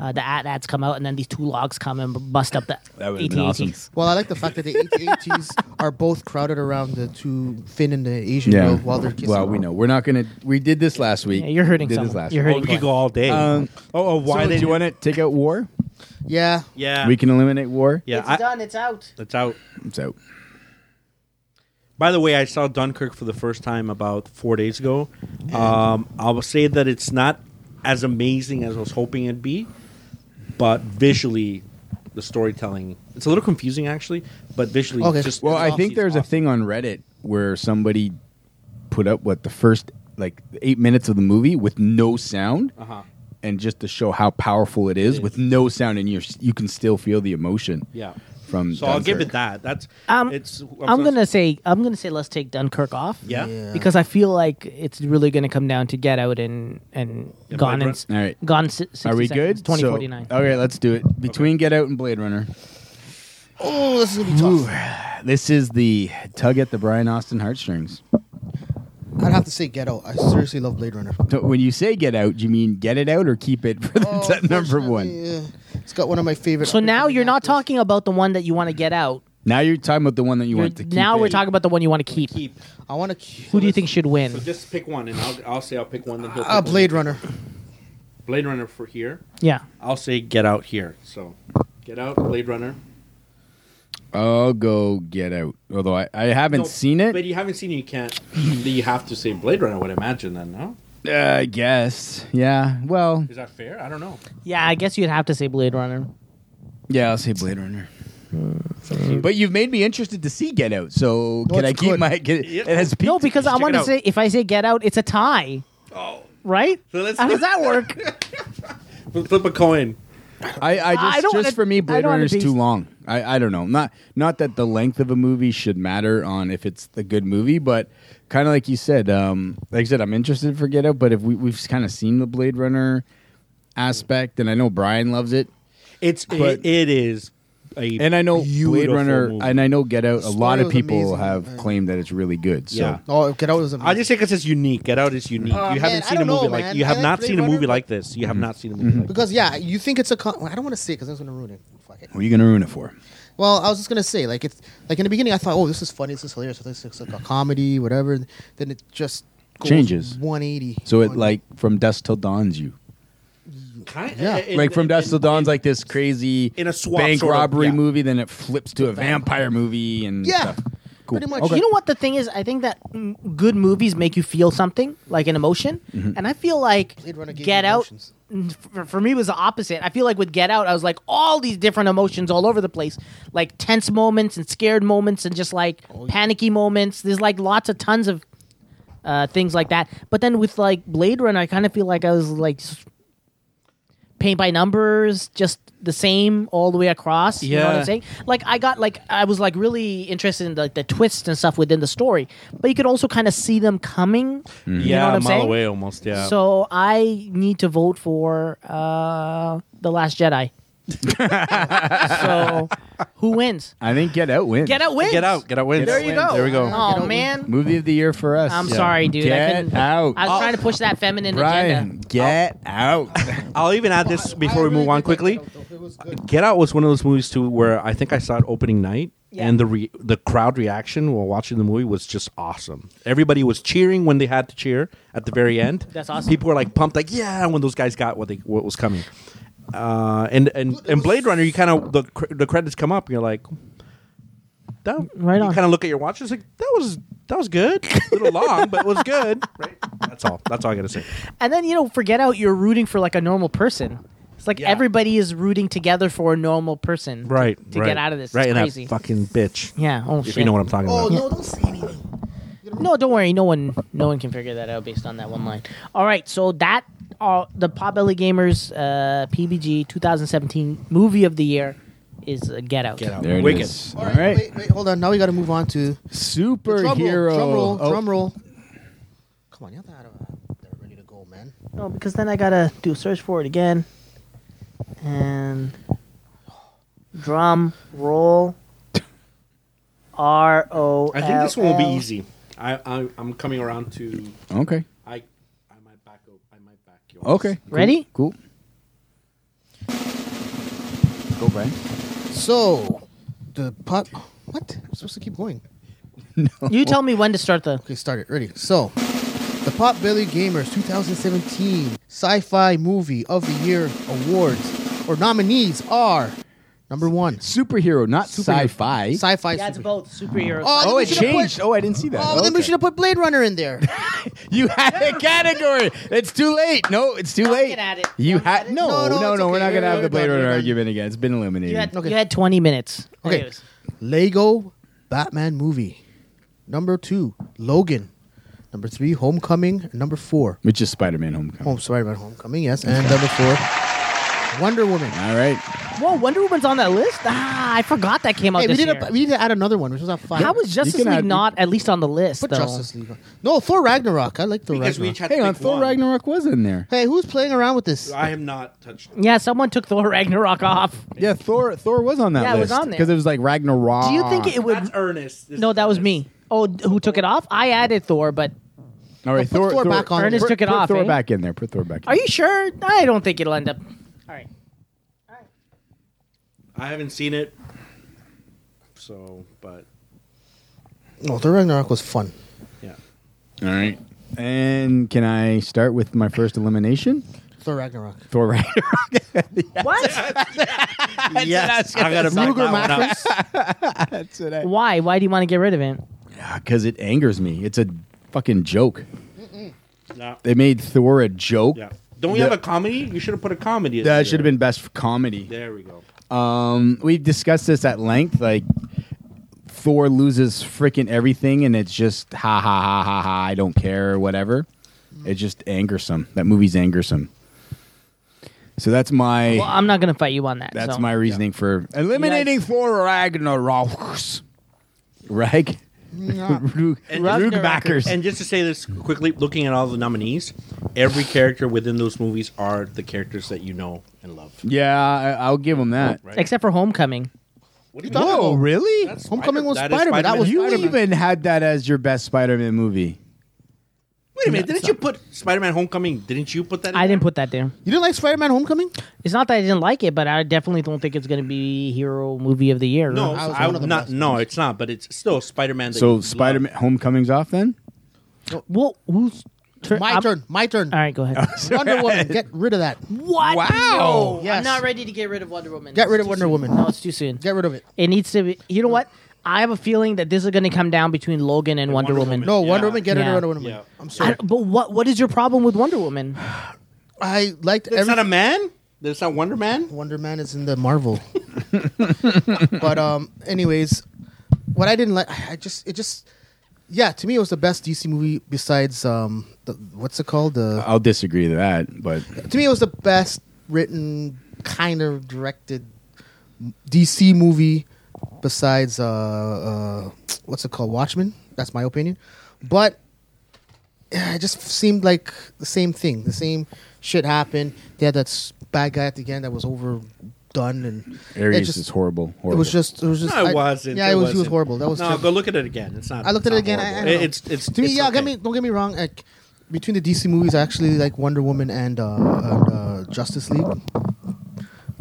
[SPEAKER 4] Uh, the at ads come out, and then these two logs come and bust up the
[SPEAKER 5] [laughs] That would've
[SPEAKER 4] AT-ATs.
[SPEAKER 5] been awesome.
[SPEAKER 6] Well, I like the fact that the ATs are both crowded around the two Finn and the Asian
[SPEAKER 5] Yeah.
[SPEAKER 6] girl while they're kissing.
[SPEAKER 5] Well, we know we're not gonna. We did this last week.
[SPEAKER 4] Yeah, you're hurting
[SPEAKER 5] We did this
[SPEAKER 4] someone.
[SPEAKER 5] last
[SPEAKER 4] You're
[SPEAKER 5] week.
[SPEAKER 4] hurting.
[SPEAKER 8] Oh, we could go all day.
[SPEAKER 5] Um,
[SPEAKER 8] oh, oh, why
[SPEAKER 5] so
[SPEAKER 8] they
[SPEAKER 5] do you
[SPEAKER 8] did-
[SPEAKER 5] want to take out war?
[SPEAKER 6] Yeah.
[SPEAKER 8] Yeah,
[SPEAKER 5] We can eliminate war.
[SPEAKER 8] yeah. I-
[SPEAKER 4] done. It's out.
[SPEAKER 8] It's out.
[SPEAKER 5] It's out.
[SPEAKER 8] By the way, I saw Dunkirk for the first time about four days ago. Um, I will say that it's not as amazing as I was hoping it'd be, but visually, the storytelling it's a little confusing actually. But visually,
[SPEAKER 6] Okay.
[SPEAKER 8] just
[SPEAKER 5] Well, I
[SPEAKER 8] it's
[SPEAKER 5] think there's a
[SPEAKER 8] awesome.
[SPEAKER 5] thing on Reddit where somebody put up what the first like eight minutes of the movie with no sound,
[SPEAKER 8] Uh-huh.
[SPEAKER 5] and just to show how powerful it is,
[SPEAKER 8] is.
[SPEAKER 5] with no sound, and you you can still feel the emotion.
[SPEAKER 8] Yeah.
[SPEAKER 5] From
[SPEAKER 8] So I'll give it
[SPEAKER 5] Dunkirk.
[SPEAKER 8] that. That's
[SPEAKER 4] Um,
[SPEAKER 8] it's.
[SPEAKER 4] I'm gonna say I'm gonna say let's take Dunkirk off.
[SPEAKER 8] Yeah.
[SPEAKER 6] Yeah.
[SPEAKER 4] Because I feel like it's really going to come down to Get Out and and Gone
[SPEAKER 8] Blade
[SPEAKER 4] and
[SPEAKER 5] Runner. All right.
[SPEAKER 4] Gone. Si- 60
[SPEAKER 5] Are we
[SPEAKER 4] seconds,
[SPEAKER 5] good?
[SPEAKER 4] Twenty
[SPEAKER 5] So-
[SPEAKER 4] forty nine.
[SPEAKER 5] okay, let's do it. Between Get Out and Blade Runner,
[SPEAKER 6] Oh, this is gonna be
[SPEAKER 5] [sighs]
[SPEAKER 6] tough.
[SPEAKER 5] this is the tug at the Brian Austin heartstrings.
[SPEAKER 6] I'd have to say Ghetto. I seriously love
[SPEAKER 5] [laughs]
[SPEAKER 6] Blade Runner.
[SPEAKER 5] So when you say Get Out, do you mean get it out or keep it [laughs] for the
[SPEAKER 6] Oh,
[SPEAKER 5] number
[SPEAKER 6] unfortunately,
[SPEAKER 5] one?
[SPEAKER 6] yeah. It's got one of my favorite.
[SPEAKER 4] so now you're not
[SPEAKER 6] actors.
[SPEAKER 4] talking about the one that you want to get out.
[SPEAKER 5] Now you're talking about the one that you want to
[SPEAKER 4] You're-
[SPEAKER 5] keep.
[SPEAKER 4] now we're
[SPEAKER 5] in.
[SPEAKER 4] talking about the one you want to keep.
[SPEAKER 8] keep.
[SPEAKER 6] I want to.
[SPEAKER 4] Who do you think should win?
[SPEAKER 8] So just pick one, and I'll I'll say I'll pick one. Then he'll pick
[SPEAKER 6] Uh,
[SPEAKER 8] one.
[SPEAKER 6] Blade Runner.
[SPEAKER 8] Blade Runner for here.
[SPEAKER 4] yeah.
[SPEAKER 8] I'll say Get Out here. So Get Out, Blade Runner.
[SPEAKER 5] I'll go Get Out. Although I, I haven't
[SPEAKER 8] No,
[SPEAKER 5] seen it.
[SPEAKER 8] But you haven't seen it, you can't. [laughs] you have to say Blade Runner, I would imagine, then, no?
[SPEAKER 5] Uh, I guess. Yeah. Well.
[SPEAKER 8] Is that fair? I don't know.
[SPEAKER 4] Yeah, I guess you'd have to say Blade Runner.
[SPEAKER 5] Yeah, I'll say Blade Runner.
[SPEAKER 4] Hmm.
[SPEAKER 5] But you've made me interested to see Get Out. So
[SPEAKER 6] No,
[SPEAKER 5] can
[SPEAKER 6] it's
[SPEAKER 5] I keep
[SPEAKER 6] good.
[SPEAKER 5] my? Get,
[SPEAKER 8] Yeah.
[SPEAKER 5] it has peaked.
[SPEAKER 4] No, because I
[SPEAKER 8] check it
[SPEAKER 4] want to
[SPEAKER 8] out.
[SPEAKER 4] say if I say Get Out, it's a tie,
[SPEAKER 8] Oh.
[SPEAKER 4] right?
[SPEAKER 8] So let's-
[SPEAKER 6] Uh,
[SPEAKER 4] How does that work?
[SPEAKER 8] Flip a coin.
[SPEAKER 5] I, I just,
[SPEAKER 4] I don't
[SPEAKER 5] just
[SPEAKER 4] wanna-
[SPEAKER 5] for
[SPEAKER 4] I
[SPEAKER 5] me, Blade
[SPEAKER 4] don't wanna
[SPEAKER 5] Runner's
[SPEAKER 4] be-
[SPEAKER 5] too long. I, I don't know. Not not that the length of a movie should matter on if it's the good movie, but kind of like you said, um, like I said, I'm interested for Get Out. But if we we've kind of seen the Blade Runner aspect, and I know Brian loves it,
[SPEAKER 8] It's
[SPEAKER 5] But-
[SPEAKER 8] it, it is a
[SPEAKER 5] and I know Blade
[SPEAKER 8] beautiful
[SPEAKER 5] Runner,
[SPEAKER 8] movie.
[SPEAKER 5] and I know Get Out. A
[SPEAKER 6] The
[SPEAKER 5] lot
[SPEAKER 6] story
[SPEAKER 5] of
[SPEAKER 6] was
[SPEAKER 5] people
[SPEAKER 6] amazing,
[SPEAKER 5] have
[SPEAKER 6] man.
[SPEAKER 5] claimed that it's really good. So
[SPEAKER 8] Yeah.
[SPEAKER 6] Oh, Ghetto was amazing.
[SPEAKER 8] I just think it's just unique. Get Out is unique.
[SPEAKER 6] Oh, man,
[SPEAKER 8] you haven't
[SPEAKER 6] I
[SPEAKER 8] seen a
[SPEAKER 6] don't
[SPEAKER 8] movie
[SPEAKER 6] know,
[SPEAKER 8] like
[SPEAKER 6] man.
[SPEAKER 8] you have
[SPEAKER 6] I
[SPEAKER 8] not
[SPEAKER 6] like
[SPEAKER 8] seen
[SPEAKER 6] Blade
[SPEAKER 8] a movie
[SPEAKER 6] Runner,
[SPEAKER 8] like this. You have
[SPEAKER 5] Mm-hmm.
[SPEAKER 8] not seen a movie like this.
[SPEAKER 6] because yeah, you think it's a. Con- I don't want to say it because that's gonna ruin it. Fuck it.
[SPEAKER 5] what are you going to ruin it for?
[SPEAKER 6] Well, I was just gonna say like it's like in the beginning I thought oh this is funny this is hilarious this is like a comedy whatever then it just goes
[SPEAKER 5] Changes.
[SPEAKER 6] 180
[SPEAKER 5] So it like from dusk till dawn's you.
[SPEAKER 8] Kind-
[SPEAKER 6] Yeah.
[SPEAKER 8] it-
[SPEAKER 5] like from
[SPEAKER 8] it-
[SPEAKER 5] Dusk Till
[SPEAKER 8] it-
[SPEAKER 5] Dawn's
[SPEAKER 8] it-
[SPEAKER 5] like this crazy
[SPEAKER 8] In a swap
[SPEAKER 5] bank
[SPEAKER 8] sort of,
[SPEAKER 5] robbery
[SPEAKER 8] yeah.
[SPEAKER 5] movie, then it flips to a vampire movie and
[SPEAKER 6] yeah
[SPEAKER 5] stuff.
[SPEAKER 6] pretty much
[SPEAKER 4] You know what the thing is? I think that mm, good movies make you feel something, like an emotion.
[SPEAKER 8] Mm-hmm.
[SPEAKER 4] And I feel like
[SPEAKER 6] Blade Runner gave
[SPEAKER 4] Get
[SPEAKER 6] me
[SPEAKER 4] Out,
[SPEAKER 6] emotions.
[SPEAKER 4] mm, for, for me, was the opposite. I feel like with Get Out, I was like all these different emotions all over the place, like tense moments and scared moments and just like panicky moments. There's like lots of tons of uh, things like that. But then with like Blade Runner, I kind of feel like I was like s- paint by numbers, just the same all the way across. You know what
[SPEAKER 8] Yeah.
[SPEAKER 4] I'm saying? Like I got like I was like really interested in like the twists and stuff within the story, but you could also kind of see them coming.
[SPEAKER 8] yeah,
[SPEAKER 4] what I'm
[SPEAKER 8] a mile
[SPEAKER 4] saying?
[SPEAKER 8] away almost. Yeah.
[SPEAKER 4] So I need to vote for uh the Last
[SPEAKER 8] [laughs]
[SPEAKER 4] Jedi. so who wins?
[SPEAKER 5] I think Get Out wins.
[SPEAKER 4] Get out wins.
[SPEAKER 8] Get out, get out wins.
[SPEAKER 4] There you go.
[SPEAKER 8] There we go.
[SPEAKER 4] Oh man.
[SPEAKER 5] Movie of the year for us.
[SPEAKER 4] I'm sorry, dude. I
[SPEAKER 5] Get
[SPEAKER 4] couldn't-
[SPEAKER 5] out.
[SPEAKER 4] I was trying to push that feminine agenda.
[SPEAKER 5] Brian, get
[SPEAKER 6] [laughs]
[SPEAKER 5] out.
[SPEAKER 8] I'll even add this before we move on quickly. Get Out was one of those movies too where I think I saw it opening night,
[SPEAKER 4] Yeah.
[SPEAKER 8] and the re- the crowd reaction while watching the movie was just awesome. Everybody was cheering when they had to cheer at the very end.
[SPEAKER 4] [laughs] That's awesome.
[SPEAKER 8] People were like pumped, like yeah, when those guys got what they what was coming. Uh, and and and Blade Runner, you kind of the cr- the credits come up, and you're like, that
[SPEAKER 4] Right
[SPEAKER 8] You
[SPEAKER 4] on.
[SPEAKER 8] kind of look at your watch, it's like that was that was good, a little long, but it was
[SPEAKER 4] [laughs]
[SPEAKER 8] good. Right? That's all. That's all I gotta say.
[SPEAKER 4] And then you know, for Get Out, you're rooting for like a normal person. It's like
[SPEAKER 8] Yeah.
[SPEAKER 4] everybody is rooting together for a normal person, to-
[SPEAKER 8] Right.
[SPEAKER 4] To
[SPEAKER 8] right.
[SPEAKER 4] get out of this,
[SPEAKER 8] Right.
[SPEAKER 4] it's
[SPEAKER 8] and
[SPEAKER 4] crazy.
[SPEAKER 8] that fucking bitch.
[SPEAKER 4] yeah. Oh
[SPEAKER 8] If
[SPEAKER 4] shit.
[SPEAKER 8] you know what I'm talking
[SPEAKER 6] oh
[SPEAKER 8] about.
[SPEAKER 6] no don't say anything
[SPEAKER 4] No, don't worry. No one, no one can figure that out based on that one line. All right, so that uh, the Potbelly Gamers uh, PBG 2017 Movie of the Year is uh, Get Out. Get
[SPEAKER 8] Out.
[SPEAKER 5] There it
[SPEAKER 8] Wicked.
[SPEAKER 5] is.
[SPEAKER 6] all right, Wait, wait hold on now we got to move on to
[SPEAKER 5] Superhero.
[SPEAKER 6] drum roll drum roll
[SPEAKER 5] Oh,
[SPEAKER 6] drum roll come on you have to have a- they're ready to go man
[SPEAKER 4] No, because then I gotta do a search for it again, and drum roll. R O.
[SPEAKER 8] I think this one will be easy. I, I I'm coming around to
[SPEAKER 5] Oh, Okay.
[SPEAKER 8] I I might back o- I might back yours.
[SPEAKER 5] Okay. Cool.
[SPEAKER 8] [laughs]
[SPEAKER 4] Ready?
[SPEAKER 5] Cool. Go, Brian.
[SPEAKER 6] So, the pot. What? I'm supposed to keep going.
[SPEAKER 4] You tell me when to start the.
[SPEAKER 6] Okay, start it. Ready? So, the Pot Belly Gamers 2017 Sci Fi Movie of the Year Awards or nominees are number one,
[SPEAKER 5] Superhero, not
[SPEAKER 6] Superhero.
[SPEAKER 5] sci-fi.
[SPEAKER 6] Sci Fi.
[SPEAKER 4] Yeah, it's both superheroes.
[SPEAKER 6] Oh,
[SPEAKER 5] oh,
[SPEAKER 6] we
[SPEAKER 5] it
[SPEAKER 6] should've put-
[SPEAKER 5] changed. oh, I didn't see that.
[SPEAKER 6] Oh, well, then we
[SPEAKER 5] Okay.
[SPEAKER 6] should have put Blade Runner in there.
[SPEAKER 5] You had a category. It's too late. No, it's too late.
[SPEAKER 4] get at it.
[SPEAKER 5] You
[SPEAKER 4] Don't get
[SPEAKER 5] had
[SPEAKER 4] at it.
[SPEAKER 5] no, no,
[SPEAKER 6] No, no,
[SPEAKER 5] no.
[SPEAKER 6] it's
[SPEAKER 5] We're
[SPEAKER 6] okay.
[SPEAKER 5] not gonna have
[SPEAKER 6] We're
[SPEAKER 5] the Blade
[SPEAKER 6] done, we're
[SPEAKER 5] Runner
[SPEAKER 6] done.
[SPEAKER 5] argument again. It's been eliminated.
[SPEAKER 4] you, had,
[SPEAKER 6] Okay.
[SPEAKER 4] you had 20 minutes.
[SPEAKER 6] Okay.
[SPEAKER 4] Anyways.
[SPEAKER 6] Lego Batman movie. Number two, Logan. Number three, Homecoming. Number four,
[SPEAKER 5] Which is Spider-Man: Homecoming.
[SPEAKER 6] Home Spider-Man: Homecoming. Yes, and number four, Wonder Woman.
[SPEAKER 5] All right.
[SPEAKER 4] Whoa, Wonder Woman's on that list? Ah, I forgot that came out
[SPEAKER 6] Hey, we
[SPEAKER 4] this
[SPEAKER 6] need,
[SPEAKER 4] year.
[SPEAKER 6] a, we need to add another one, which was at five.
[SPEAKER 4] How was Justice
[SPEAKER 5] can
[SPEAKER 4] League
[SPEAKER 5] add-
[SPEAKER 4] not at least on the list?
[SPEAKER 6] Put
[SPEAKER 4] though?
[SPEAKER 6] Justice League? on- No, Thor Ragnarok. I like Thor
[SPEAKER 8] Because we
[SPEAKER 6] Ragnarok.
[SPEAKER 8] each had to
[SPEAKER 5] Hang on.
[SPEAKER 8] pick
[SPEAKER 5] Thor
[SPEAKER 8] one.
[SPEAKER 5] Ragnarok was in there.
[SPEAKER 6] hey, who's playing around with this?
[SPEAKER 8] I have not touched.
[SPEAKER 4] Yeah, someone took Thor Ragnarok off.
[SPEAKER 5] Yeah, Thor. Thor was on that
[SPEAKER 4] Yeah, it was
[SPEAKER 5] list
[SPEAKER 4] on there.
[SPEAKER 5] because it was like Ragnarok.
[SPEAKER 4] Do you think it would?
[SPEAKER 8] That's Ernest. This
[SPEAKER 4] No,
[SPEAKER 8] is
[SPEAKER 4] that was
[SPEAKER 8] Ernest.
[SPEAKER 4] me. Oh, d- who took it off? I added Thor, but
[SPEAKER 5] All right,
[SPEAKER 6] Put Thor back on
[SPEAKER 4] Ernest
[SPEAKER 5] put-
[SPEAKER 4] took it
[SPEAKER 5] put
[SPEAKER 4] off,
[SPEAKER 5] Thor
[SPEAKER 4] eh?
[SPEAKER 5] back in there. Put Thor back. in
[SPEAKER 4] are you sure? I don't think it'll end up. All right.
[SPEAKER 8] I haven't seen it. So, but
[SPEAKER 6] No, Thor Ragnarok was fun.
[SPEAKER 8] yeah.
[SPEAKER 5] All right. And can I start with my first elimination?
[SPEAKER 6] Thor Ragnarok.
[SPEAKER 5] Thor Ragnarok.
[SPEAKER 4] [laughs] What?
[SPEAKER 8] yes, I gotta back
[SPEAKER 6] Ruger
[SPEAKER 8] that one up.
[SPEAKER 6] Macros.
[SPEAKER 5] That's what I.
[SPEAKER 4] Why? Why do you want to get rid of it?
[SPEAKER 5] Because Ah, it angers me. It's a fucking joke.
[SPEAKER 8] No.
[SPEAKER 5] They made Thor a joke.
[SPEAKER 8] Yeah. Don't we
[SPEAKER 5] Yeah.
[SPEAKER 8] have a comedy? You should have put a comedy. in
[SPEAKER 5] That
[SPEAKER 8] there.
[SPEAKER 5] should have been best for comedy.
[SPEAKER 8] There we go.
[SPEAKER 5] Um, we've discussed this at length. Like Thor loses freaking everything, and it's just ha ha ha ha ha. I don't care or whatever. It's just angersome. That movie's angersome. So that's my
[SPEAKER 4] Well, I'm not gonna fight you on that.
[SPEAKER 5] that's
[SPEAKER 4] so.
[SPEAKER 5] my reasoning for eliminating Thor Ragnarok. Rag. [laughs] Rugbackers.
[SPEAKER 8] And just to say this quickly, looking at all the nominees, every character within those movies are the characters that you know and love.
[SPEAKER 5] Yeah, I, I'll give him that.
[SPEAKER 8] Right.
[SPEAKER 4] Except for Homecoming.
[SPEAKER 8] What do you
[SPEAKER 6] Whoa,
[SPEAKER 5] Oh, really?
[SPEAKER 6] Homecoming was
[SPEAKER 8] That is
[SPEAKER 6] Spider-Man. That was
[SPEAKER 5] you
[SPEAKER 6] Spider-Man.
[SPEAKER 5] even had that as your best Spider-Man movie.
[SPEAKER 8] Wait a minute! Didn't you put Spider-Man: Homecoming? Didn't you put that? In
[SPEAKER 4] I didn't
[SPEAKER 8] there?
[SPEAKER 4] put that there.
[SPEAKER 6] You didn't like Spider-Man: Homecoming?
[SPEAKER 4] It's not that I didn't like it, but I definitely don't think it's gonna be hero movie of the year.
[SPEAKER 8] No,
[SPEAKER 6] was
[SPEAKER 8] I
[SPEAKER 6] one of the
[SPEAKER 8] not.
[SPEAKER 6] best
[SPEAKER 8] No, it's not. But it's still Spider-Man. That you
[SPEAKER 5] So
[SPEAKER 8] love.
[SPEAKER 5] Spider-Man Homecoming's off then?
[SPEAKER 4] Well, who's turn?
[SPEAKER 6] My
[SPEAKER 4] I'm-
[SPEAKER 6] turn. My turn.
[SPEAKER 4] All right, go ahead.
[SPEAKER 6] Wonder
[SPEAKER 4] [laughs]
[SPEAKER 6] Woman. Get rid of that.
[SPEAKER 4] What?
[SPEAKER 5] Wow.
[SPEAKER 4] No,
[SPEAKER 6] Yes.
[SPEAKER 4] I'm not ready to get rid of Wonder Woman.
[SPEAKER 6] Get
[SPEAKER 4] It's
[SPEAKER 6] rid of
[SPEAKER 4] too
[SPEAKER 6] Wonder
[SPEAKER 4] soon.
[SPEAKER 6] Woman.
[SPEAKER 4] No, it's too soon.
[SPEAKER 6] Get rid of it.
[SPEAKER 4] It needs to be. You know what? I have a feeling that this is going to come down between Logan and Wonder,
[SPEAKER 8] Wonder
[SPEAKER 4] Woman.
[SPEAKER 8] Woman.
[SPEAKER 6] No,
[SPEAKER 8] Yeah.
[SPEAKER 6] Wonder Woman. Get rid
[SPEAKER 4] Yeah.
[SPEAKER 6] of Wonder Woman.
[SPEAKER 8] Yeah.
[SPEAKER 6] I'm sorry.
[SPEAKER 4] I, but what what is your problem with Wonder Woman?
[SPEAKER 6] I liked
[SPEAKER 8] It's
[SPEAKER 6] every
[SPEAKER 8] not a man. It's not Wonder Man.
[SPEAKER 6] Wonder Man is in the Marvel. [laughs] but um, anyways, what I didn't like, I just it just yeah, to me it was the best DC movie besides um, the, what's it called?
[SPEAKER 8] Uh,
[SPEAKER 6] The
[SPEAKER 5] I'll disagree to that, but
[SPEAKER 6] to me it was the best written, kind of directed DC movie besides uh, uh, what's it called? Watchmen. That's my opinion, but yeah, it just seemed like the same thing. The same shit happened. They had that s- bad guy at the end that was overdone, and it
[SPEAKER 5] Ares
[SPEAKER 6] just-
[SPEAKER 5] is horrible.
[SPEAKER 6] It
[SPEAKER 5] horrible.
[SPEAKER 6] was just. It was just.
[SPEAKER 8] No,
[SPEAKER 6] I-
[SPEAKER 8] it wasn't.
[SPEAKER 6] Yeah, it, was. He was
[SPEAKER 8] wasn't.
[SPEAKER 6] horrible. That was.
[SPEAKER 8] No,
[SPEAKER 6] just-
[SPEAKER 8] go look at it again. It's not.
[SPEAKER 6] I looked at
[SPEAKER 8] it's
[SPEAKER 6] it again.
[SPEAKER 8] not
[SPEAKER 6] I- I
[SPEAKER 8] horrible.
[SPEAKER 6] don't know.
[SPEAKER 8] it's it's
[SPEAKER 6] to me,
[SPEAKER 8] it's
[SPEAKER 6] yeah.
[SPEAKER 8] okay.
[SPEAKER 6] Get me. Don't get me wrong. Like between the DC movies, I actually like Wonder Woman and, uh, and uh, Justice League.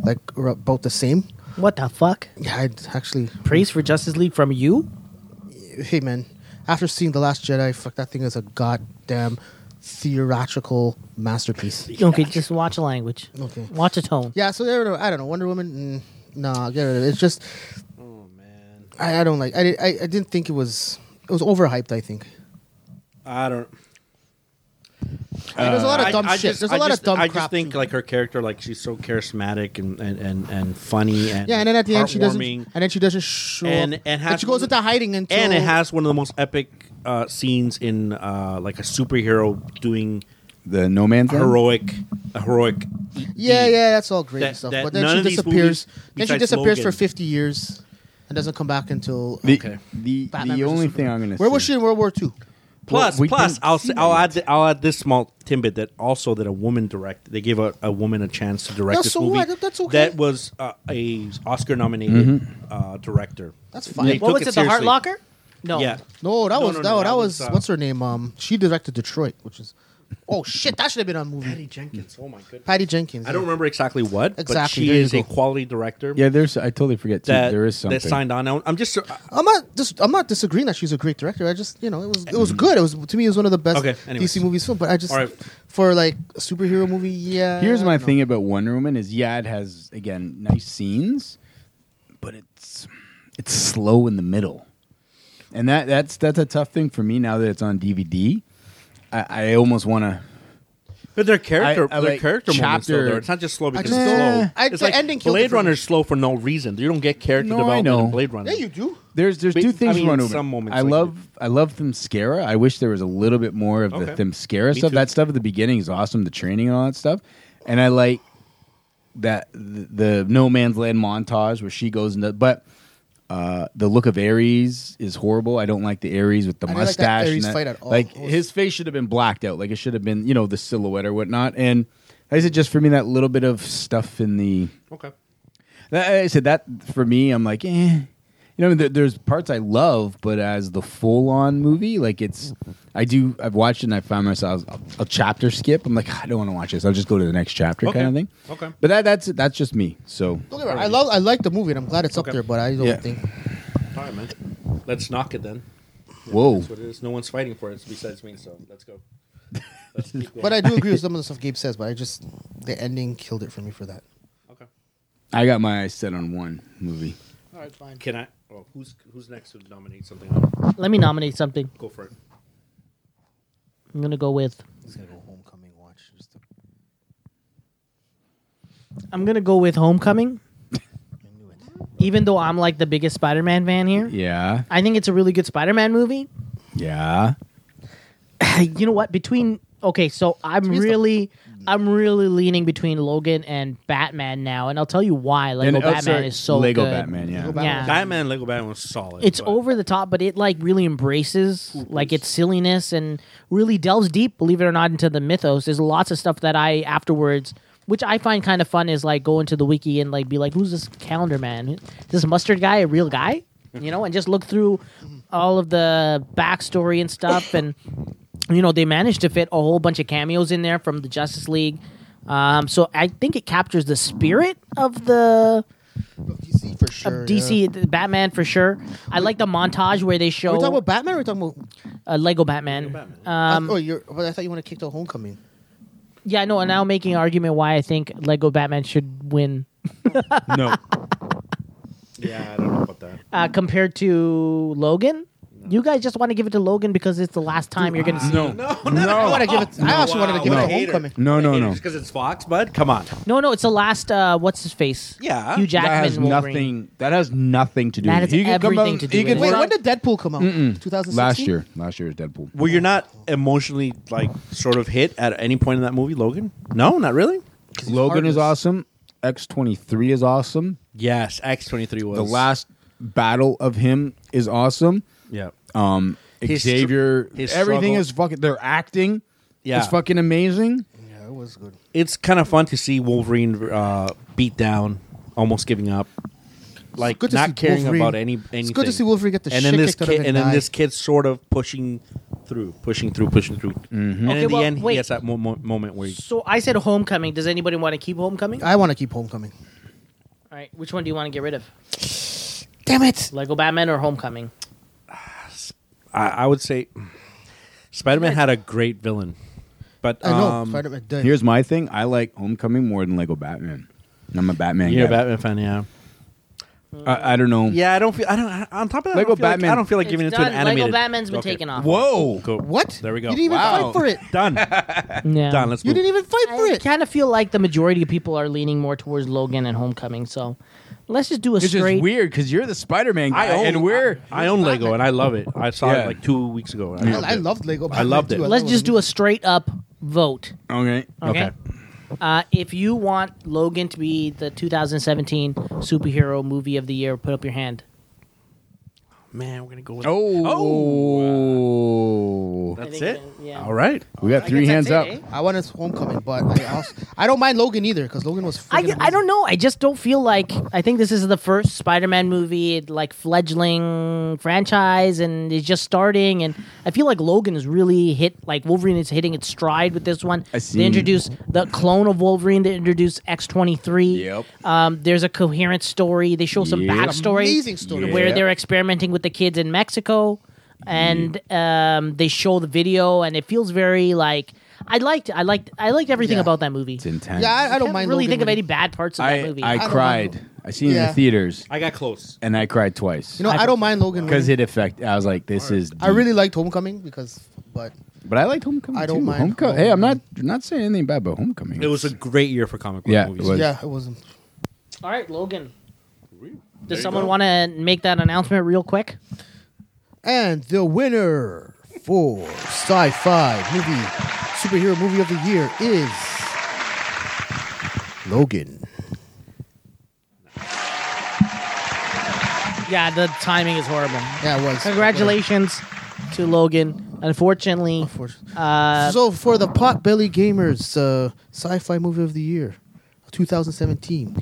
[SPEAKER 6] Like are about the same.
[SPEAKER 4] What the fuck?
[SPEAKER 6] Yeah, I actually.
[SPEAKER 4] Praise for Justice League from you?
[SPEAKER 6] Hey, man. After seeing the Last Jedi, fuck that thing is a goddamn theatrical masterpiece.
[SPEAKER 4] Okay, just watch language.
[SPEAKER 6] Okay.
[SPEAKER 4] Watch a tone.
[SPEAKER 6] Yeah. So there. I don't know. Wonder Woman. Mm, nah, get rid of it. It's just.
[SPEAKER 8] Oh,
[SPEAKER 6] I, I don't like. I, did, I I didn't think it was. It was overhyped. I think.
[SPEAKER 8] I don't.
[SPEAKER 6] Like, there's a lot of
[SPEAKER 8] Uh, I-
[SPEAKER 6] dumb
[SPEAKER 8] I
[SPEAKER 6] shit.
[SPEAKER 8] just-
[SPEAKER 6] there's a
[SPEAKER 8] I
[SPEAKER 6] lot
[SPEAKER 8] just-
[SPEAKER 6] of dumb
[SPEAKER 8] I
[SPEAKER 6] crap.
[SPEAKER 8] just think like her character, like she's so charismatic and and and, and funny and
[SPEAKER 6] yeah, and then at the end she doesn't,
[SPEAKER 8] heartwarming.
[SPEAKER 6] and then she doesn't show
[SPEAKER 8] and
[SPEAKER 6] up,
[SPEAKER 8] and,
[SPEAKER 6] and,
[SPEAKER 8] has
[SPEAKER 6] she goes into hiding until
[SPEAKER 8] and it has one of the most epic uh, scenes in uh, like a superhero doing
[SPEAKER 5] the No Man's Land?
[SPEAKER 8] heroic a heroic.
[SPEAKER 6] yeah, yeah, that's all great
[SPEAKER 8] That-
[SPEAKER 6] and stuff.
[SPEAKER 8] that
[SPEAKER 6] But then
[SPEAKER 8] none
[SPEAKER 6] she
[SPEAKER 8] of these
[SPEAKER 6] disappears.
[SPEAKER 8] movies
[SPEAKER 6] Then she
[SPEAKER 8] besides
[SPEAKER 6] disappears for
[SPEAKER 8] Logan.
[SPEAKER 6] 50 years and doesn't come back until
[SPEAKER 5] The,
[SPEAKER 8] Okay.
[SPEAKER 5] the,
[SPEAKER 6] Batman
[SPEAKER 5] the
[SPEAKER 6] versus
[SPEAKER 5] only
[SPEAKER 6] Superman.
[SPEAKER 5] thing I'm going to
[SPEAKER 6] where was she in World War II?
[SPEAKER 8] Plus,
[SPEAKER 5] Well, we
[SPEAKER 8] plus,
[SPEAKER 5] didn't
[SPEAKER 8] I'll
[SPEAKER 5] see
[SPEAKER 8] say, I'll
[SPEAKER 5] it.
[SPEAKER 8] add th- I'll add this small tidbit that also that a woman directed. They gave a, a woman a chance to direct
[SPEAKER 6] Yeah,
[SPEAKER 8] this
[SPEAKER 6] so
[SPEAKER 8] movie.
[SPEAKER 6] what? That's okay.
[SPEAKER 8] That was uh, a Oscar nominated
[SPEAKER 6] Mm-hmm.
[SPEAKER 8] uh, director.
[SPEAKER 6] That's fine.
[SPEAKER 8] They
[SPEAKER 4] What
[SPEAKER 8] took
[SPEAKER 4] was it? The Heart
[SPEAKER 8] seriously.
[SPEAKER 4] Locker? No.
[SPEAKER 8] Yeah.
[SPEAKER 6] No, that
[SPEAKER 8] No,
[SPEAKER 6] was
[SPEAKER 8] no,
[SPEAKER 6] that,
[SPEAKER 8] no,
[SPEAKER 6] that,
[SPEAKER 8] that
[SPEAKER 6] was,
[SPEAKER 8] was, uh,
[SPEAKER 6] what's her name? Um, she directed Detroit, which is oh shit, that should have been a movie.
[SPEAKER 8] Patty Jenkins. Oh my goodness.
[SPEAKER 6] Patty Jenkins.
[SPEAKER 8] I don't remember exactly what, but
[SPEAKER 6] Exactly,
[SPEAKER 8] she
[SPEAKER 6] there you
[SPEAKER 8] is a
[SPEAKER 6] go.
[SPEAKER 8] quality director.
[SPEAKER 5] Yeah, there's. I totally forget. Too.
[SPEAKER 8] That
[SPEAKER 5] there is something.
[SPEAKER 8] that signed on. I'm just uh,
[SPEAKER 6] I'm not dis- I'm not disagreeing that she's a great director. I just you know it was it was good. It was to me it was one of the best
[SPEAKER 8] Okay, anyways.
[SPEAKER 6] DC movies film. But I just
[SPEAKER 8] All right.
[SPEAKER 6] for like a superhero movie, yeah.
[SPEAKER 5] Here's
[SPEAKER 6] I
[SPEAKER 5] my
[SPEAKER 6] don't
[SPEAKER 5] thing
[SPEAKER 6] know.
[SPEAKER 5] about Wonder Woman: is yeah, it has again nice scenes, but it's it's slow in the middle, and that that's that's a tough thing for me now that it's on DVD. I, I almost want to.
[SPEAKER 8] But their character,
[SPEAKER 5] I- I
[SPEAKER 8] their
[SPEAKER 5] like
[SPEAKER 8] character moments though.
[SPEAKER 5] chapter-
[SPEAKER 8] There, it's not just slow because
[SPEAKER 6] just
[SPEAKER 8] it's
[SPEAKER 6] don't-
[SPEAKER 8] slow.
[SPEAKER 6] I-
[SPEAKER 8] it's
[SPEAKER 6] the
[SPEAKER 8] like
[SPEAKER 6] ending killed it
[SPEAKER 8] Blade
[SPEAKER 6] for me.
[SPEAKER 8] Runner is slow for no reason. You don't get character
[SPEAKER 5] No, I
[SPEAKER 8] development
[SPEAKER 5] know.
[SPEAKER 8] in Blade Runner.
[SPEAKER 6] Yeah, you do.
[SPEAKER 5] There's there's
[SPEAKER 8] But,
[SPEAKER 5] two things
[SPEAKER 8] I mean,
[SPEAKER 5] for Wonder Woman.
[SPEAKER 8] some moments
[SPEAKER 5] I
[SPEAKER 8] like
[SPEAKER 5] love I love Themyscira. I wish there was a little bit more of
[SPEAKER 8] Okay.
[SPEAKER 5] the Themyscira
[SPEAKER 8] Me
[SPEAKER 5] stuff.
[SPEAKER 8] too.
[SPEAKER 5] That stuff at the beginning is awesome. The training and all that stuff, and I like that the, the No Man's Land montage where she goes into. But uh, the look of Ares is horrible. I don't like the Ares with the
[SPEAKER 6] I didn't like
[SPEAKER 5] mustache.
[SPEAKER 6] that
[SPEAKER 5] and
[SPEAKER 6] Ares fight at all.
[SPEAKER 5] Like
[SPEAKER 6] It was-
[SPEAKER 5] his face should have been blacked out. Like it should have been you know the silhouette or whatnot. And I said just for me that little bit of stuff in the
[SPEAKER 8] Okay.
[SPEAKER 5] that, I said that for me. I'm like, eh. You know, there, there's parts I love, but as the full-on movie, like it's, I do. I've watched it and I found myself a, a chapter skip. I'm like, "Ah, I don't want to watch this. I'll just go to the next chapter,
[SPEAKER 8] Okay.
[SPEAKER 5] kind of thing.
[SPEAKER 8] Okay.
[SPEAKER 5] But that, that's that's just me. So
[SPEAKER 6] Don't get me wrong, I love I like the movie and I'm glad it's
[SPEAKER 8] Okay.
[SPEAKER 6] up there, but I don't
[SPEAKER 5] Yeah.
[SPEAKER 6] think
[SPEAKER 8] All right, man. Let's knock it then.
[SPEAKER 5] whoa,
[SPEAKER 8] That's what it is. No one's fighting for it besides me, so let's go.
[SPEAKER 5] [laughs]
[SPEAKER 8] Let's keep going.
[SPEAKER 6] But I do agree with some of the stuff Gabe says, but I just the ending killed it for me for that.
[SPEAKER 8] okay.
[SPEAKER 5] I got my eyes set on one movie.
[SPEAKER 6] All right, fine.
[SPEAKER 8] Can I? Oh, who's who's next to nominate something? I'll
[SPEAKER 4] Let me nominate something.
[SPEAKER 8] go for it.
[SPEAKER 4] I'm gonna go with.
[SPEAKER 6] He's gonna go homecoming watch. Just to,
[SPEAKER 4] I'm gonna go with Homecoming.
[SPEAKER 6] [laughs] I knew it.
[SPEAKER 4] Even though I'm like the biggest Spider-Man fan here,
[SPEAKER 5] Yeah,
[SPEAKER 4] I think it's a really good Spider-Man movie.
[SPEAKER 5] yeah.
[SPEAKER 4] [sighs] you know what? Between okay, so I'm
[SPEAKER 6] the-
[SPEAKER 4] really, I'm really leaning between Logan and Batman now, and I'll tell you why. Lego
[SPEAKER 5] And- oh,
[SPEAKER 4] Batman
[SPEAKER 5] sorry,
[SPEAKER 4] is so
[SPEAKER 5] Lego
[SPEAKER 4] good.
[SPEAKER 5] Batman. Yeah,
[SPEAKER 6] Batman.
[SPEAKER 4] Yeah.
[SPEAKER 8] Batman, Lego Batman was solid.
[SPEAKER 4] It's
[SPEAKER 8] but-
[SPEAKER 4] over the top, but it like really embraces like its silliness and really delves deep, believe it or not, into the mythos. There's lots of stuff that I afterwards, which I find kind of fun, is like go into the wiki and like be like, who's this calendar man? Is this mustard guy a real guy? You know, and just look through all of the backstory and stuff, and you know they managed to fit a whole bunch of cameos in there from the Justice League. Um, so I think it captures the spirit of the
[SPEAKER 6] DC for sure.
[SPEAKER 4] of
[SPEAKER 6] Yeah.
[SPEAKER 4] DC, th- Batman for sure. I like the montage where they show
[SPEAKER 6] Are we talking about Batman or are we talking about
[SPEAKER 4] uh, Lego Batman. Uh,
[SPEAKER 6] I, oh, you're, but I thought you want to kick the homecoming.
[SPEAKER 4] yeah, no, and now I'm making an argument why I think Lego Batman should win
[SPEAKER 5] no,
[SPEAKER 8] [laughs] Yeah, I don't know about that.
[SPEAKER 4] uh, compared to Logan. You guys just want to give it to Logan because it's the last time you're going to see.
[SPEAKER 5] no,
[SPEAKER 8] No, no. [laughs]
[SPEAKER 6] I want to give it. I also
[SPEAKER 8] wow,
[SPEAKER 6] wanted to give
[SPEAKER 8] what
[SPEAKER 6] it
[SPEAKER 8] a
[SPEAKER 6] to
[SPEAKER 8] hater.
[SPEAKER 6] homecoming.
[SPEAKER 5] no, no,
[SPEAKER 8] Hey,
[SPEAKER 5] no.
[SPEAKER 8] Just because it's Fox, bud. Come on.
[SPEAKER 4] No, no, it's the last. Uh, what's his face?
[SPEAKER 8] Yeah.
[SPEAKER 4] Hugh Jackman.
[SPEAKER 5] That has
[SPEAKER 4] Wolverine.
[SPEAKER 5] nothing. That has nothing to do.
[SPEAKER 4] That
[SPEAKER 5] with
[SPEAKER 4] has
[SPEAKER 5] it. You could come
[SPEAKER 4] everything
[SPEAKER 5] out-
[SPEAKER 4] to do
[SPEAKER 5] you
[SPEAKER 4] with
[SPEAKER 5] could
[SPEAKER 4] it.
[SPEAKER 6] Wait,
[SPEAKER 5] run-
[SPEAKER 6] when did Deadpool come out? 2016.
[SPEAKER 5] last year? Last year's Deadpool.
[SPEAKER 8] Were you not emotionally like sort of hit at any point in that movie, Logan? No, not really.
[SPEAKER 5] Logan is
[SPEAKER 6] hardest.
[SPEAKER 5] awesome. X twenty three is awesome.
[SPEAKER 8] Yes, X twenty three was
[SPEAKER 5] The last battle of him is awesome.
[SPEAKER 8] Yeah.
[SPEAKER 5] Um,
[SPEAKER 8] His str-
[SPEAKER 5] Xavier,
[SPEAKER 8] his
[SPEAKER 5] everything
[SPEAKER 8] struggle-
[SPEAKER 5] is fucking. They're acting.
[SPEAKER 8] Yeah.
[SPEAKER 5] it's fucking amazing.
[SPEAKER 6] Yeah, it was good.
[SPEAKER 8] it's kind of fun to see Wolverine uh, beat down, almost giving up, like
[SPEAKER 6] good to see
[SPEAKER 8] not caring
[SPEAKER 6] Wolverine-
[SPEAKER 8] about any
[SPEAKER 6] it's good
[SPEAKER 8] anything.
[SPEAKER 6] to see Wolverine get the
[SPEAKER 8] and then
[SPEAKER 6] shit
[SPEAKER 8] this
[SPEAKER 6] kicked out of
[SPEAKER 8] kid,
[SPEAKER 6] him
[SPEAKER 8] and then
[SPEAKER 6] and
[SPEAKER 8] this
[SPEAKER 6] die.
[SPEAKER 8] kid sort of pushing through, pushing through, pushing through,
[SPEAKER 6] Mm-hmm.
[SPEAKER 8] and
[SPEAKER 4] Okay,
[SPEAKER 8] in the
[SPEAKER 4] well,
[SPEAKER 8] end,
[SPEAKER 4] wait.
[SPEAKER 8] he has that mo- mo- moment where he,
[SPEAKER 4] So I said Homecoming. Does anybody want to keep Homecoming? All
[SPEAKER 6] I want to keep homecoming.
[SPEAKER 4] right, which one do you want to get rid of?
[SPEAKER 6] Damn it!
[SPEAKER 4] Lego Batman or Homecoming?
[SPEAKER 8] I, I would say, Spider Man had a great villain, but
[SPEAKER 6] I know.
[SPEAKER 8] um,
[SPEAKER 6] Spider-Man did.
[SPEAKER 5] Here's my thing. I like Homecoming more than Lego Batman. And I'm a Batman.
[SPEAKER 8] you're a
[SPEAKER 5] guy.
[SPEAKER 8] Batman fan, yeah.
[SPEAKER 5] I, I don't know.
[SPEAKER 8] Yeah, I don't feel. I don't. I- On top of that, I
[SPEAKER 5] Lego
[SPEAKER 8] don't feel like-
[SPEAKER 5] Batman-
[SPEAKER 8] I don't feel like
[SPEAKER 4] It's
[SPEAKER 8] giving it to
[SPEAKER 4] done.
[SPEAKER 8] an animated.
[SPEAKER 4] Lego Batman's been
[SPEAKER 8] Okay.
[SPEAKER 4] taken off.
[SPEAKER 5] Whoa.
[SPEAKER 8] Cool.
[SPEAKER 6] What?
[SPEAKER 8] There we go.
[SPEAKER 6] You didn't even
[SPEAKER 5] Wow.
[SPEAKER 6] fight [laughs] for it.
[SPEAKER 8] Done.
[SPEAKER 4] Yeah.
[SPEAKER 8] Done. Let's
[SPEAKER 6] You
[SPEAKER 8] move.
[SPEAKER 6] didn't even fight for
[SPEAKER 4] I
[SPEAKER 6] it.
[SPEAKER 4] kind of feel like the majority of people are leaning more towards Logan and Homecoming. So let's just do a
[SPEAKER 5] It's just
[SPEAKER 4] straight.
[SPEAKER 5] weird because you're the Spider Man guy,
[SPEAKER 8] I own,
[SPEAKER 5] and we're
[SPEAKER 8] I, I own Lego and I love it. I saw
[SPEAKER 5] Yeah.
[SPEAKER 8] it like two weeks
[SPEAKER 6] I,
[SPEAKER 8] ago. loved
[SPEAKER 6] I
[SPEAKER 8] it.
[SPEAKER 6] loved Lego.
[SPEAKER 8] I loved it.
[SPEAKER 4] Let's just do a straight up vote.
[SPEAKER 5] okay.
[SPEAKER 4] Okay.
[SPEAKER 8] Okay.
[SPEAKER 4] Uh, if you want Logan to be the 2017 superhero movie of the year, put up your hand.
[SPEAKER 8] man, we're gonna go with
[SPEAKER 4] I
[SPEAKER 5] Oh,
[SPEAKER 8] That's
[SPEAKER 4] think,
[SPEAKER 8] it.
[SPEAKER 4] uh, yeah.
[SPEAKER 8] All right.
[SPEAKER 5] we got
[SPEAKER 4] I
[SPEAKER 5] three
[SPEAKER 4] guess
[SPEAKER 5] hands up.
[SPEAKER 4] that's it, eh?
[SPEAKER 6] I want his homecoming, but I also I don't mind Logan either because Logan was.
[SPEAKER 4] I,
[SPEAKER 6] friggin'
[SPEAKER 4] I don't know. I just don't feel like I think this is the first Spider-Man movie like fledgling franchise and it's just starting and I feel like Logan is really hit like Wolverine is hitting its stride with this one.
[SPEAKER 5] I
[SPEAKER 4] They
[SPEAKER 5] seen-
[SPEAKER 4] introduce the clone of Wolverine, they introduce X23.
[SPEAKER 5] Yep.
[SPEAKER 4] Um there's a coherent story. They show some
[SPEAKER 5] Yep.
[SPEAKER 4] backstory
[SPEAKER 6] Amazing story.
[SPEAKER 4] where
[SPEAKER 5] Yep.
[SPEAKER 4] they're experimenting with the kids in Mexico and um they show the video and it feels very like I liked I liked I liked everything
[SPEAKER 6] Yeah.
[SPEAKER 4] about that movie.
[SPEAKER 5] It's intense.
[SPEAKER 6] Yeah, I, I don't
[SPEAKER 4] can't
[SPEAKER 6] mind.
[SPEAKER 4] really
[SPEAKER 6] Logan
[SPEAKER 4] think of
[SPEAKER 6] when-
[SPEAKER 4] any bad parts of
[SPEAKER 5] I,
[SPEAKER 4] that movie.
[SPEAKER 5] I,
[SPEAKER 6] don't
[SPEAKER 5] cried.
[SPEAKER 6] know.
[SPEAKER 5] I seen it in
[SPEAKER 6] Yeah.
[SPEAKER 5] the theaters
[SPEAKER 8] I got close.
[SPEAKER 5] and I cried twice.
[SPEAKER 6] You know, I, don't mind Logan when-
[SPEAKER 5] because it affected. I was like, this is.
[SPEAKER 6] I really liked Homecoming because, but
[SPEAKER 5] But I liked Homecoming.
[SPEAKER 6] I don't
[SPEAKER 5] too.
[SPEAKER 6] mind
[SPEAKER 5] Homecoming. Hey, I'm not not saying anything bad about Homecoming.
[SPEAKER 8] It was a great year for comic book
[SPEAKER 5] Yeah,
[SPEAKER 8] movies.
[SPEAKER 5] it was.
[SPEAKER 6] yeah, it wasn't.
[SPEAKER 4] All right, Logan.
[SPEAKER 2] There
[SPEAKER 4] Does
[SPEAKER 2] you
[SPEAKER 4] someone
[SPEAKER 2] go.
[SPEAKER 4] want to make that announcement real quick?
[SPEAKER 6] And the winner for sci-fi movie superhero movie of the year is Logan.
[SPEAKER 4] Yeah, the timing is horrible.
[SPEAKER 6] Yeah, it was.
[SPEAKER 4] Congratulations to Logan. Unfortunately, [laughs]
[SPEAKER 6] Unfortunately.
[SPEAKER 4] uh,
[SPEAKER 6] so for the Potbelly Gamers uh, sci-fi movie of the year, 2017,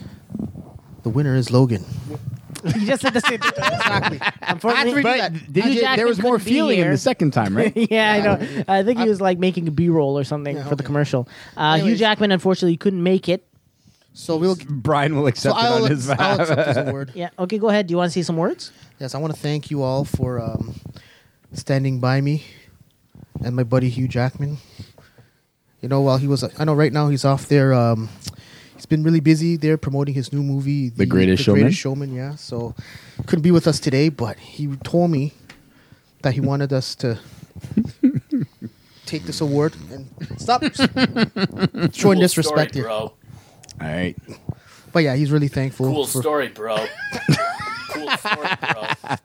[SPEAKER 6] the winner is Logan.
[SPEAKER 4] he just said the same thing. [laughs]
[SPEAKER 6] Exactly.
[SPEAKER 4] Unfortunately,
[SPEAKER 5] But did you,
[SPEAKER 4] Jackman
[SPEAKER 5] there was more
[SPEAKER 4] couldn't be
[SPEAKER 5] feeling in
[SPEAKER 4] here.
[SPEAKER 5] the second
[SPEAKER 9] [laughs]
[SPEAKER 5] time, right?
[SPEAKER 4] [laughs] yeah, I know. I think he was like making a B-roll or something
[SPEAKER 6] Yeah,
[SPEAKER 4] for the
[SPEAKER 6] okay.
[SPEAKER 4] commercial. Uh, Hugh
[SPEAKER 6] Anyways.
[SPEAKER 4] Jackman, unfortunately, couldn't make it.
[SPEAKER 6] So we'll.
[SPEAKER 5] Brian will
[SPEAKER 6] So
[SPEAKER 5] accept it
[SPEAKER 6] I'll,
[SPEAKER 5] on his
[SPEAKER 6] I'll
[SPEAKER 5] behalf.
[SPEAKER 6] accept this award.
[SPEAKER 4] Yeah. Okay, go ahead. Do you want to see some words?
[SPEAKER 6] Yes, I want to thank you all for um, standing by me and my buddy Hugh Jackman. You know, while he was, I know right now he's off there. Um, he's been really busy there promoting his new movie,
[SPEAKER 5] The Greatest
[SPEAKER 6] Showman. Yeah, so couldn't be with us today, but he told me that he wanted us to take this award and
[SPEAKER 9] [laughs]
[SPEAKER 6] stop showing
[SPEAKER 9] story,
[SPEAKER 6] disrespect here.
[SPEAKER 9] bro.
[SPEAKER 5] All right.
[SPEAKER 6] But yeah, he's really thankful.
[SPEAKER 9] Cool
[SPEAKER 6] for,
[SPEAKER 9] story, bro. cool story, bro. Cool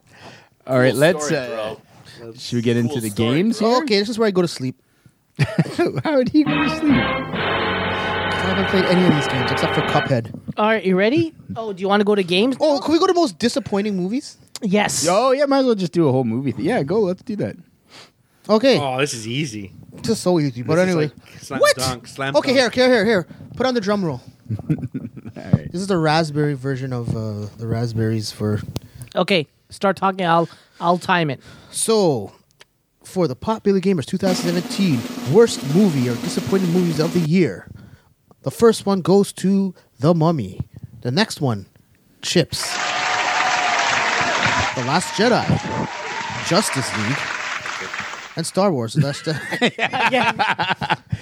[SPEAKER 5] All right. let's.
[SPEAKER 9] story,
[SPEAKER 5] uh,
[SPEAKER 9] bro.
[SPEAKER 5] should we get into
[SPEAKER 9] Cool
[SPEAKER 5] the
[SPEAKER 9] story,
[SPEAKER 5] games?
[SPEAKER 9] bro.
[SPEAKER 5] here?
[SPEAKER 6] Okay, this is where I go to sleep.
[SPEAKER 5] How would he go to sleep?
[SPEAKER 6] I haven't played any of these games except for Cuphead.
[SPEAKER 4] All right, you ready? Oh, do you want to go to games?
[SPEAKER 6] Oh, can we go to most disappointing movies?
[SPEAKER 4] yes.
[SPEAKER 5] Oh yeah, might as well just do a whole movie. Thing. Yeah, go. Let's do that.
[SPEAKER 6] Okay,
[SPEAKER 8] Oh, this is easy.
[SPEAKER 6] it's just so easy. But
[SPEAKER 8] This is
[SPEAKER 6] anyway,
[SPEAKER 8] like slam
[SPEAKER 6] what?
[SPEAKER 8] dunk, slam
[SPEAKER 6] okay, here,
[SPEAKER 8] dunk.
[SPEAKER 6] here, here, here. Put on the drum
[SPEAKER 8] [laughs]
[SPEAKER 6] roll.
[SPEAKER 5] All right.
[SPEAKER 6] This is the raspberry version of uh, the raspberries for.
[SPEAKER 4] Okay, start talking. I'll I'll time it.
[SPEAKER 6] So, for the Pop Billy Gamers 2017 worst movie or disappointing movies of the year, the first one goes to The Mummy. The next one, Chips. The Last Jedi, Justice League, and Star Wars. So that's the.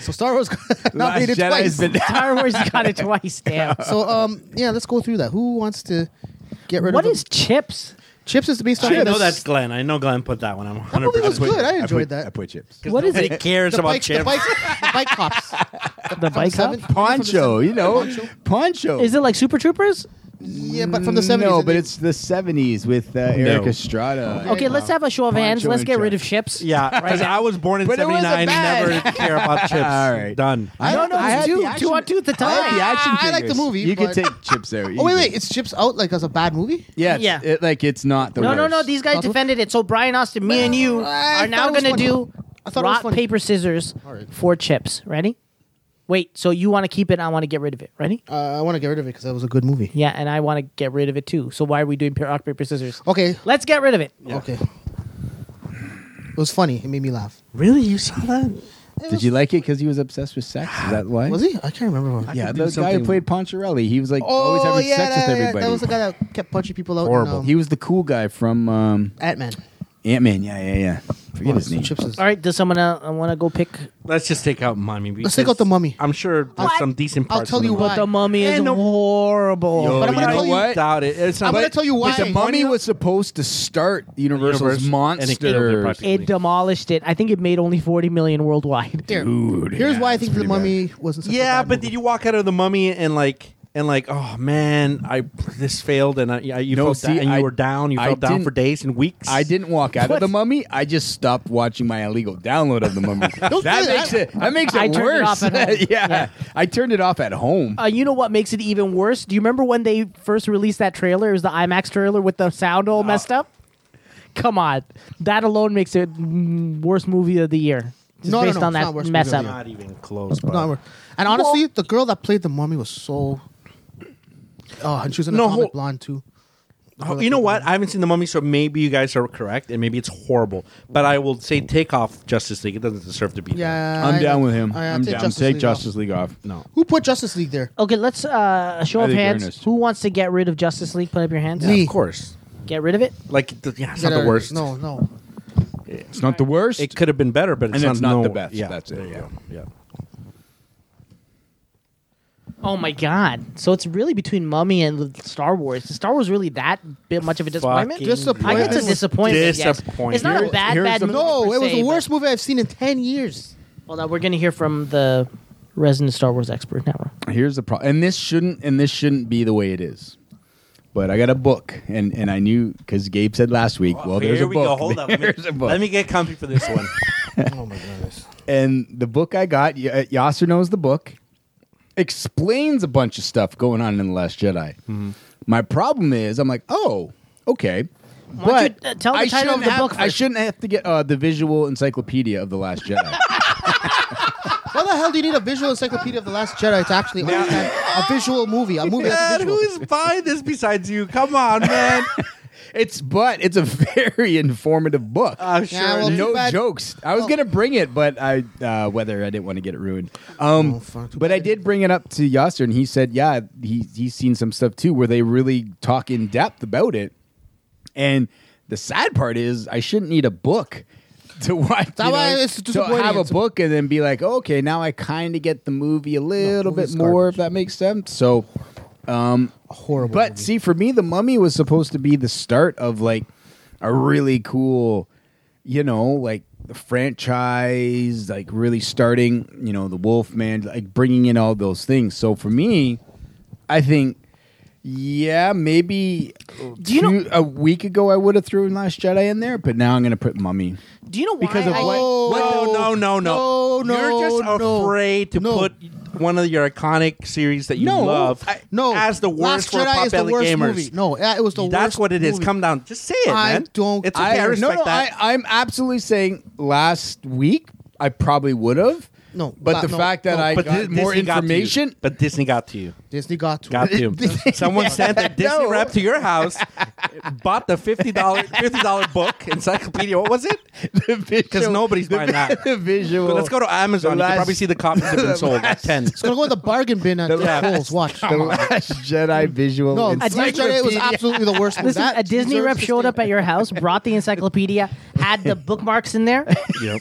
[SPEAKER 6] So Star Wars [laughs] got nominated
[SPEAKER 5] Last Jedi
[SPEAKER 6] twice.
[SPEAKER 5] has been-
[SPEAKER 4] Star Wars got it twice. Damn.
[SPEAKER 6] So um, yeah, let's go through that. Who wants to get rid
[SPEAKER 4] What
[SPEAKER 6] of
[SPEAKER 4] is chips?
[SPEAKER 6] chips? Is based on
[SPEAKER 8] I know
[SPEAKER 6] this-
[SPEAKER 8] that's Glenn. I know Glenn put that one. I'm 100.
[SPEAKER 6] movie was
[SPEAKER 8] percent
[SPEAKER 6] good. I
[SPEAKER 5] I
[SPEAKER 6] enjoyed
[SPEAKER 5] put,
[SPEAKER 6] that.
[SPEAKER 5] I put chips.
[SPEAKER 4] What is
[SPEAKER 8] Nobody
[SPEAKER 4] it?
[SPEAKER 8] cares
[SPEAKER 6] the
[SPEAKER 8] about
[SPEAKER 6] bike, the
[SPEAKER 8] chips.
[SPEAKER 6] bike, the
[SPEAKER 4] [laughs]
[SPEAKER 6] bike cops.
[SPEAKER 4] The bike up?
[SPEAKER 6] Seven-
[SPEAKER 5] Poncho, you know, poncho.
[SPEAKER 4] Is it like Super Troopers?
[SPEAKER 6] Yeah, but from the seventies.
[SPEAKER 5] No, but it's the '70s with uh, Eric Estrada.
[SPEAKER 4] Okay, let's have a show of
[SPEAKER 5] Poncho
[SPEAKER 4] hands. Let's
[SPEAKER 5] and
[SPEAKER 4] get
[SPEAKER 5] Chuck.
[SPEAKER 4] rid of chips.
[SPEAKER 8] Yeah, because I was born in
[SPEAKER 5] But it wasn't
[SPEAKER 8] '79.
[SPEAKER 5] bad.
[SPEAKER 8] Never did care about chips.
[SPEAKER 5] All right.
[SPEAKER 8] done.
[SPEAKER 5] I
[SPEAKER 4] No,
[SPEAKER 5] don't
[SPEAKER 4] no,
[SPEAKER 5] know. I
[SPEAKER 4] it's
[SPEAKER 5] had
[SPEAKER 4] two,
[SPEAKER 5] the action-
[SPEAKER 4] two on two at the
[SPEAKER 5] I
[SPEAKER 4] time.
[SPEAKER 5] had the action
[SPEAKER 6] I like the
[SPEAKER 5] figures.
[SPEAKER 6] movie,
[SPEAKER 5] You could
[SPEAKER 6] but-
[SPEAKER 5] take chips there.
[SPEAKER 6] Oh wait, wait, it's chips out like as a bad movie.
[SPEAKER 5] Yeah, it's,
[SPEAKER 4] Yeah.
[SPEAKER 5] It, like it's not the
[SPEAKER 4] No,
[SPEAKER 5] worst.
[SPEAKER 4] no, no. These guys
[SPEAKER 6] Not the-
[SPEAKER 4] defended it. So Brian Austin, me and you
[SPEAKER 6] I
[SPEAKER 4] are now
[SPEAKER 6] thought it was
[SPEAKER 4] gonna
[SPEAKER 6] funny.
[SPEAKER 4] do
[SPEAKER 6] I thought it was
[SPEAKER 4] rock
[SPEAKER 6] funny.
[SPEAKER 4] paper scissors for chips. Ready? Wait. So you want to keep it? and I want to get rid of it. Ready?
[SPEAKER 6] Uh, I want to get rid of it because that was a good movie.
[SPEAKER 4] Yeah, and I want to get rid of it too. So why are we doing pa- rock paper scissors?
[SPEAKER 6] Okay,
[SPEAKER 4] Let's get rid of it.
[SPEAKER 6] okay. It was funny. It made me laugh.
[SPEAKER 8] Really, you saw that?
[SPEAKER 5] Did you like it because he was obsessed with sex? Is that why?
[SPEAKER 6] Was he? I can't remember.
[SPEAKER 5] Yeah, the
[SPEAKER 8] could do
[SPEAKER 5] guy who
[SPEAKER 8] something-
[SPEAKER 5] played Poncharelli, he was like always
[SPEAKER 6] oh
[SPEAKER 5] having
[SPEAKER 6] yeah,
[SPEAKER 5] sex
[SPEAKER 6] that,
[SPEAKER 5] with
[SPEAKER 6] that-
[SPEAKER 5] everybody.
[SPEAKER 6] that was the guy that kept punching people out.
[SPEAKER 5] Horrible.
[SPEAKER 6] In, um,
[SPEAKER 5] He was the cool guy from um,
[SPEAKER 6] Ant Man.
[SPEAKER 5] Ant Man. Yeah, yeah, yeah. Forget his name.
[SPEAKER 6] Chips is.
[SPEAKER 4] All right. Does someone uh, want to go pick?
[SPEAKER 8] Let's just take out mummy.
[SPEAKER 6] Let's take out the mummy.
[SPEAKER 8] I'm sure there's
[SPEAKER 6] What?
[SPEAKER 8] some decent
[SPEAKER 6] I'll
[SPEAKER 8] parts.
[SPEAKER 6] tell
[SPEAKER 8] in
[SPEAKER 6] you
[SPEAKER 8] the
[SPEAKER 6] what.
[SPEAKER 8] movie.
[SPEAKER 4] The mummy is
[SPEAKER 8] And the-
[SPEAKER 4] horrible.
[SPEAKER 5] Yo,
[SPEAKER 6] But I'm gonna
[SPEAKER 5] know
[SPEAKER 6] tell you-
[SPEAKER 5] what?
[SPEAKER 8] Doubt it. It's not
[SPEAKER 6] I'm gonna
[SPEAKER 8] but-
[SPEAKER 6] tell you why.
[SPEAKER 5] But the mummy
[SPEAKER 6] Funny
[SPEAKER 5] was supposed to start Universal's
[SPEAKER 8] Universal, and
[SPEAKER 5] monster.
[SPEAKER 8] it killed it practically.
[SPEAKER 4] It demolished it. I think it made only 40 million worldwide. [laughs]
[SPEAKER 6] there.
[SPEAKER 5] Dude,
[SPEAKER 6] Here's
[SPEAKER 5] yeah,
[SPEAKER 6] why I
[SPEAKER 5] it's
[SPEAKER 6] think the
[SPEAKER 5] pretty bad.
[SPEAKER 6] mummy wasn't. Such a
[SPEAKER 8] Yeah,
[SPEAKER 6] bad
[SPEAKER 8] but
[SPEAKER 6] movie.
[SPEAKER 8] did you walk out of the mummy and like and like oh man, I this failed and I, I you
[SPEAKER 5] No,
[SPEAKER 8] felt
[SPEAKER 5] see,
[SPEAKER 8] that and you
[SPEAKER 5] I-
[SPEAKER 8] were down. You
[SPEAKER 5] I
[SPEAKER 8] felt down
[SPEAKER 5] didn't-
[SPEAKER 8] for days and weeks.
[SPEAKER 5] I didn't walk out of
[SPEAKER 4] What?
[SPEAKER 5] the mummy. I just stopped watching my illegal download of
[SPEAKER 4] [laughs]
[SPEAKER 5] the mummy. that
[SPEAKER 6] say
[SPEAKER 5] makes
[SPEAKER 6] that.
[SPEAKER 5] it that makes it
[SPEAKER 4] I turned it
[SPEAKER 5] worse.
[SPEAKER 4] off at home.
[SPEAKER 5] [laughs] yeah.
[SPEAKER 4] Yeah.
[SPEAKER 5] I turned it off at home.
[SPEAKER 4] Uh, you know what makes it even
[SPEAKER 6] Oh.
[SPEAKER 4] worse? Do you remember when they first released that trailer? It was the IMAX trailer with the sound all messed up. Come on, that alone makes it mm, worst movie of the year. Just
[SPEAKER 6] No, no,
[SPEAKER 4] based
[SPEAKER 6] no,
[SPEAKER 4] on
[SPEAKER 6] it's
[SPEAKER 4] that
[SPEAKER 6] not worst
[SPEAKER 4] mess
[SPEAKER 6] movie of
[SPEAKER 4] up.
[SPEAKER 6] the
[SPEAKER 8] Not even close, bro.
[SPEAKER 6] No, we're- and honestly, the girl that played the mummy was so. Oh, and she was an
[SPEAKER 8] No,
[SPEAKER 6] atomic
[SPEAKER 8] hold-
[SPEAKER 6] blonde too. The girl
[SPEAKER 8] Oh,
[SPEAKER 6] that
[SPEAKER 8] you know
[SPEAKER 6] played
[SPEAKER 8] what? I haven't seen the mummy, so maybe you guys are correct, and maybe it's horrible. But I will say, take off Justice League. It doesn't deserve to be.
[SPEAKER 6] the- Yeah,
[SPEAKER 5] I'm
[SPEAKER 6] I-
[SPEAKER 5] down with him.
[SPEAKER 6] I- I'd
[SPEAKER 5] I'm
[SPEAKER 6] take
[SPEAKER 5] down.
[SPEAKER 6] Justice
[SPEAKER 5] Take
[SPEAKER 6] League off.
[SPEAKER 5] Justice League off.
[SPEAKER 8] there. No.
[SPEAKER 6] Who put Justice League there?
[SPEAKER 4] Okay, let's uh, a show
[SPEAKER 5] I
[SPEAKER 4] of
[SPEAKER 5] think
[SPEAKER 4] hands.
[SPEAKER 5] Ernest.
[SPEAKER 4] Who wants to get rid of Justice League? Put up your hands.
[SPEAKER 6] Me.
[SPEAKER 8] Of course.
[SPEAKER 4] Get rid of it.
[SPEAKER 8] Like, it does- yeah, it's
[SPEAKER 6] Get
[SPEAKER 8] not the
[SPEAKER 6] out-
[SPEAKER 8] worst.
[SPEAKER 6] No, no.
[SPEAKER 5] It's not the worst.
[SPEAKER 8] It could have been better, but it's
[SPEAKER 5] and
[SPEAKER 8] not,
[SPEAKER 5] it's not
[SPEAKER 8] no-
[SPEAKER 5] the best.
[SPEAKER 8] Yeah,
[SPEAKER 5] That's
[SPEAKER 8] there
[SPEAKER 5] it.
[SPEAKER 8] you
[SPEAKER 5] Yeah.
[SPEAKER 8] go. Yeah.
[SPEAKER 4] Oh my god! So it's really between Mummy and Star Wars. Is Star Wars really that bit much of a disappointment?
[SPEAKER 8] Fucking
[SPEAKER 4] I guess it's a
[SPEAKER 6] Disappointment.
[SPEAKER 4] disappointment. yes.
[SPEAKER 8] Disappointment.
[SPEAKER 4] It's not a
[SPEAKER 5] Here-
[SPEAKER 4] bad
[SPEAKER 5] here's
[SPEAKER 4] bad
[SPEAKER 5] the-
[SPEAKER 4] movie.
[SPEAKER 6] No,
[SPEAKER 4] per
[SPEAKER 6] it was
[SPEAKER 4] se,
[SPEAKER 6] the
[SPEAKER 4] but-
[SPEAKER 6] worst movie I've seen in ten years.
[SPEAKER 4] Well, now we're gonna hear from the resident Star Wars expert now.
[SPEAKER 5] here's the problem and this shouldn't and this shouldn't be the way it is but i got a book and and i knew because gabe said last week well there's
[SPEAKER 8] Oh, Here
[SPEAKER 5] a
[SPEAKER 8] we
[SPEAKER 5] book [laughs]
[SPEAKER 8] go. Hold up. Let
[SPEAKER 5] there's
[SPEAKER 8] me,
[SPEAKER 5] a book
[SPEAKER 8] let me get comfy for this one.
[SPEAKER 6] oh my goodness.
[SPEAKER 5] and the book i got y- uh, yasser knows the book explains a bunch of stuff going on in the last jedi my problem is i'm like oh okay
[SPEAKER 4] Why don't
[SPEAKER 5] but
[SPEAKER 4] you, uh, tell the
[SPEAKER 5] I
[SPEAKER 4] title of
[SPEAKER 5] shouldn't
[SPEAKER 4] the
[SPEAKER 5] have-
[SPEAKER 4] book
[SPEAKER 5] I
[SPEAKER 4] first.
[SPEAKER 5] shouldn't have to get uh, the visual encyclopedia of the
[SPEAKER 4] [laughs]
[SPEAKER 5] Last Jedi.
[SPEAKER 6] Why the hell do you need a visual encyclopedia of the Last Jedi to actually understand a visual movie? A movie that's
[SPEAKER 8] man,
[SPEAKER 6] visual.
[SPEAKER 8] who's buying this besides you? Come on, man.
[SPEAKER 5] it's but it's a [laughs] very informative book.
[SPEAKER 4] Uh,
[SPEAKER 8] I'm sure.
[SPEAKER 6] Yeah, well,
[SPEAKER 8] it is.
[SPEAKER 5] no
[SPEAKER 6] too bad-
[SPEAKER 5] jokes. I
[SPEAKER 6] oh.
[SPEAKER 5] was gonna bring it, but I uh, whether I didn't want to get it ruined. Um,
[SPEAKER 6] Oh, fuck.
[SPEAKER 5] but I did bring it up to Yasser, and he said, "Yeah, he he's seen some stuff too, where they really talk in depth about it." And the sad part is, I shouldn't need a book [laughs] to watch.
[SPEAKER 6] That
[SPEAKER 5] you know,
[SPEAKER 6] why it's
[SPEAKER 5] to
[SPEAKER 6] disappointing.
[SPEAKER 5] have a
[SPEAKER 6] It's-
[SPEAKER 5] book and then be like, "Okay, now I kind of get the movie a little bit
[SPEAKER 6] movie's
[SPEAKER 5] more,"
[SPEAKER 6] garbage.
[SPEAKER 5] if that makes sense. So.
[SPEAKER 6] Horrible.
[SPEAKER 5] But
[SPEAKER 6] movie.
[SPEAKER 5] see, for me, the mummy was supposed to be the start of like a really cool, you know, like the franchise, like really starting, you know, the Wolfman, like bringing in all those things. So for me, I think, yeah, maybe
[SPEAKER 4] Do you know-
[SPEAKER 5] two- a week ago I would have thrown Last Jedi in there, but now I'm going to put mummy.
[SPEAKER 4] Do you know why?
[SPEAKER 5] Because of
[SPEAKER 4] I-
[SPEAKER 5] what-
[SPEAKER 8] What? No, no, no, no.
[SPEAKER 6] No,
[SPEAKER 8] You're just
[SPEAKER 6] no, no.
[SPEAKER 8] afraid to
[SPEAKER 6] No.
[SPEAKER 8] put one of your iconic series that you
[SPEAKER 5] No,
[SPEAKER 8] love
[SPEAKER 5] I-
[SPEAKER 6] no.
[SPEAKER 8] as the
[SPEAKER 6] Last
[SPEAKER 8] worst for
[SPEAKER 6] Jedi
[SPEAKER 8] pop
[SPEAKER 6] is the
[SPEAKER 8] belly
[SPEAKER 6] worst
[SPEAKER 8] gamers.
[SPEAKER 6] movie. No, yeah, it was the
[SPEAKER 8] That's
[SPEAKER 6] worst
[SPEAKER 8] what it is.
[SPEAKER 6] movie.
[SPEAKER 8] Come down. Just say it,
[SPEAKER 6] I
[SPEAKER 8] man.
[SPEAKER 6] don't-
[SPEAKER 8] It's okay. I, respect
[SPEAKER 5] no, no,
[SPEAKER 8] that.
[SPEAKER 5] I, I'm absolutely saying last week I probably would have.
[SPEAKER 6] No,
[SPEAKER 5] but
[SPEAKER 6] la-
[SPEAKER 5] the
[SPEAKER 6] no,
[SPEAKER 5] fact that
[SPEAKER 6] no.
[SPEAKER 5] I
[SPEAKER 8] but
[SPEAKER 5] got
[SPEAKER 8] Dis-
[SPEAKER 5] more
[SPEAKER 8] Disney got to you.
[SPEAKER 5] information, [laughs]
[SPEAKER 8] but Disney got to you.
[SPEAKER 6] Disney got to.
[SPEAKER 8] Got
[SPEAKER 6] it. [laughs]
[SPEAKER 8] to you. Someone sent a Disney
[SPEAKER 5] No.
[SPEAKER 8] rep to your house, bought the
[SPEAKER 6] [laughs]
[SPEAKER 8] fifty dollar fifty dollar book encyclopedia. What was it? Because nobody's buying
[SPEAKER 5] [laughs]
[SPEAKER 8] that.
[SPEAKER 5] the visual.
[SPEAKER 8] Let's go to Amazon.
[SPEAKER 5] the
[SPEAKER 8] you
[SPEAKER 5] last-
[SPEAKER 8] can probably see the copies
[SPEAKER 6] [laughs]
[SPEAKER 8] have been sold at ten.
[SPEAKER 6] It's gonna go in the bargain bin at the
[SPEAKER 8] last-
[SPEAKER 6] Kohl's.
[SPEAKER 8] [laughs]
[SPEAKER 6] Watch.
[SPEAKER 5] the Last Jedi visual.
[SPEAKER 6] No,
[SPEAKER 5] and-
[SPEAKER 6] Last Jedi was absolutely the worst. movie.
[SPEAKER 4] Listen,
[SPEAKER 6] That
[SPEAKER 4] a Disney
[SPEAKER 6] deserves
[SPEAKER 4] rep
[SPEAKER 6] to
[SPEAKER 4] showed
[SPEAKER 6] stay.
[SPEAKER 4] up at your house, brought the encyclopedia, had the bookmarks in there,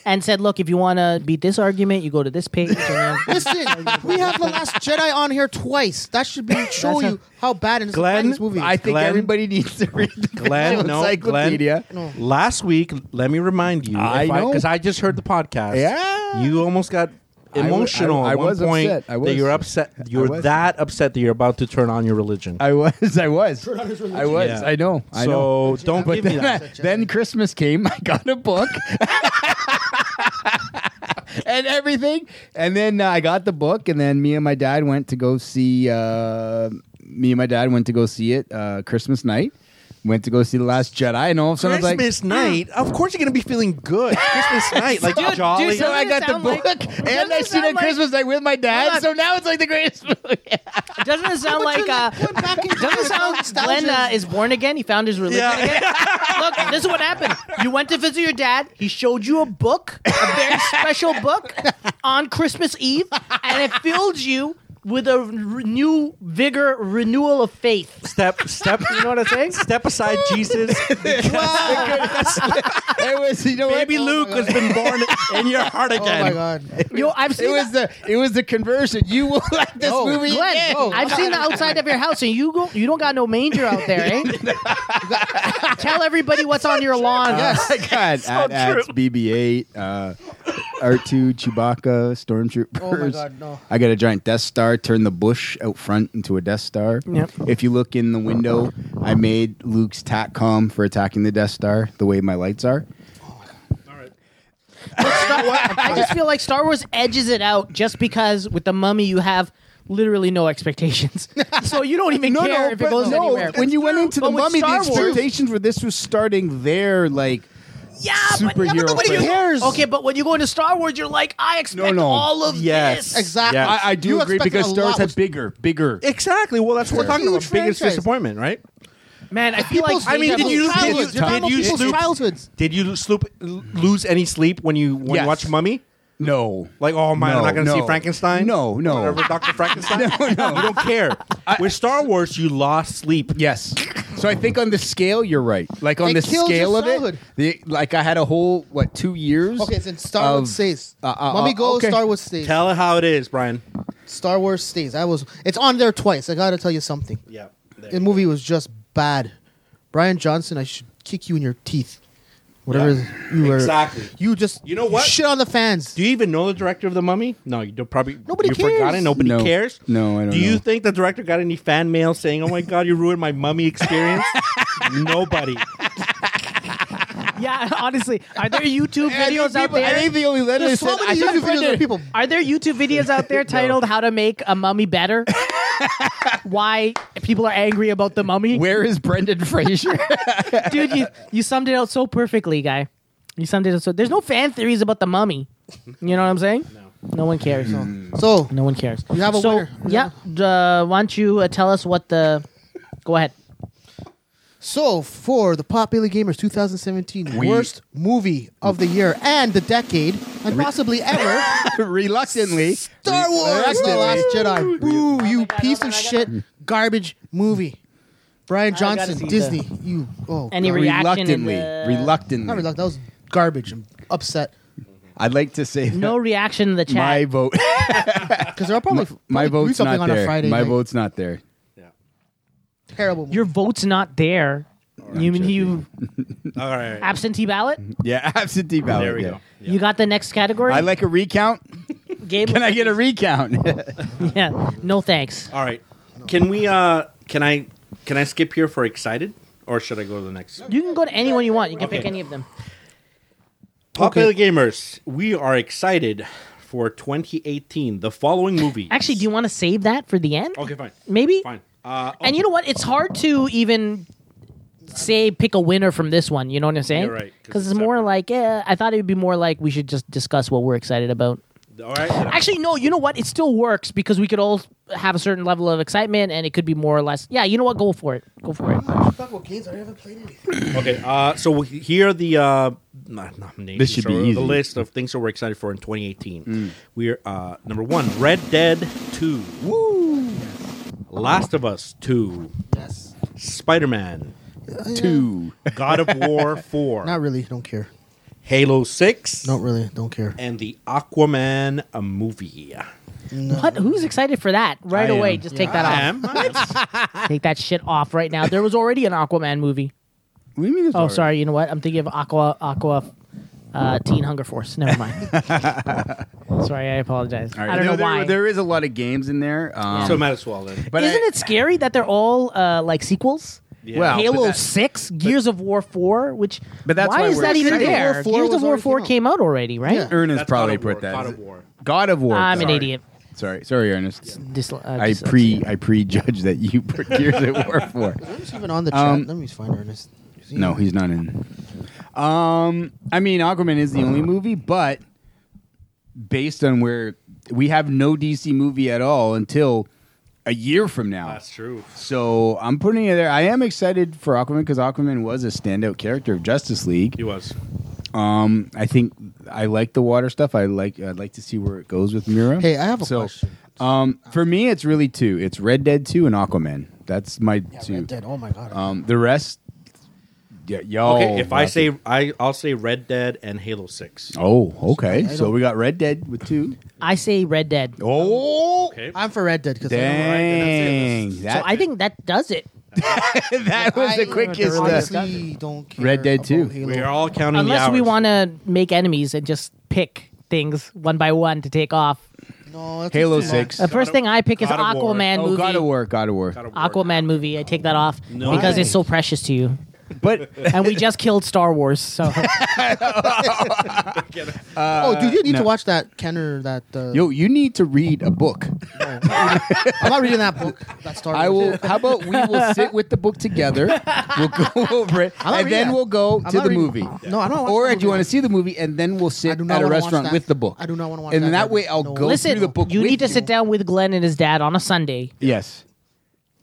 [SPEAKER 4] and said, "Look, if you want to beat this argument, you go to this page." And then,
[SPEAKER 6] [laughs] Listen, we have the Last Jedi on here twice. That should
[SPEAKER 8] [laughs]
[SPEAKER 6] be show
[SPEAKER 4] how-
[SPEAKER 6] you how bad and
[SPEAKER 8] Glenn,
[SPEAKER 6] this movie. Oh
[SPEAKER 5] I
[SPEAKER 6] is.
[SPEAKER 5] think
[SPEAKER 8] Glenn-
[SPEAKER 5] everybody needs to read the [laughs]
[SPEAKER 8] Glenn,
[SPEAKER 5] visual
[SPEAKER 8] no,
[SPEAKER 5] encyclopedia.
[SPEAKER 8] Glenn, Last week, let me remind you,
[SPEAKER 5] I know.
[SPEAKER 8] because I, just heard the podcast.
[SPEAKER 5] Yeah.
[SPEAKER 8] you almost got
[SPEAKER 5] wa-
[SPEAKER 8] emotional.
[SPEAKER 5] I- I
[SPEAKER 8] at one
[SPEAKER 5] was
[SPEAKER 8] point
[SPEAKER 5] upset. I
[SPEAKER 8] that
[SPEAKER 5] was.
[SPEAKER 8] you're upset. You're
[SPEAKER 5] was.
[SPEAKER 8] that upset that you're about to turn on your religion.
[SPEAKER 5] I was, I was, I was.
[SPEAKER 8] Yeah.
[SPEAKER 5] I know, I know.
[SPEAKER 8] so don't
[SPEAKER 5] But
[SPEAKER 8] give me
[SPEAKER 5] then, [laughs]
[SPEAKER 8] that.
[SPEAKER 5] then Christmas came. I got a book and everything, and then uh, I got the book, and then me and my dad went to go see. Uh, me and my dad went to go see it uh, Christmas night. Went to go see the Last Jedi, and all of a sudden I was like,
[SPEAKER 8] Christmas night. Of course, you're gonna be feeling
[SPEAKER 4] [laughs]
[SPEAKER 8] good. Christmas night, like jolly.
[SPEAKER 4] dude,
[SPEAKER 5] So I
[SPEAKER 4] Doesn't
[SPEAKER 5] got
[SPEAKER 4] it
[SPEAKER 5] the
[SPEAKER 4] sound
[SPEAKER 5] book,
[SPEAKER 4] like-
[SPEAKER 5] and
[SPEAKER 4] doesn't
[SPEAKER 5] I
[SPEAKER 4] it
[SPEAKER 5] seen it
[SPEAKER 4] sound like-
[SPEAKER 5] Christmas night with my
[SPEAKER 4] Hold
[SPEAKER 5] dad.
[SPEAKER 4] on.
[SPEAKER 5] So now it's like the greatest.
[SPEAKER 8] [laughs]
[SPEAKER 4] doesn't it sound like uh, doesn't it sound Glenn uh, is born again? He found his religion
[SPEAKER 8] Yeah.
[SPEAKER 4] again. Look, this is what happened. You went to visit your dad. He showed you a book, a very special book, on Christmas Eve, and it filled you with a re- new vigor, renewal of faith.
[SPEAKER 8] step, step. You know what I'm saying? Step aside,
[SPEAKER 4] [laughs]
[SPEAKER 8] Jesus.
[SPEAKER 5] [laughs] it was, you know,
[SPEAKER 8] Baby
[SPEAKER 5] what?
[SPEAKER 8] Luke has been born in your heart
[SPEAKER 6] Oh my
[SPEAKER 8] again.
[SPEAKER 6] god!
[SPEAKER 4] You know, I've seen
[SPEAKER 5] It was the it was the conversion. You will [laughs] like this
[SPEAKER 6] No.
[SPEAKER 5] movie.
[SPEAKER 4] Glenn,
[SPEAKER 5] again.
[SPEAKER 4] I've seen the outside of your house, and you go, you don't got no manger out there, eh? Tell everybody what's on your lawn.
[SPEAKER 5] [laughs] Yes, God, Uh, at, at BB-8, uh, R2, Chewbacca, stormtroopers.
[SPEAKER 6] Oh my God, no.
[SPEAKER 5] I got a giant Death Star. Turn the bush out front into a Death Star.
[SPEAKER 4] Yep.
[SPEAKER 5] If you look in the window, I made Luke's TACCOM for attacking the Death Star. The way my lights are.
[SPEAKER 4] Star- I just feel like Star Wars edges it out just because with the mummy you have literally no
[SPEAKER 5] [laughs]
[SPEAKER 4] expectations. so you don't even care if it
[SPEAKER 5] but
[SPEAKER 4] goes
[SPEAKER 5] no,
[SPEAKER 4] anywhere.
[SPEAKER 5] When you went into
[SPEAKER 4] But
[SPEAKER 5] the
[SPEAKER 4] with
[SPEAKER 5] mummy, the
[SPEAKER 4] Star Wars-
[SPEAKER 5] expectations were this was starting there, like
[SPEAKER 4] yeah, but, yeah,
[SPEAKER 5] superhero
[SPEAKER 4] but nobody
[SPEAKER 5] film.
[SPEAKER 4] cares. Okay, but when you go into Star Wars, you're like, I expect
[SPEAKER 5] no.
[SPEAKER 4] all of
[SPEAKER 8] Yes.
[SPEAKER 4] this.
[SPEAKER 6] Exactly.
[SPEAKER 8] Yes.
[SPEAKER 5] I, I do
[SPEAKER 6] You
[SPEAKER 5] agree
[SPEAKER 6] expected
[SPEAKER 5] because
[SPEAKER 6] a
[SPEAKER 5] Star Wars
[SPEAKER 6] lot
[SPEAKER 5] had
[SPEAKER 6] with-
[SPEAKER 5] bigger, bigger.
[SPEAKER 8] Exactly. Well, that's what we're talking about.
[SPEAKER 6] Huge
[SPEAKER 8] Biggest
[SPEAKER 6] franchise.
[SPEAKER 8] disappointment, right?
[SPEAKER 4] Man, I feel like
[SPEAKER 6] People's-
[SPEAKER 8] I mean, did you-
[SPEAKER 6] people's
[SPEAKER 8] did you-
[SPEAKER 6] childhoods.
[SPEAKER 8] did
[SPEAKER 6] Primal
[SPEAKER 8] you
[SPEAKER 6] people's
[SPEAKER 8] sleep-
[SPEAKER 6] childhoods?
[SPEAKER 8] Did you sloop, lose any sleep when you when
[SPEAKER 5] Yes.
[SPEAKER 8] you watch Mummy?
[SPEAKER 5] No,
[SPEAKER 8] Like, oh man, I'm
[SPEAKER 5] No,
[SPEAKER 8] not going to
[SPEAKER 5] no.
[SPEAKER 8] see Frankenstein.
[SPEAKER 5] No, no. [laughs]
[SPEAKER 8] Whatever, Doctor Frankenstein. [laughs] no, no, you don't care. With Star Wars, you lost sleep.
[SPEAKER 5] Yes. So I think on the scale, you're right. Like on
[SPEAKER 6] They
[SPEAKER 5] the
[SPEAKER 6] killed your
[SPEAKER 5] scale of it,
[SPEAKER 6] childhood.
[SPEAKER 5] the, like I had a whole what two years?
[SPEAKER 6] Okay, then Star
[SPEAKER 5] of-
[SPEAKER 6] Wars stays.
[SPEAKER 5] uh, uh,
[SPEAKER 6] Mummy
[SPEAKER 5] uh,
[SPEAKER 6] goes.
[SPEAKER 5] okay.
[SPEAKER 6] Star Wars stays.
[SPEAKER 8] Tell it how it is, Brian.
[SPEAKER 6] Star Wars stays. I was. It's on there twice. I gotta tell you something.
[SPEAKER 8] Yeah.
[SPEAKER 6] The movie was just bad. Brian Johnson, I should kick you in your teeth. Whatever you were.
[SPEAKER 8] Exactly.
[SPEAKER 6] You just.
[SPEAKER 8] You know what?
[SPEAKER 6] Shit on the fans.
[SPEAKER 8] Do you even know the director of the Mummy? No, you don't probably.
[SPEAKER 6] Nobody
[SPEAKER 8] you Forgot it.
[SPEAKER 6] cares.
[SPEAKER 8] Nobody
[SPEAKER 5] No.
[SPEAKER 8] cares.
[SPEAKER 5] No, I don't
[SPEAKER 8] Do you
[SPEAKER 5] know.
[SPEAKER 8] think the director got any fan mail saying, "Oh my God, you ruined my
[SPEAKER 5] [laughs]
[SPEAKER 8] Mummy experience"? Nobody.
[SPEAKER 4] Yeah, honestly, are
[SPEAKER 5] [laughs]
[SPEAKER 4] there YouTube
[SPEAKER 5] I think,
[SPEAKER 4] videos out
[SPEAKER 5] people- I
[SPEAKER 4] there?
[SPEAKER 5] think the only letter
[SPEAKER 6] There's
[SPEAKER 5] said
[SPEAKER 6] so
[SPEAKER 5] I
[SPEAKER 6] many
[SPEAKER 5] think
[SPEAKER 6] YouTube
[SPEAKER 5] I read
[SPEAKER 6] videos of
[SPEAKER 5] it.
[SPEAKER 6] people.
[SPEAKER 4] Are there YouTube videos out there titled "How to Make a Mummy
[SPEAKER 5] [laughs]
[SPEAKER 4] Better"? Why people are angry about the mummy?
[SPEAKER 5] [laughs] Where is Brendan
[SPEAKER 6] [laughs]
[SPEAKER 5] Fraser?
[SPEAKER 4] Dude, you, you summed it out so perfectly, guy. You summed it out so. There's no fan theories about the mummy. You know what I'm saying? No. No one cares.
[SPEAKER 5] Mm.
[SPEAKER 6] So
[SPEAKER 4] No one cares.
[SPEAKER 6] You have a
[SPEAKER 4] so,
[SPEAKER 6] winner. You
[SPEAKER 4] Yeah. Uh, why don't you uh, tell us what the? Go ahead.
[SPEAKER 6] So, for the Pop Billy Gamers 2017
[SPEAKER 5] We-
[SPEAKER 6] worst movie of the year and the decade, and
[SPEAKER 5] [laughs]
[SPEAKER 6] possibly ever,
[SPEAKER 5] Reluctantly,
[SPEAKER 6] Star Wars The Last Jedi. Boo, you piece of shit, garbage movie. Brian
[SPEAKER 4] see
[SPEAKER 6] Johnson,
[SPEAKER 4] the-
[SPEAKER 6] Disney, you. Oh,
[SPEAKER 4] Any
[SPEAKER 6] God.
[SPEAKER 4] reaction? in
[SPEAKER 5] reluctantly,
[SPEAKER 4] the-
[SPEAKER 6] Not
[SPEAKER 5] reluctantly.
[SPEAKER 6] reluctant. That was garbage. I'm upset.
[SPEAKER 5] I'd like to say
[SPEAKER 4] No reaction in the
[SPEAKER 5] that my
[SPEAKER 4] chat.
[SPEAKER 6] [laughs]
[SPEAKER 5] vote.
[SPEAKER 6] Because they're probably.
[SPEAKER 5] my
[SPEAKER 6] probably do
[SPEAKER 5] vote's
[SPEAKER 6] something
[SPEAKER 5] not
[SPEAKER 6] on a
[SPEAKER 5] there.
[SPEAKER 6] Friday
[SPEAKER 5] my
[SPEAKER 6] night.
[SPEAKER 5] vote's not there.
[SPEAKER 6] Terrible movie.
[SPEAKER 4] Your vote's not there. You mean you
[SPEAKER 8] All right.
[SPEAKER 4] absentee ballot?
[SPEAKER 5] Yeah, [laughs] absentee ballot.
[SPEAKER 8] There we
[SPEAKER 5] Mm-hmm. yeah.
[SPEAKER 8] go.
[SPEAKER 4] You got the next category.
[SPEAKER 5] I like a recount. [laughs]
[SPEAKER 4] Gabe.
[SPEAKER 5] Can I get a recount?
[SPEAKER 6] Oh,
[SPEAKER 4] Yeah. No thanks.
[SPEAKER 8] All right. Can we? uh Can I? Can I skip here for excited, or should I go to the next?
[SPEAKER 4] You can go to anyone you want. You can
[SPEAKER 8] Okay.
[SPEAKER 4] pick any of them.
[SPEAKER 8] Pop Popular gamers, we are excited for 2018. The following movie.
[SPEAKER 4] Actually, do you want to save that for the end?
[SPEAKER 8] Okay, fine.
[SPEAKER 4] Maybe.
[SPEAKER 8] Fine. Uh,
[SPEAKER 4] And you know what? It's hard to even say pick a winner from this one. You know what I'm saying?
[SPEAKER 8] You're right, 'cause
[SPEAKER 4] Because
[SPEAKER 8] it's
[SPEAKER 4] it's more
[SPEAKER 8] separate.
[SPEAKER 4] like eh, I thought it would be more like we should just discuss what we're excited about.
[SPEAKER 8] all right.
[SPEAKER 4] Actually, no. You know what? It still works because we could all have a certain level of excitement, and it could be more or less. Yeah. You know what? Go for it. Go for it.
[SPEAKER 6] Couple games I haven't played anything.
[SPEAKER 8] Okay, uh, so we- here are the uh, not nominations.
[SPEAKER 5] This should be
[SPEAKER 8] or
[SPEAKER 5] easy. Mm.
[SPEAKER 8] The list of things that we're excited for in 2018. We're uh, number one, Red Dead 2. Woo! Last of Us 2.
[SPEAKER 6] Yes.
[SPEAKER 8] Spider Man.
[SPEAKER 5] [laughs] Two.
[SPEAKER 8] God of War [laughs] 4.
[SPEAKER 6] Not really. Don't care.
[SPEAKER 8] Halo 6.
[SPEAKER 6] Don't really. Don't care.
[SPEAKER 8] and the Aquaman uh, movie.
[SPEAKER 4] What? Who's excited for that? Right
[SPEAKER 8] I
[SPEAKER 4] away.
[SPEAKER 8] am.
[SPEAKER 4] Just take that off.
[SPEAKER 8] Am I?
[SPEAKER 4] Take that shit off right now. There was already an Aquaman movie.
[SPEAKER 5] What do you mean it's
[SPEAKER 4] Oh,
[SPEAKER 5] already-
[SPEAKER 4] sorry. You know what? I'm thinking of Aqua Aqua uh, Teen Hunger Force. Never
[SPEAKER 8] [laughs]
[SPEAKER 4] mind. sorry, I apologize.
[SPEAKER 5] All right.
[SPEAKER 4] I don't
[SPEAKER 5] No,
[SPEAKER 4] know
[SPEAKER 5] there,
[SPEAKER 4] why.
[SPEAKER 5] There is a lot of games in there. Um,
[SPEAKER 8] so might as well then.
[SPEAKER 5] but
[SPEAKER 4] Isn't
[SPEAKER 5] I-
[SPEAKER 4] it scary that they're all uh, like sequels?
[SPEAKER 8] Yeah.
[SPEAKER 5] Well,
[SPEAKER 4] Halo
[SPEAKER 5] but that-
[SPEAKER 4] Six, Gears of War Four, which
[SPEAKER 5] But that's
[SPEAKER 4] why,
[SPEAKER 5] why
[SPEAKER 4] is
[SPEAKER 5] we're
[SPEAKER 4] that even
[SPEAKER 5] excited.
[SPEAKER 4] there?
[SPEAKER 6] Gears of War 4
[SPEAKER 4] Gears of
[SPEAKER 6] was
[SPEAKER 4] War
[SPEAKER 6] already
[SPEAKER 4] Four
[SPEAKER 6] out.
[SPEAKER 4] came out already, right?
[SPEAKER 6] Yeah.
[SPEAKER 5] Ernest
[SPEAKER 8] That's
[SPEAKER 5] probably
[SPEAKER 8] God of War,
[SPEAKER 5] put that.
[SPEAKER 8] God of War.
[SPEAKER 5] God of War.
[SPEAKER 4] I'm an
[SPEAKER 5] sorry.
[SPEAKER 4] idiot.
[SPEAKER 5] Sorry, sorry, Ernest.
[SPEAKER 4] Dis- uh,
[SPEAKER 5] I
[SPEAKER 4] dis-
[SPEAKER 5] pre I prejudge that you put Gears at War for.
[SPEAKER 6] Who's even on the chat?
[SPEAKER 5] Um,
[SPEAKER 6] Let me find Ernest. Is he-
[SPEAKER 5] No, he's not in. Um, I mean, Aquaman is the only movie, but based on where we have no DC movie at all until a year from now.
[SPEAKER 8] That's true.
[SPEAKER 5] So I'm putting it there. I am excited for Aquaman because Aquaman was a standout character of Justice League.
[SPEAKER 8] He was.
[SPEAKER 5] Um, I think I like the water stuff. I like. I'd like to see where it goes with Mira.
[SPEAKER 6] Hey, I have a
[SPEAKER 5] So,
[SPEAKER 6] question.
[SPEAKER 5] Um, for me, it's really two. It's Red Dead Two and Aquaman. That's my
[SPEAKER 6] Yeah,
[SPEAKER 5] two.
[SPEAKER 6] Red Dead. Oh my god.
[SPEAKER 5] Um, the rest, yeah, y'all.
[SPEAKER 8] Okay, if I
[SPEAKER 5] rock
[SPEAKER 8] say
[SPEAKER 5] it.
[SPEAKER 8] I, I'll say Red Dead and Halo Six.
[SPEAKER 5] oh, okay.
[SPEAKER 6] I
[SPEAKER 5] So
[SPEAKER 6] don't-
[SPEAKER 5] we got Red Dead with two.
[SPEAKER 4] I say Red Dead.
[SPEAKER 5] Oh,
[SPEAKER 8] Okay.
[SPEAKER 6] I'm for Red Dead because
[SPEAKER 5] dang!
[SPEAKER 4] So
[SPEAKER 5] That,
[SPEAKER 4] I think that does it.
[SPEAKER 5] [laughs] that was the quickest. uh,
[SPEAKER 6] Honestly, don't care.
[SPEAKER 5] Red Dead
[SPEAKER 6] about
[SPEAKER 5] 2.
[SPEAKER 6] Halo.
[SPEAKER 8] We are all counting the
[SPEAKER 4] Unless we
[SPEAKER 8] hours.
[SPEAKER 4] want to make enemies and just pick things one by one to take off.
[SPEAKER 6] No, that's
[SPEAKER 5] Halo
[SPEAKER 6] too long.
[SPEAKER 5] Six.
[SPEAKER 4] The first
[SPEAKER 8] of-
[SPEAKER 4] thing I pick is
[SPEAKER 8] God of War.
[SPEAKER 4] Aquaman
[SPEAKER 5] oh,
[SPEAKER 4] movie.
[SPEAKER 5] God of War, God of War.
[SPEAKER 8] God of War.
[SPEAKER 4] Aquaman movie. I take that off because it's so precious to you.
[SPEAKER 5] But
[SPEAKER 8] [laughs]
[SPEAKER 4] and we just killed Star Wars. So
[SPEAKER 6] oh, dude, you need
[SPEAKER 5] no.
[SPEAKER 6] to watch that Kenner. That uh,
[SPEAKER 5] yo, you need to read a book.
[SPEAKER 6] I'm not reading that book. That Star Wars.
[SPEAKER 5] I will. How about we will sit with the book together? We'll go [laughs] over it,
[SPEAKER 6] not
[SPEAKER 5] and
[SPEAKER 6] reading
[SPEAKER 5] then
[SPEAKER 6] that.
[SPEAKER 5] we'll go
[SPEAKER 6] I'm
[SPEAKER 5] to
[SPEAKER 6] not
[SPEAKER 5] the
[SPEAKER 6] reading-
[SPEAKER 5] movie.
[SPEAKER 6] No, I don't. wanna
[SPEAKER 5] Or
[SPEAKER 6] watch
[SPEAKER 5] if you want to
[SPEAKER 6] that
[SPEAKER 5] see the movie, and then we'll sit
[SPEAKER 6] I do not
[SPEAKER 5] at a
[SPEAKER 6] wanna watch
[SPEAKER 5] restaurant
[SPEAKER 6] that.
[SPEAKER 5] with the book.
[SPEAKER 6] I do not wanna watch
[SPEAKER 5] And
[SPEAKER 6] that
[SPEAKER 5] then that
[SPEAKER 6] garbage.
[SPEAKER 5] way, I'll
[SPEAKER 6] No.
[SPEAKER 5] go
[SPEAKER 4] listen,
[SPEAKER 5] through the book.
[SPEAKER 4] you
[SPEAKER 5] with
[SPEAKER 4] need to sit down with Glenn and his dad on a Sunday.
[SPEAKER 5] Yes.
[SPEAKER 6] movie.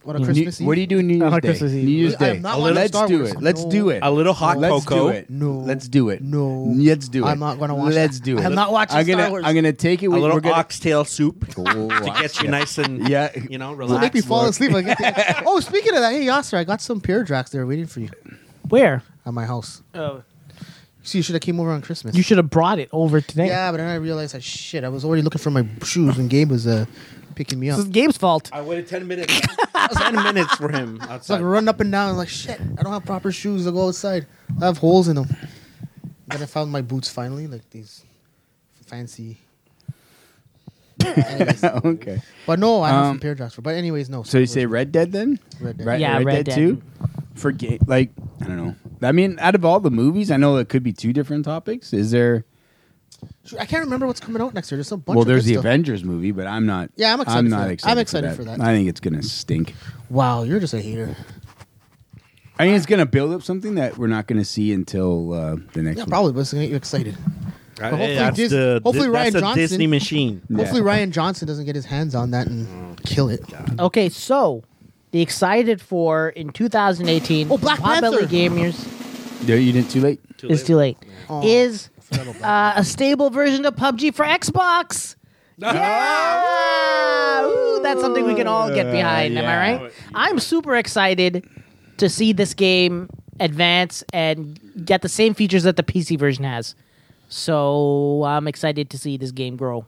[SPEAKER 6] What a Christmas Eve.
[SPEAKER 5] What do you do New
[SPEAKER 4] Not
[SPEAKER 5] Year's
[SPEAKER 4] on
[SPEAKER 5] Day?
[SPEAKER 4] Christmas Eve.
[SPEAKER 5] New Year's
[SPEAKER 6] I am
[SPEAKER 5] Day.
[SPEAKER 6] not watching
[SPEAKER 5] Let's
[SPEAKER 6] Star
[SPEAKER 5] do
[SPEAKER 6] Wars.
[SPEAKER 5] it. Let's
[SPEAKER 6] No.
[SPEAKER 5] do it.
[SPEAKER 8] A little hot
[SPEAKER 5] Let's
[SPEAKER 8] cocoa.
[SPEAKER 5] Do it.
[SPEAKER 6] No.
[SPEAKER 5] Let's do it.
[SPEAKER 6] No.
[SPEAKER 5] Let's do it.
[SPEAKER 6] I'm not gonna watch
[SPEAKER 5] Let's
[SPEAKER 6] that.
[SPEAKER 5] do it.
[SPEAKER 6] I'm
[SPEAKER 5] [laughs]
[SPEAKER 6] not watching
[SPEAKER 5] I'm gonna,
[SPEAKER 6] Star Wars.
[SPEAKER 5] I'm gonna take it.
[SPEAKER 8] a
[SPEAKER 5] with-
[SPEAKER 8] little
[SPEAKER 5] we're gonna, [laughs]
[SPEAKER 8] oxtail soup to
[SPEAKER 5] Oh,
[SPEAKER 8] get you nice and
[SPEAKER 5] Yeah.
[SPEAKER 8] you know,
[SPEAKER 6] It'll
[SPEAKER 8] relaxed.
[SPEAKER 6] make me fall asleep. I get the- oh, speaking of that, hey Yasser, I got some Pyrodrax there waiting for you
[SPEAKER 4] Where?
[SPEAKER 6] at my house.
[SPEAKER 4] Oh.
[SPEAKER 6] See, you should have came over on Christmas.
[SPEAKER 4] You should have brought it over today.
[SPEAKER 6] Yeah, but then I realized that shit. I was already looking for my shoes, and Gabe was uh, picking me up.
[SPEAKER 4] This is Gabe's fault.
[SPEAKER 8] I waited ten minutes. [laughs] ten minutes for him
[SPEAKER 6] It's like
[SPEAKER 8] outside.
[SPEAKER 6] running up and down, like shit. I don't have proper shoes. I go outside. I have holes in them. Then I found my boots finally, like these fancy. Anyways,
[SPEAKER 5] okay.
[SPEAKER 6] but no, I have
[SPEAKER 5] Um,
[SPEAKER 6] some pair drops for. But anyways, no.
[SPEAKER 5] So you say Red Dead then?
[SPEAKER 6] Red Dead.
[SPEAKER 5] Red,
[SPEAKER 4] Yeah,
[SPEAKER 5] Red,
[SPEAKER 4] Red
[SPEAKER 5] Dead
[SPEAKER 4] Dead.
[SPEAKER 5] Two. For ga- like, I don't know. I mean, out of all the movies, I know it could be two different topics. Is there?
[SPEAKER 6] Shoot, I can't remember what's coming out next year. There's some bunch.
[SPEAKER 5] well,
[SPEAKER 6] of good
[SPEAKER 5] there's the
[SPEAKER 6] stuff.
[SPEAKER 5] Avengers movie, but I'm not.
[SPEAKER 6] Yeah, I'm excited
[SPEAKER 5] I'm
[SPEAKER 6] for
[SPEAKER 5] not
[SPEAKER 6] that.
[SPEAKER 5] excited.
[SPEAKER 6] I'm excited for that.
[SPEAKER 5] I think it's gonna stink.
[SPEAKER 6] Wow, you're just a hater.
[SPEAKER 5] I think it's gonna build up something that we're not gonna see until uh, the next.
[SPEAKER 6] Yeah,
[SPEAKER 5] one.
[SPEAKER 6] probably, but it's gonna get you excited.
[SPEAKER 8] Uh, Hey,
[SPEAKER 6] hopefully
[SPEAKER 8] that's
[SPEAKER 6] Dis-
[SPEAKER 8] the-
[SPEAKER 6] hopefully
[SPEAKER 8] that's
[SPEAKER 6] Ryan
[SPEAKER 8] the
[SPEAKER 6] Johnson-
[SPEAKER 8] Disney machine.
[SPEAKER 5] Yeah.
[SPEAKER 6] Hopefully, Ryan Johnson doesn't get his hands on that and kill it.
[SPEAKER 4] Okay, so the excited for in 2018.
[SPEAKER 6] Oh, Black
[SPEAKER 4] Potbelly
[SPEAKER 6] Panther.
[SPEAKER 4] Gamers
[SPEAKER 5] Yeah, you didn't. Too late.
[SPEAKER 4] is too late.
[SPEAKER 6] Oh.
[SPEAKER 4] Is uh, a stable version of PUBG for Xbox. Yeah! Ah, Ooh, that's something we can all get behind. Am I
[SPEAKER 5] Uh, yeah.
[SPEAKER 4] right? I'm super excited to see this game advance and get the same features that the PC version has. So I'm excited to see this game grow.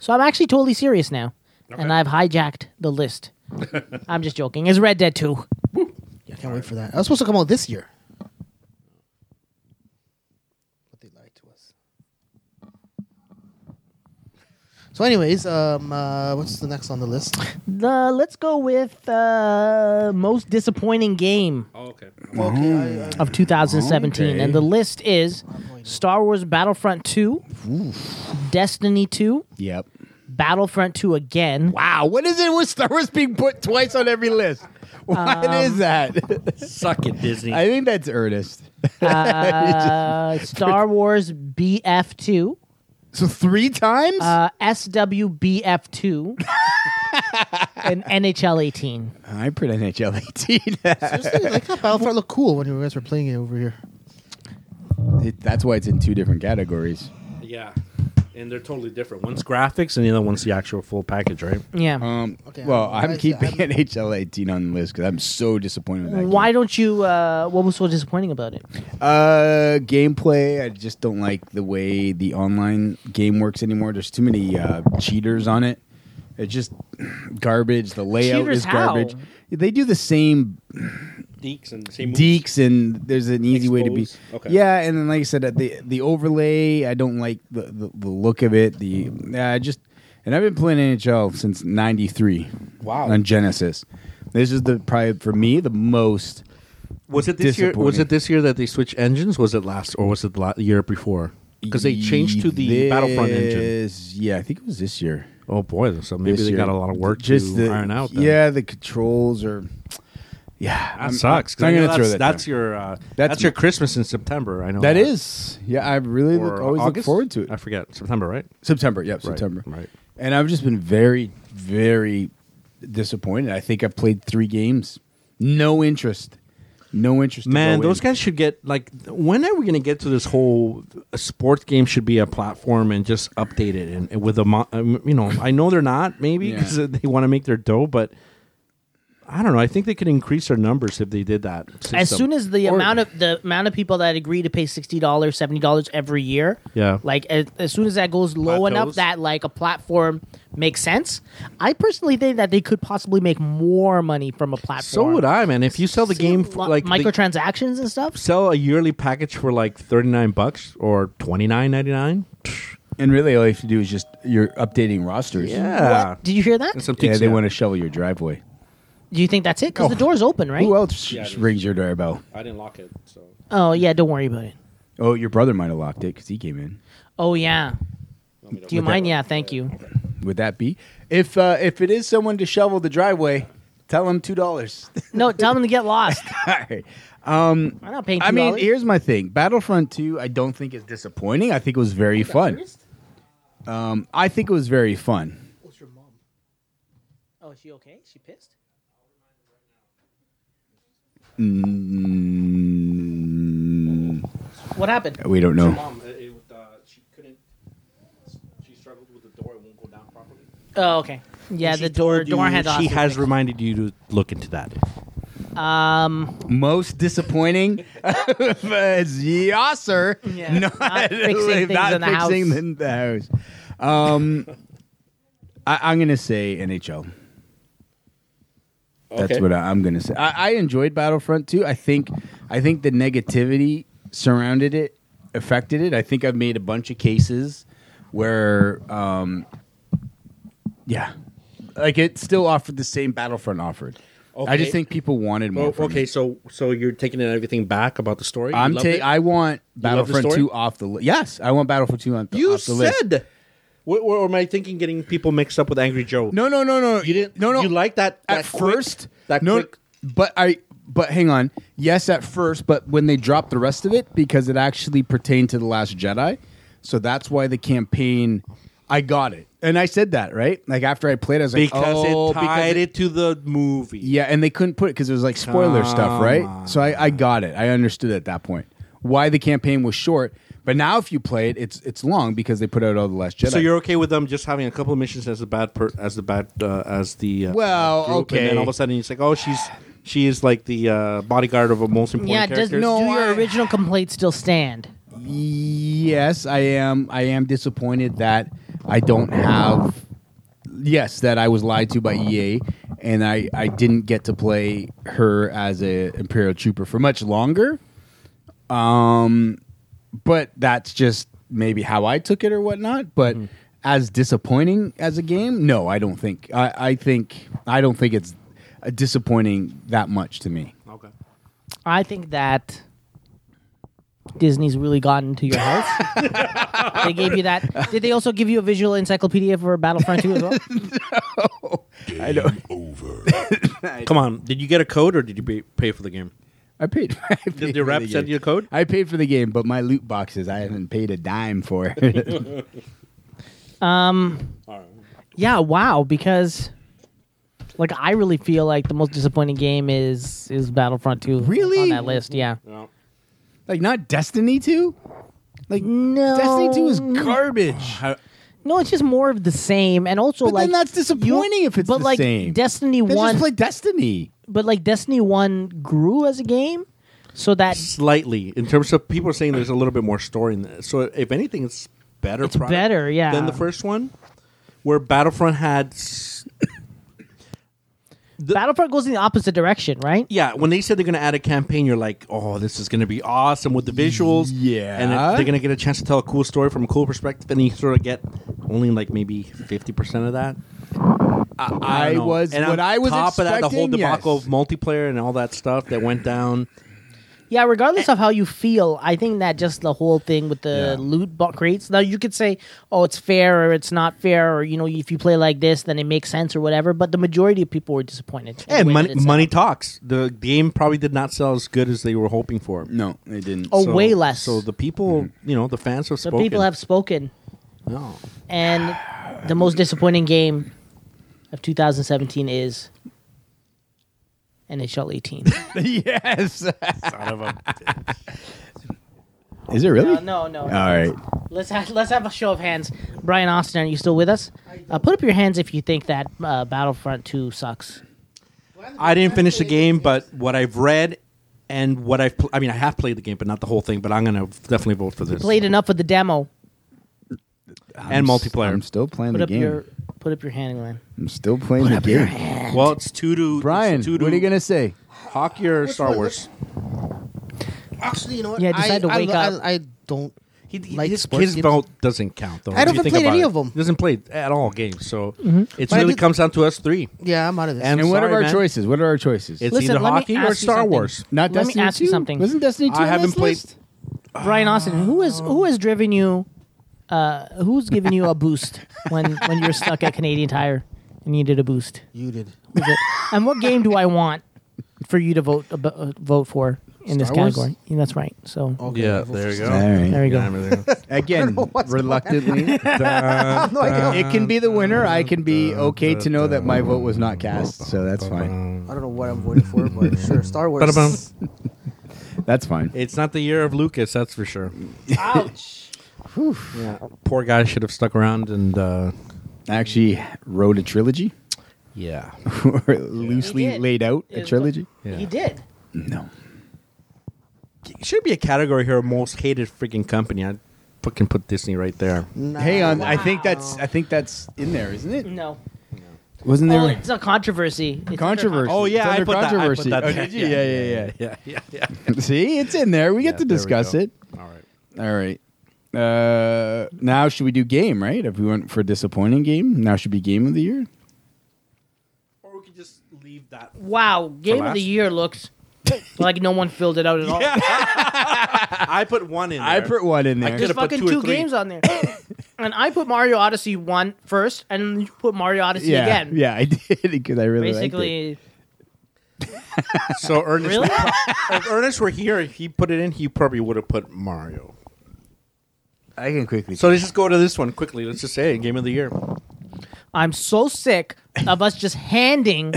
[SPEAKER 4] So I'm actually totally serious now, and I've hijacked the list.
[SPEAKER 5] [laughs]
[SPEAKER 4] I'm just joking. It's Red Dead 2.
[SPEAKER 6] Yeah, I can't wait for that. That was supposed to come out this year. But they lied to us. So, anyways, um, uh, what's the next on the list?
[SPEAKER 4] The, let's go with uh, most disappointing game
[SPEAKER 8] Oh, okay.
[SPEAKER 6] Okay,
[SPEAKER 4] of 2017,
[SPEAKER 5] Oh. Okay.
[SPEAKER 4] and the list is Star Wars Battlefront 2, Destiny 2,
[SPEAKER 5] Yep.
[SPEAKER 4] Battlefront 2 again,
[SPEAKER 5] Wow, what is it with Star Wars being put twice on every list? [laughs] What is
[SPEAKER 4] Um, [laughs]
[SPEAKER 5] that?
[SPEAKER 8] Suck it, Disney.
[SPEAKER 5] I think that's Ernest. [laughs]
[SPEAKER 8] [laughs]
[SPEAKER 4] uh, Star Wars BF2,
[SPEAKER 5] so three times?
[SPEAKER 4] uh,
[SPEAKER 8] [laughs]
[SPEAKER 4] SWBF2, and NHL 18.
[SPEAKER 5] I put NHL 18.
[SPEAKER 6] Seriously, like
[SPEAKER 8] [laughs]
[SPEAKER 6] that Battlefront looked cool when you guys were playing it over here.
[SPEAKER 5] It- that's why it's in two different categories.
[SPEAKER 8] yeah. And they're totally different. One's graphics and the other one's the actual full package, right?
[SPEAKER 4] Yeah.
[SPEAKER 5] Um,
[SPEAKER 6] Okay,
[SPEAKER 5] well, I'm,
[SPEAKER 6] I'm- I-
[SPEAKER 5] keeping
[SPEAKER 6] I'm-
[SPEAKER 5] NHL 18 on the list because I'm so disappointed with that.
[SPEAKER 4] Why don't you? Uh, what was so disappointing about it?
[SPEAKER 5] game. Uh, gameplay. I just don't like the way the online game works anymore. There's too many uh, cheaters on it. It's just [sighs] garbage. The layout
[SPEAKER 4] Cheaters
[SPEAKER 5] is
[SPEAKER 4] how?
[SPEAKER 5] garbage. They do the same
[SPEAKER 8] Deeks and same
[SPEAKER 5] deeks and there's an easy way to be
[SPEAKER 8] Expose. Okay.
[SPEAKER 5] yeah and then like i said uh, the the overlay i don't like the the, the look of it the i just and i've been playing nhl since 93
[SPEAKER 8] Wow.
[SPEAKER 5] on genesis this is the probably for me the most
[SPEAKER 8] Was it this year? Was
[SPEAKER 5] Disappointing.
[SPEAKER 8] it this year that they switched engines? Was it last, or was it the year before? Because they changed to the Battlefront engine.
[SPEAKER 5] This- yeah i think it was this year
[SPEAKER 8] Oh boy, so maybe
[SPEAKER 5] This
[SPEAKER 8] they
[SPEAKER 5] year.
[SPEAKER 8] got a lot of work
[SPEAKER 5] just
[SPEAKER 8] to
[SPEAKER 5] the,
[SPEAKER 8] iron out. Then.
[SPEAKER 5] yeah the controls are yeah
[SPEAKER 8] that sucks. 'cause
[SPEAKER 5] i'm
[SPEAKER 8] I know
[SPEAKER 5] gonna throw
[SPEAKER 8] that's,
[SPEAKER 5] that
[SPEAKER 8] That's
[SPEAKER 5] down.
[SPEAKER 8] your uh, that's,
[SPEAKER 5] That's-
[SPEAKER 8] your Christmas in September. I know
[SPEAKER 5] that is yeah i really look,
[SPEAKER 8] Or
[SPEAKER 5] always look
[SPEAKER 8] August?
[SPEAKER 5] forward to it
[SPEAKER 8] I forget September, right?
[SPEAKER 5] September, yep, September.
[SPEAKER 8] right.
[SPEAKER 5] And I've just been very, very disappointed. I think I've played three games. No interest. No interest. to
[SPEAKER 8] Man,
[SPEAKER 5] go
[SPEAKER 8] those
[SPEAKER 5] in.
[SPEAKER 8] guys should get like. When are we going to get to this whole a sports game should be a platform and just update it and, and with a mo- um, you know I know they're not [laughs] maybe
[SPEAKER 5] Yeah.
[SPEAKER 8] because they want to make their dough, but I don't know. I think they could increase their numbers if they did that.
[SPEAKER 4] As
[SPEAKER 8] system.
[SPEAKER 4] soon as the
[SPEAKER 8] Or-
[SPEAKER 4] amount of the amount of people that agree to pay sixty dollars, seventy dollars every year,
[SPEAKER 8] Yeah.
[SPEAKER 4] like as, as soon as that goes low enough
[SPEAKER 8] Plateaus.
[SPEAKER 4] that like a platform makes sense, I personally think that they could possibly make more money from a platform.
[SPEAKER 8] so would I, man. If you sell the game for
[SPEAKER 4] Lo-
[SPEAKER 8] like the-
[SPEAKER 4] microtransactions and stuff.
[SPEAKER 8] sell a yearly package for like thirty nine bucks or twenty nine ninety nine.
[SPEAKER 5] and really, all you have to do is just you're updating rosters.
[SPEAKER 8] Yeah,
[SPEAKER 4] Did you hear that?
[SPEAKER 8] And some
[SPEAKER 5] yeah.
[SPEAKER 8] things,
[SPEAKER 5] They want to shovel your driveway.
[SPEAKER 4] Do you think that's it? Because the door's open, right?
[SPEAKER 5] Who else
[SPEAKER 8] Yeah,
[SPEAKER 5] sh-
[SPEAKER 8] it is.
[SPEAKER 5] rings your doorbell?
[SPEAKER 8] I didn't lock it, so
[SPEAKER 4] Oh yeah, don't worry about it.
[SPEAKER 5] Oh, your brother might have locked it because he came in.
[SPEAKER 4] Oh yeah. Do you mind? Yeah, thank you.
[SPEAKER 5] Would that be? If uh, if it is someone to shovel the driveway, tell them two dollars. [laughs]
[SPEAKER 4] No, tell them to get lost. [laughs] I'm not paying. $2.
[SPEAKER 5] I mean, here's my thing. Battlefront 2, I don't think is disappointing. I think it was very fun. Um, I think it was very fun.
[SPEAKER 6] What's your mom?
[SPEAKER 4] Oh, is she okay? Is she pissed?
[SPEAKER 5] Mm,
[SPEAKER 4] What happened?
[SPEAKER 5] we don't know.
[SPEAKER 8] mom, it, it, uh, she couldn't. She struggled with the door; it won't go down properly.
[SPEAKER 4] Oh, okay. Yeah,
[SPEAKER 8] She
[SPEAKER 4] the door
[SPEAKER 8] told you-
[SPEAKER 4] door handle.
[SPEAKER 8] She
[SPEAKER 4] to be
[SPEAKER 8] has
[SPEAKER 4] fixed.
[SPEAKER 8] reminded you to look into that.
[SPEAKER 4] um.
[SPEAKER 5] Most disappointing [laughs] is Yasser
[SPEAKER 4] Yeah,
[SPEAKER 5] not,
[SPEAKER 4] not fixing things
[SPEAKER 5] not
[SPEAKER 4] in the
[SPEAKER 5] fixing
[SPEAKER 4] house.
[SPEAKER 5] the- the house. Um, I, I'm going to say NHL. That's what I, I'm gonna say. I, I enjoyed Battlefront 2. I think I think the negativity surrounded it, affected it. I think I've made a bunch of cases where, um, yeah, like it still offered the same Battlefront offered. I
[SPEAKER 8] Okay.
[SPEAKER 5] just think people wanted more.
[SPEAKER 8] Oh,
[SPEAKER 5] from
[SPEAKER 8] okay,
[SPEAKER 5] it.
[SPEAKER 8] so so you're taking everything back about the story. You
[SPEAKER 5] I'm
[SPEAKER 8] loved
[SPEAKER 5] ta-
[SPEAKER 8] it?
[SPEAKER 5] I want
[SPEAKER 8] love the
[SPEAKER 5] Battlefront
[SPEAKER 8] story?
[SPEAKER 5] 2 off the list. Yes, I want Battlefront 2 on the,
[SPEAKER 8] you
[SPEAKER 5] off the list.
[SPEAKER 8] said. Or, or am I thinking getting people mixed up with Angry Joe?
[SPEAKER 5] No, no, no, no.
[SPEAKER 8] you didn't.
[SPEAKER 5] No, no.
[SPEAKER 8] you like that, that
[SPEAKER 5] at
[SPEAKER 8] quick-
[SPEAKER 5] first
[SPEAKER 8] That
[SPEAKER 5] no
[SPEAKER 8] quick,
[SPEAKER 5] but i but hang on yes at first but when they dropped the rest of it because it actually pertained to the last jedi so that's why the campaign i got it and i said that right like after i played i was like
[SPEAKER 8] because
[SPEAKER 5] oh,
[SPEAKER 8] it tied
[SPEAKER 5] because
[SPEAKER 8] it to the movie.
[SPEAKER 5] yeah and they couldn't put it because it was like spoiler stuff right so I, I got it i understood at that point why the campaign was short but now if you play it it's it's long because they put out all the last jedi
[SPEAKER 8] So you're okay with them just having a couple of missions as the bad per- as the bad uh, as the uh,
[SPEAKER 5] Well,
[SPEAKER 8] group, and
[SPEAKER 5] okay.
[SPEAKER 8] then all of a sudden it's like oh she's she is like the uh, bodyguard of a most important
[SPEAKER 4] Yeah. Does
[SPEAKER 8] character.
[SPEAKER 5] No,
[SPEAKER 4] do your
[SPEAKER 5] I-
[SPEAKER 4] original complaint still stand?
[SPEAKER 5] Yes, I am. I am disappointed that I don't have. Yes, that I was lied to by EA, and I I didn't get to play her as a Imperial Trooper for much longer. Um, but that's just maybe how I took it or whatnot. But as disappointing as a game, no, I don't think. I I think I don't think it's uh, disappointing that much to me.
[SPEAKER 8] Okay.
[SPEAKER 4] I think that Disney's really gotten into your house.
[SPEAKER 5] [laughs]
[SPEAKER 4] they gave you that. Did they also give you a visual encyclopedia for Battlefront 2 as well?
[SPEAKER 5] I don't.
[SPEAKER 2] Over.
[SPEAKER 8] Come on, did you get a code or did you pay, pay for the game?
[SPEAKER 5] I paid. [laughs] I paid
[SPEAKER 8] Did
[SPEAKER 5] for
[SPEAKER 8] the rep
[SPEAKER 5] game.
[SPEAKER 8] send you a code?
[SPEAKER 5] I paid for the game, but my loot boxes I haven't paid a dime for.
[SPEAKER 4] Yeah, wow, because like I really feel like the most disappointing game is is Battlefront 2 on
[SPEAKER 5] Really?
[SPEAKER 4] that list, yeah.
[SPEAKER 8] No.
[SPEAKER 5] [laughs] like not Destiny 2? Like
[SPEAKER 4] No.
[SPEAKER 5] Destiny 2 is garbage.
[SPEAKER 4] No, it's just more of the same and also
[SPEAKER 5] But
[SPEAKER 4] like
[SPEAKER 5] then that's disappointing if it's
[SPEAKER 4] but
[SPEAKER 5] the
[SPEAKER 4] like
[SPEAKER 5] same.
[SPEAKER 4] Destiny
[SPEAKER 5] Then
[SPEAKER 4] 1
[SPEAKER 5] just play Destiny.
[SPEAKER 4] but like Destiny 1 grew as a game so that
[SPEAKER 8] Slightly in terms of people are saying there's a little bit more story in this. So if anything, it's better.
[SPEAKER 4] It's
[SPEAKER 8] product
[SPEAKER 4] better, yeah.
[SPEAKER 8] Than the first one, where Battlefront had. s-
[SPEAKER 4] Battlefront goes in the opposite direction, right?
[SPEAKER 8] Yeah, when they said they're going to add a campaign, you're like, "Oh, this is going to be awesome with the visuals."
[SPEAKER 5] Yeah.
[SPEAKER 8] and it- they're going to get a chance to tell a cool story from a cool perspective, and you sort of get only like maybe fifty percent of that.
[SPEAKER 5] I,
[SPEAKER 8] don't know.
[SPEAKER 5] was
[SPEAKER 8] and
[SPEAKER 5] what
[SPEAKER 8] on
[SPEAKER 5] I was
[SPEAKER 8] top of that, the whole
[SPEAKER 5] expecting,
[SPEAKER 8] debacle
[SPEAKER 5] yes.
[SPEAKER 8] of multiplayer and all that stuff that went down.
[SPEAKER 4] Yeah, regardless of how you feel, I think that just the whole thing with the
[SPEAKER 5] Yeah.
[SPEAKER 4] loot bo- crates. Now you could say, "Oh, it's fair" or "It's not fair," or you know, if you play like this, then it makes sense or whatever. But the majority of people were disappointed. in the
[SPEAKER 8] And
[SPEAKER 4] way
[SPEAKER 8] money,
[SPEAKER 4] that it
[SPEAKER 8] money
[SPEAKER 4] sounded.
[SPEAKER 8] talks. The game probably did not sell as good as they were hoping for.
[SPEAKER 5] No, it didn't.
[SPEAKER 4] Oh,
[SPEAKER 8] So-
[SPEAKER 4] way less.
[SPEAKER 8] So the people, you know, the fans have
[SPEAKER 4] the
[SPEAKER 8] spoken.
[SPEAKER 4] people have spoken,
[SPEAKER 8] [laughs] No.
[SPEAKER 4] and the most disappointing game of 2017 is NHL [laughs] 18.
[SPEAKER 5] yes.
[SPEAKER 8] [laughs]
[SPEAKER 5] Is it really?
[SPEAKER 4] no, Uh, no, no.
[SPEAKER 5] All
[SPEAKER 8] Uh,
[SPEAKER 5] right.
[SPEAKER 4] Let's have, let's have a show of hands. Brian Austin, are you still with us? Uh, put up your hands if you think that uh, Battlefront 2 sucks.
[SPEAKER 8] I didn't finish the game, but what I've read and what I've, pl- I mean, I have played the game, but not the whole thing. But I'm going to definitely vote for this.
[SPEAKER 4] Played enough of the demo.
[SPEAKER 8] and multiplayer.
[SPEAKER 5] I'm still playing
[SPEAKER 4] Put
[SPEAKER 5] the
[SPEAKER 4] up
[SPEAKER 5] game.
[SPEAKER 4] your put up your hand, Glenn.
[SPEAKER 5] I'm still playing the game.
[SPEAKER 8] well, it's two to
[SPEAKER 5] Brian,
[SPEAKER 8] it's two to
[SPEAKER 5] what are you going to say?
[SPEAKER 8] hockey or Star
[SPEAKER 6] one?
[SPEAKER 8] Wars?
[SPEAKER 6] Actually, you know what?
[SPEAKER 4] Yeah, decide
[SPEAKER 6] I,
[SPEAKER 4] to
[SPEAKER 6] I
[SPEAKER 4] wake
[SPEAKER 6] lo-
[SPEAKER 4] up.
[SPEAKER 6] I, I don't.
[SPEAKER 8] He, he-
[SPEAKER 6] Like
[SPEAKER 8] his
[SPEAKER 6] sports
[SPEAKER 8] his
[SPEAKER 6] games?
[SPEAKER 8] vote doesn't count though.
[SPEAKER 6] I
[SPEAKER 8] if
[SPEAKER 6] don't
[SPEAKER 8] you think
[SPEAKER 6] play
[SPEAKER 8] about
[SPEAKER 6] any
[SPEAKER 8] it. Mm-hmm.
[SPEAKER 6] of 'em.
[SPEAKER 8] He doesn't play at all games. So it
[SPEAKER 6] But I
[SPEAKER 8] really
[SPEAKER 6] did-
[SPEAKER 8] comes down to us three.
[SPEAKER 6] Yeah, I'm out of this.
[SPEAKER 8] And
[SPEAKER 5] And what
[SPEAKER 8] Sorry,
[SPEAKER 5] are our
[SPEAKER 8] man.
[SPEAKER 5] choices? What are our choices?
[SPEAKER 8] It's
[SPEAKER 4] Listen,
[SPEAKER 8] either
[SPEAKER 4] let me
[SPEAKER 8] hockey or
[SPEAKER 4] ask you
[SPEAKER 8] Star
[SPEAKER 4] something.
[SPEAKER 8] Wars.
[SPEAKER 4] Let
[SPEAKER 5] Not
[SPEAKER 4] me
[SPEAKER 5] Destiny
[SPEAKER 4] ask you
[SPEAKER 5] 2?
[SPEAKER 4] something.
[SPEAKER 5] Wasn't Destiny two?
[SPEAKER 8] I
[SPEAKER 5] on
[SPEAKER 8] haven't
[SPEAKER 5] this
[SPEAKER 8] played-
[SPEAKER 5] list?
[SPEAKER 4] Brian Austin, who is who has driven you? Uh, who's giving you a boost when when you're stuck at Canadian Tire and needed a boost?
[SPEAKER 6] You did.
[SPEAKER 4] Who's it? And what game do I want for you to vote ab- uh, vote for in this
[SPEAKER 6] Star Wars?
[SPEAKER 4] category? Yeah, that's right. So
[SPEAKER 6] Okay,
[SPEAKER 8] Yeah,
[SPEAKER 6] I vote
[SPEAKER 8] there
[SPEAKER 6] for
[SPEAKER 8] you
[SPEAKER 6] Star
[SPEAKER 8] go.
[SPEAKER 6] Wars.
[SPEAKER 5] All
[SPEAKER 4] there
[SPEAKER 5] right.
[SPEAKER 4] you go.
[SPEAKER 8] [laughs]
[SPEAKER 4] [laughs]
[SPEAKER 5] Again, reluctantly,
[SPEAKER 6] I have [laughs] no
[SPEAKER 5] [laughs]
[SPEAKER 6] idea.
[SPEAKER 5] it can be the winner. I can be okay to know that my vote was not cast, so that's fine.
[SPEAKER 6] I don't know what I'm voting for, but sure, Star
[SPEAKER 8] Ba-da-bum.
[SPEAKER 6] Wars.
[SPEAKER 5] That's fine.
[SPEAKER 8] It's not the year of Lucas, that's for sure. Ouch. yeah. Poor guy should have stuck around and uh,
[SPEAKER 5] I actually wrote a trilogy, [laughs]
[SPEAKER 8] yeah.
[SPEAKER 5] or loosely
[SPEAKER 4] did.
[SPEAKER 5] laid out
[SPEAKER 4] It
[SPEAKER 5] a
[SPEAKER 4] was-
[SPEAKER 5] trilogy.
[SPEAKER 8] Yeah.
[SPEAKER 4] did.
[SPEAKER 5] No,
[SPEAKER 8] Should be a category here most hated freaking company. I fucking put Disney right there.
[SPEAKER 5] Hey, on, I think that's I think that's in there, isn't it?
[SPEAKER 4] No.
[SPEAKER 5] Wasn't
[SPEAKER 4] Well,
[SPEAKER 5] there
[SPEAKER 4] it's a controversy. It's
[SPEAKER 5] controversy?
[SPEAKER 4] under-
[SPEAKER 8] Oh, yeah,
[SPEAKER 5] It's
[SPEAKER 8] I
[SPEAKER 5] under
[SPEAKER 8] put that- I put
[SPEAKER 5] controversy.
[SPEAKER 8] that
[SPEAKER 5] Oh,
[SPEAKER 8] there.
[SPEAKER 5] did you?
[SPEAKER 8] Yeah,
[SPEAKER 5] Yeah, yeah, yeah.
[SPEAKER 8] [laughs] Yeah, yeah, yeah.
[SPEAKER 5] [laughs] See, it's in there. We get
[SPEAKER 8] Yeah,
[SPEAKER 5] to
[SPEAKER 8] there we
[SPEAKER 5] discuss
[SPEAKER 8] go.
[SPEAKER 5] it.
[SPEAKER 8] All right.
[SPEAKER 5] All right. Uh, now should we do game? Right? If we went for disappointing game, now should be game of the year.
[SPEAKER 8] Or we could just leave that.
[SPEAKER 4] Oh, wow, game of
[SPEAKER 8] last?
[SPEAKER 4] the year looks like no one filled it out at all.
[SPEAKER 8] [laughs] I put one in there.
[SPEAKER 5] I put one in there.
[SPEAKER 8] could-
[SPEAKER 4] There's
[SPEAKER 8] Should've put
[SPEAKER 4] fucking
[SPEAKER 8] two or
[SPEAKER 4] two
[SPEAKER 8] three.
[SPEAKER 4] games on
[SPEAKER 8] [coughs]
[SPEAKER 4] there. and I put Mario Odyssey 1 first, and you put Mario Odyssey
[SPEAKER 5] yeah,
[SPEAKER 4] again.
[SPEAKER 5] [laughs] yeah, I did because I really liked it.
[SPEAKER 4] Basically,
[SPEAKER 8] [laughs] So Ernest,
[SPEAKER 4] Really?
[SPEAKER 8] if Ernest were here, if he put it in, he probably would have put Mario.
[SPEAKER 5] I can quickly.
[SPEAKER 8] So let's just go to this one quickly. Let's just say it, game of the year.
[SPEAKER 4] I'm so sick of us just
[SPEAKER 8] [laughs]
[SPEAKER 4] handing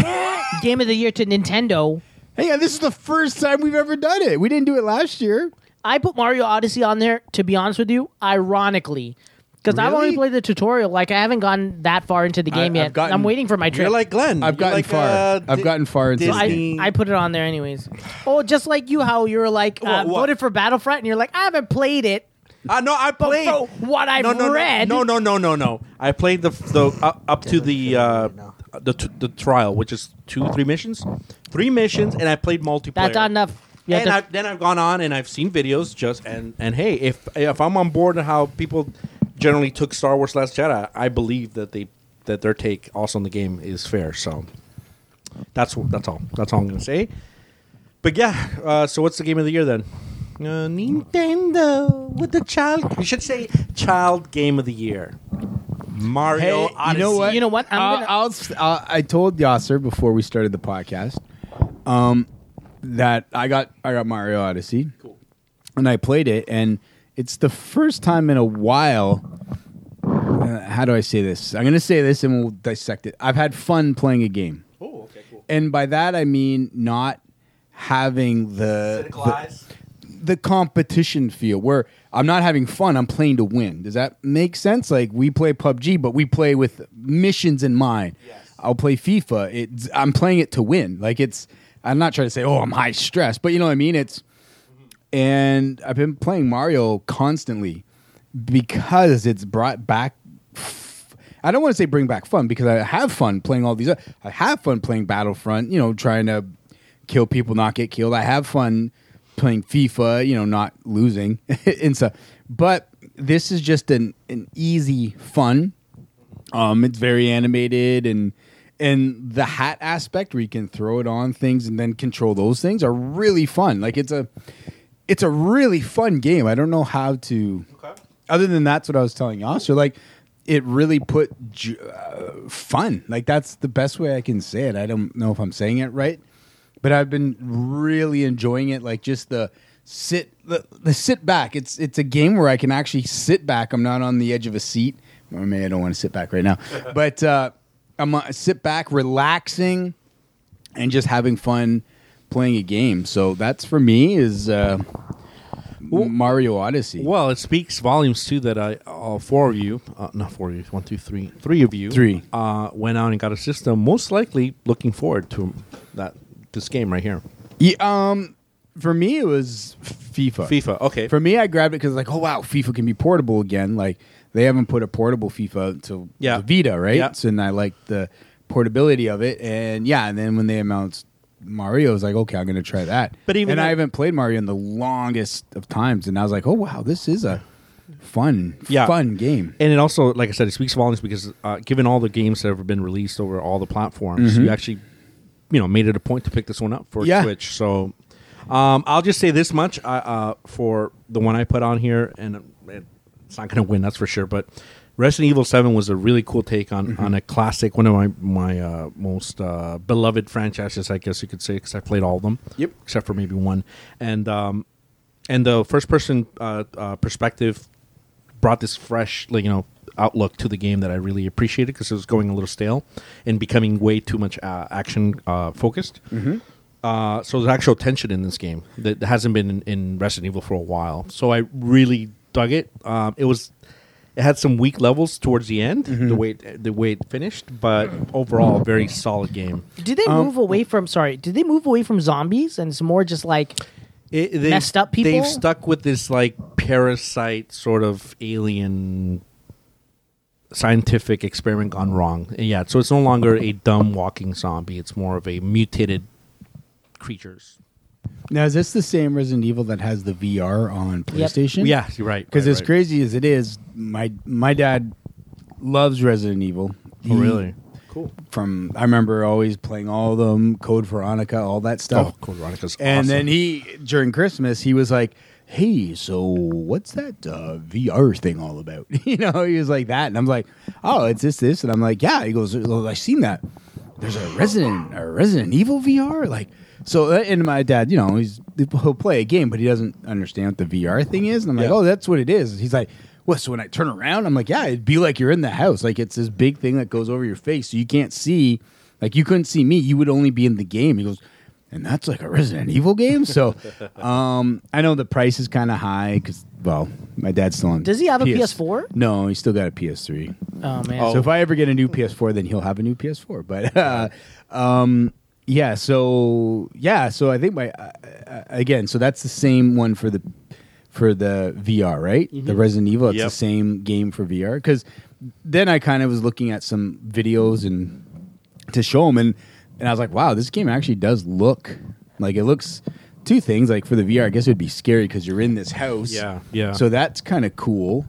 [SPEAKER 4] Game of the Year to Nintendo.
[SPEAKER 5] Hang on, this is the first time we've ever done it. We didn't do it last year.
[SPEAKER 4] I put Mario Odyssey on there, to be honest with you, ironically. Because I've only
[SPEAKER 5] Really?
[SPEAKER 4] played the tutorial. Like, I haven't gotten that far into the
[SPEAKER 5] I-
[SPEAKER 4] game
[SPEAKER 5] I've
[SPEAKER 4] yet.
[SPEAKER 5] gotten-
[SPEAKER 4] I'm waiting for my
[SPEAKER 8] You're
[SPEAKER 4] trip.
[SPEAKER 8] like Glenn.
[SPEAKER 5] I've
[SPEAKER 8] You're
[SPEAKER 5] gotten
[SPEAKER 8] like,
[SPEAKER 5] far.
[SPEAKER 8] uh,
[SPEAKER 5] I've
[SPEAKER 8] Di-
[SPEAKER 5] gotten far into
[SPEAKER 8] Disney.
[SPEAKER 5] the game.
[SPEAKER 4] I, I put it on there anyways. Oh, just like you, how you're like uh,
[SPEAKER 8] What, what?
[SPEAKER 4] voted for Battlefront, and you're like, I haven't played it.
[SPEAKER 8] Uh, no, I
[SPEAKER 4] But
[SPEAKER 8] played.
[SPEAKER 4] from what I've
[SPEAKER 8] no, no,
[SPEAKER 4] read,
[SPEAKER 8] No, no, no, no, no, no. I played the the up, up to the uh, the t- the trial, which is two, three missions, three missions, and I played multiplayer.
[SPEAKER 4] that's not enough. You have
[SPEAKER 8] and
[SPEAKER 4] to-
[SPEAKER 8] I've, then I've gone on and I've seen videos just and and hey, if if I'm on board and how people generally took Star Wars Last Jedi, I believe that they that their take also on the game is fair. So that's that's all. That's all I'm gonna say. But yeah, uh, so what's the game of the year then? Uh, Nintendo with the child. We should say child game of the year. Mario.
[SPEAKER 5] Hey, you know
[SPEAKER 8] Odyssey.
[SPEAKER 5] what?
[SPEAKER 4] You know what? I'm
[SPEAKER 8] uh,
[SPEAKER 5] I'll-
[SPEAKER 4] gonna-
[SPEAKER 5] I'll s- I'll- I told Yasser before we started the podcast um, that I got I got Mario Odyssey, and I played it, and it's the first time in a while. Uh, how do I say this? I'm going to say this, and we'll dissect it. I've had fun playing a game,
[SPEAKER 8] Oh, okay, cool.
[SPEAKER 5] and by that I mean not having the
[SPEAKER 8] Critical
[SPEAKER 5] the,
[SPEAKER 8] Eyes.
[SPEAKER 5] the competition feel where I'm not having fun, I'm playing to win. Does that make sense? Like we play PUBG, but we play with missions in mind. I'll play FIFA. It's I'm playing it to win. Like it's I'm not trying to say, "Oh, I'm high stress," but you know what I mean? It's and I've been playing Mario constantly because it's brought back I don't want to say bring back fun because I have fun playing all these. oth- I have fun playing Battlefront, you know, trying to kill people, not get killed. I have fun playing FIFA, you know, not losing [laughs] and stuff. But this is just an, an easy fun. Um, it's very animated and and the hat aspect where you can throw it on things and then control those things are really fun. Like it's a it's a really fun game. I don't know how to. Other than that's what I was telling Oscar. Like it really put ju- uh, fun. Like that's the best way I can say it. I don't know if I'm saying it right, but I've been really enjoying it. Like just the sit the, the sit back. It's it's a game where I can actually sit back. I'm not on the edge of a seat. Or maybe I don't want to sit back right now, but uh, I'm uh, sit back, relaxing and just having fun playing a game. So that's for me is uh, Mario Odyssey.
[SPEAKER 8] Well, it speaks volumes too that I all four of you, uh, not four of you, one, two, three, three of you,
[SPEAKER 5] Three.
[SPEAKER 8] uh, went out and got a system. Most likely, looking forward to that this game right here,
[SPEAKER 5] Yeah, um, for me it was FIFA.
[SPEAKER 8] FIFA. Okay,
[SPEAKER 5] For me, I grabbed it because like, oh wow, FIFA can be portable again. Like they haven't put a portable FIFA to
[SPEAKER 8] Yeah.
[SPEAKER 5] the Vita, right?
[SPEAKER 8] Yeah.
[SPEAKER 5] So, and I like the portability of it. And yeah, and then when they announced Mario, I was like, okay, I'm gonna try that.
[SPEAKER 8] But even
[SPEAKER 5] and I
[SPEAKER 8] that-
[SPEAKER 5] haven't played Mario in the longest of times, and I was like, oh wow, this is a fun,
[SPEAKER 10] Yeah.
[SPEAKER 5] fun game.
[SPEAKER 10] And it also, like I said, it speaks volumes because uh, given all the games that have been released over all the platforms, you actually, you know, made it a point to pick this one up for
[SPEAKER 5] Mm-hmm. Yeah.
[SPEAKER 10] Switch. So, um, I'll just say this much uh, uh, for the one I put on here, and uh, it's not going to win, that's for sure. But Resident Evil Seven was a really cool take on, on a classic, one of my my uh, most uh, beloved franchises, I guess you could say, because I played all of them.
[SPEAKER 5] Yep.
[SPEAKER 10] except for maybe one, and um, and the first person uh, uh, perspective brought this fresh, like you know, outlook to the game that I really appreciated because it was going a little stale and becoming way too much uh, action uh, focused. Uh, so there's actual tension in this game that that hasn't been in, in Resident Evil for a while. So I really dug it. Um, it was it had some weak levels towards the end, the way it, the way it finished, but overall a very solid game.
[SPEAKER 4] Did they
[SPEAKER 5] Um,
[SPEAKER 4] move away from? Sorry, did they move away from zombies and it's more just like
[SPEAKER 10] It, they've-
[SPEAKER 4] Messed up people?
[SPEAKER 10] They've stuck with this like parasite sort of alien scientific experiment gone wrong. Yeah, so it's no longer a dumb walking zombie. It's more of a mutated creatures.
[SPEAKER 5] Now, is this the same Resident Evil that has the VR on
[SPEAKER 4] Yep.
[SPEAKER 5] PlayStation?
[SPEAKER 10] Yeah, you're right.
[SPEAKER 5] Because
[SPEAKER 10] right,
[SPEAKER 5] as
[SPEAKER 10] right.
[SPEAKER 5] crazy as it is, my my dad loves Resident Evil.
[SPEAKER 10] Oh,
[SPEAKER 5] He-
[SPEAKER 10] really? Cool.
[SPEAKER 5] From I remember always playing all of them, Code Veronica, all that stuff.
[SPEAKER 10] Oh, Code Veronica's
[SPEAKER 5] And
[SPEAKER 10] awesome.
[SPEAKER 5] then he during Christmas he was like, "Hey, so what's that uh, VR thing all about?" [laughs] You know, he was like that, and I'm like, "Oh, it's this this," and I'm like, "Yeah." He goes, "Well, "I seen that. There's a Resident a Resident Evil VR like." So uh, and my dad, you know, he's he'll play a game, but he doesn't understand what the VR thing is, and I'm like,
[SPEAKER 10] Yeah.
[SPEAKER 5] "Oh, that's what it is." He's like. Well, so when I turn around, I'm like, yeah, it'd be like you're in the house. Like it's this big thing that goes over your face, so you can't see. Like you couldn't see me, you would only be in the game. He goes, and that's like a Resident Evil game. So, um, I know the price is kind of high because, well, my dad's still on.
[SPEAKER 4] Does he have a PS4?
[SPEAKER 5] No, he's still got a PS3.
[SPEAKER 4] oh man,
[SPEAKER 5] So if I ever get a new PS4, then he'll have a new PS4. But, [laughs] uh, um, yeah. So yeah. So I think my uh, uh, again. So that's the same one for the for the VR, right? The Resident Evil. It's
[SPEAKER 10] Mm-hmm. Yep.
[SPEAKER 5] the same game for VR because then I kind of was looking at some videos and to show him and and I was like, wow, this game actually does look like it looks two things like for the VR. I guess it would be scary because you're in this house.
[SPEAKER 10] Yeah, yeah.
[SPEAKER 5] So that's kind of cool.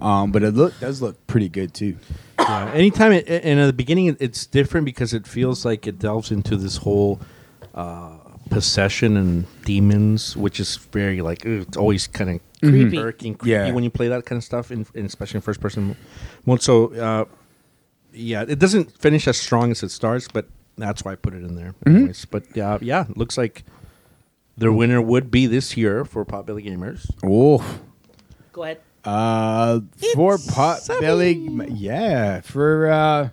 [SPEAKER 5] Um, but it look does look pretty good too.
[SPEAKER 10] yeah. Uh, Anytime it, and at the beginning, it- it's different because it feels like it delves into this whole uh, possession and demons, which is very like ugh, it's always kind of
[SPEAKER 4] Creepy.
[SPEAKER 10] irking, creepy
[SPEAKER 5] Yeah.
[SPEAKER 10] when you play that kind of stuff, in, in especially in first person mode. So, uh, yeah, it doesn't finish as strong as it starts, but that's why I put it in there. Anyways, but uh, yeah, it looks like their winner would be this year for Potbelly Gamers.
[SPEAKER 5] Oh,
[SPEAKER 4] go ahead.
[SPEAKER 5] Uh, for pot belly, yeah, for uh,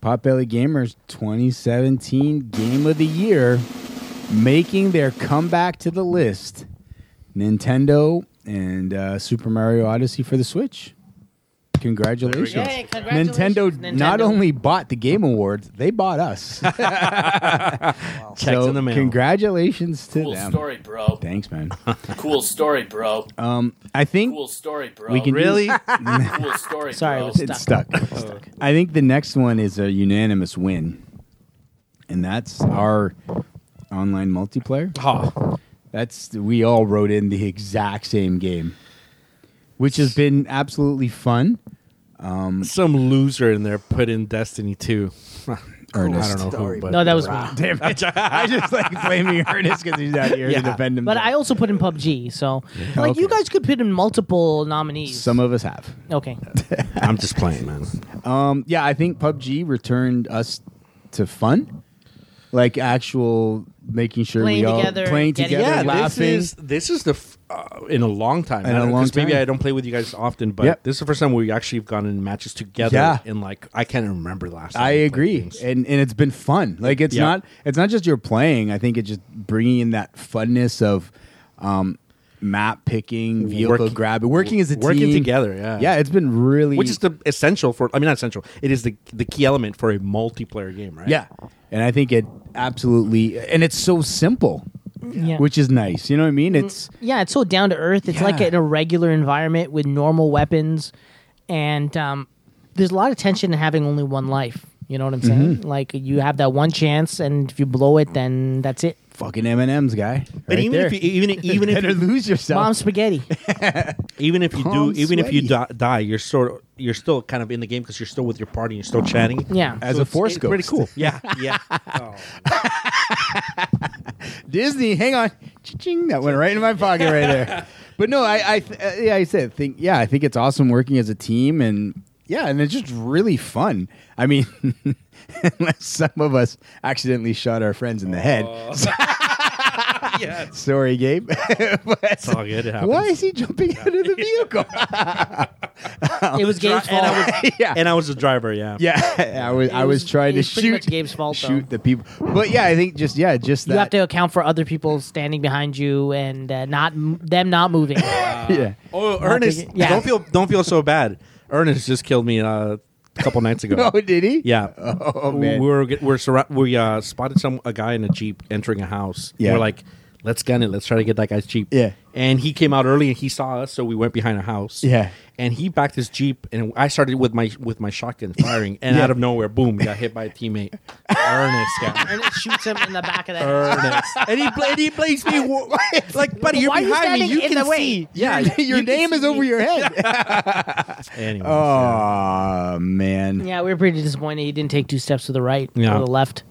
[SPEAKER 5] pot belly gamers 2017 game of the year, making their comeback to the list, Nintendo and uh, Super Mario Odyssey for the Switch. Congratulations.
[SPEAKER 4] There we go. Yay, congratulations,
[SPEAKER 5] Nintendo, not
[SPEAKER 4] Nintendo.
[SPEAKER 5] only bought the Game Awards, they bought
[SPEAKER 10] [laughs]
[SPEAKER 5] us.
[SPEAKER 10] Checks
[SPEAKER 5] So
[SPEAKER 10] in the mail.
[SPEAKER 5] Congratulations to
[SPEAKER 2] Cool
[SPEAKER 5] them.
[SPEAKER 2] story, bro.
[SPEAKER 5] Thanks, man.
[SPEAKER 2] [laughs] Cool story, bro.
[SPEAKER 5] Um, I think
[SPEAKER 2] Cool story, bro.
[SPEAKER 5] we can do-
[SPEAKER 2] [laughs] cool
[SPEAKER 5] [laughs]
[SPEAKER 2] story,
[SPEAKER 4] Sorry, I
[SPEAKER 2] bro.
[SPEAKER 4] was-
[SPEAKER 5] it's stuck. I think the next one is a unanimous win, and that's our online multiplayer. That's we all wrote in the exact same game, which has been absolutely fun.
[SPEAKER 10] Some loser in there put in Destiny 2. I
[SPEAKER 5] Ernest,
[SPEAKER 10] don't know who, but
[SPEAKER 4] No, that was [laughs] me.
[SPEAKER 5] damn it! I just like blaming Ernest because he's out here
[SPEAKER 10] Yeah.
[SPEAKER 5] to defend him.
[SPEAKER 4] But I also put in PUBG, so like you
[SPEAKER 5] Okay.
[SPEAKER 4] guys could put in multiple nominees.
[SPEAKER 5] some of us have.
[SPEAKER 4] okay,
[SPEAKER 10] I'm just playing, man.
[SPEAKER 5] Um, yeah, I think PUBG returned us to fun, like actual making sure
[SPEAKER 4] Playing
[SPEAKER 5] we all
[SPEAKER 4] together,
[SPEAKER 5] playing
[SPEAKER 4] getting-
[SPEAKER 5] together,
[SPEAKER 4] Yeah,
[SPEAKER 5] laughing.
[SPEAKER 10] This is this is the f- uh, in a long
[SPEAKER 5] In
[SPEAKER 10] time. I
[SPEAKER 5] a
[SPEAKER 10] don't- 'cause
[SPEAKER 5] long
[SPEAKER 10] Maybe
[SPEAKER 5] time.
[SPEAKER 10] I don't play with you guys often, but
[SPEAKER 5] Yep.
[SPEAKER 10] this is the first time we actually have gone in matches together.
[SPEAKER 5] Yeah.
[SPEAKER 10] and like I can't remember the last. Time
[SPEAKER 5] I
[SPEAKER 10] we played
[SPEAKER 5] agree,
[SPEAKER 10] games.
[SPEAKER 5] and and it's been fun. Like it's
[SPEAKER 10] Yeah.
[SPEAKER 5] not it's not just you're playing. I think it's just bringing in that funness of um, map picking, vehicle
[SPEAKER 10] Working-
[SPEAKER 5] grabbing, working as a
[SPEAKER 10] working
[SPEAKER 5] team.
[SPEAKER 10] together, yeah.
[SPEAKER 5] yeah. It's been really
[SPEAKER 10] Which is the essential for? I mean, not essential. It is the the key element for a multiplayer game, right?
[SPEAKER 5] yeah, and I think it absolutely and it's so simple,
[SPEAKER 4] yeah.
[SPEAKER 5] which is nice. You know what I mean? It's
[SPEAKER 4] Yeah, it's so down to earth. It's like
[SPEAKER 5] Yeah.
[SPEAKER 4] in a regular environment with normal weapons, and um, there's a lot of tension in having only one life. You know what I'm saying?
[SPEAKER 5] Mm-hmm.
[SPEAKER 4] Like you have that one chance, and if you blow it, then that's it.
[SPEAKER 5] Fucking M and M's guy.
[SPEAKER 8] But
[SPEAKER 5] Right
[SPEAKER 8] even
[SPEAKER 5] there.
[SPEAKER 8] if you,
[SPEAKER 10] [laughs]
[SPEAKER 8] even
[SPEAKER 5] [laughs]
[SPEAKER 8] even if
[SPEAKER 5] better
[SPEAKER 8] you,
[SPEAKER 5] lose yourself.
[SPEAKER 4] Mom spaghetti.
[SPEAKER 8] even if you do
[SPEAKER 5] Calm,
[SPEAKER 8] even if you
[SPEAKER 5] sweaty.
[SPEAKER 8] di- die, you're sort of, you're still kind of in the game because you're still with your party, and you're still
[SPEAKER 10] [laughs]
[SPEAKER 8] chatting.
[SPEAKER 4] Yeah.
[SPEAKER 5] [laughs] As
[SPEAKER 8] So
[SPEAKER 5] a
[SPEAKER 8] it's-
[SPEAKER 5] force
[SPEAKER 8] it's
[SPEAKER 5] ghost.
[SPEAKER 8] Pretty cool. Yeah, yeah.
[SPEAKER 10] Oh,
[SPEAKER 5] [laughs] Disney, hang on. Ching, that went right in my pocket right there.
[SPEAKER 8] [laughs]
[SPEAKER 5] But no, I, I, th- uh, yeah, I said, think, yeah, I think it's awesome working as a team, and yeah, and it's just really fun. I mean, [laughs] unless some of us accidentally shot our friends in the [laughs]
[SPEAKER 8] Oh.
[SPEAKER 5] [laughs] head.
[SPEAKER 10] [laughs]
[SPEAKER 5] Sorry, Gabe. [laughs] But-
[SPEAKER 8] It's all good. It happens.
[SPEAKER 5] why is he jumping out
[SPEAKER 8] [laughs]
[SPEAKER 5] of the vehicle?
[SPEAKER 4] it was Gabe's fault.
[SPEAKER 5] [laughs] yeah,
[SPEAKER 8] And I was the driver. Yeah.
[SPEAKER 5] yeah. [laughs] I was, I was
[SPEAKER 4] was-
[SPEAKER 5] trying
[SPEAKER 4] it was
[SPEAKER 5] to
[SPEAKER 4] pretty
[SPEAKER 5] shoot
[SPEAKER 4] much Gabe's fault, though.
[SPEAKER 5] shoot the people. But yeah, I think just yeah, just
[SPEAKER 4] you have
[SPEAKER 5] that.
[SPEAKER 4] to account for other people standing behind you and uh, not m- them not moving.
[SPEAKER 5] [laughs] yeah.
[SPEAKER 8] Oh, Ernest.
[SPEAKER 4] taking- yeah.
[SPEAKER 8] Don't feel don't feel so bad. Ernest just killed me uh, a couple nights [laughs] ago.
[SPEAKER 5] Oh, did he?
[SPEAKER 8] Yeah.
[SPEAKER 5] Oh,
[SPEAKER 8] we
[SPEAKER 5] man.
[SPEAKER 8] were get- we're surra- we uh, spotted some a guy in a jeep entering a house.
[SPEAKER 5] Yeah.
[SPEAKER 8] We're like, let's gun it. Let's try to get that guy's jeep.
[SPEAKER 5] Yeah.
[SPEAKER 8] And he came out early and he saw us, so we went behind a house.
[SPEAKER 5] Yeah.
[SPEAKER 8] And he backed his jeep, and I started with my with my shotgun firing, and
[SPEAKER 5] Yeah.
[SPEAKER 8] out of nowhere, boom, got hit by a teammate. Ernest, guy.
[SPEAKER 4] and it shoots him in the back of the
[SPEAKER 8] Uh,
[SPEAKER 4] head.
[SPEAKER 8] Ernest. [laughs] And he, bla- and he blazed me. wo- [laughs] Like, buddy, you're
[SPEAKER 4] Why are you
[SPEAKER 8] behind me.
[SPEAKER 4] standing
[SPEAKER 8] You
[SPEAKER 4] in
[SPEAKER 8] can
[SPEAKER 4] the way?
[SPEAKER 8] see. [laughs] Yeah.
[SPEAKER 5] [laughs] your
[SPEAKER 8] you can
[SPEAKER 5] name is
[SPEAKER 8] see
[SPEAKER 5] over
[SPEAKER 8] me.
[SPEAKER 5] your
[SPEAKER 4] [laughs]
[SPEAKER 5] head.
[SPEAKER 8] Anyway.
[SPEAKER 5] Oh man.
[SPEAKER 4] Yeah, we were pretty disappointed he didn't take two steps to the right
[SPEAKER 8] Yeah.
[SPEAKER 4] or the left.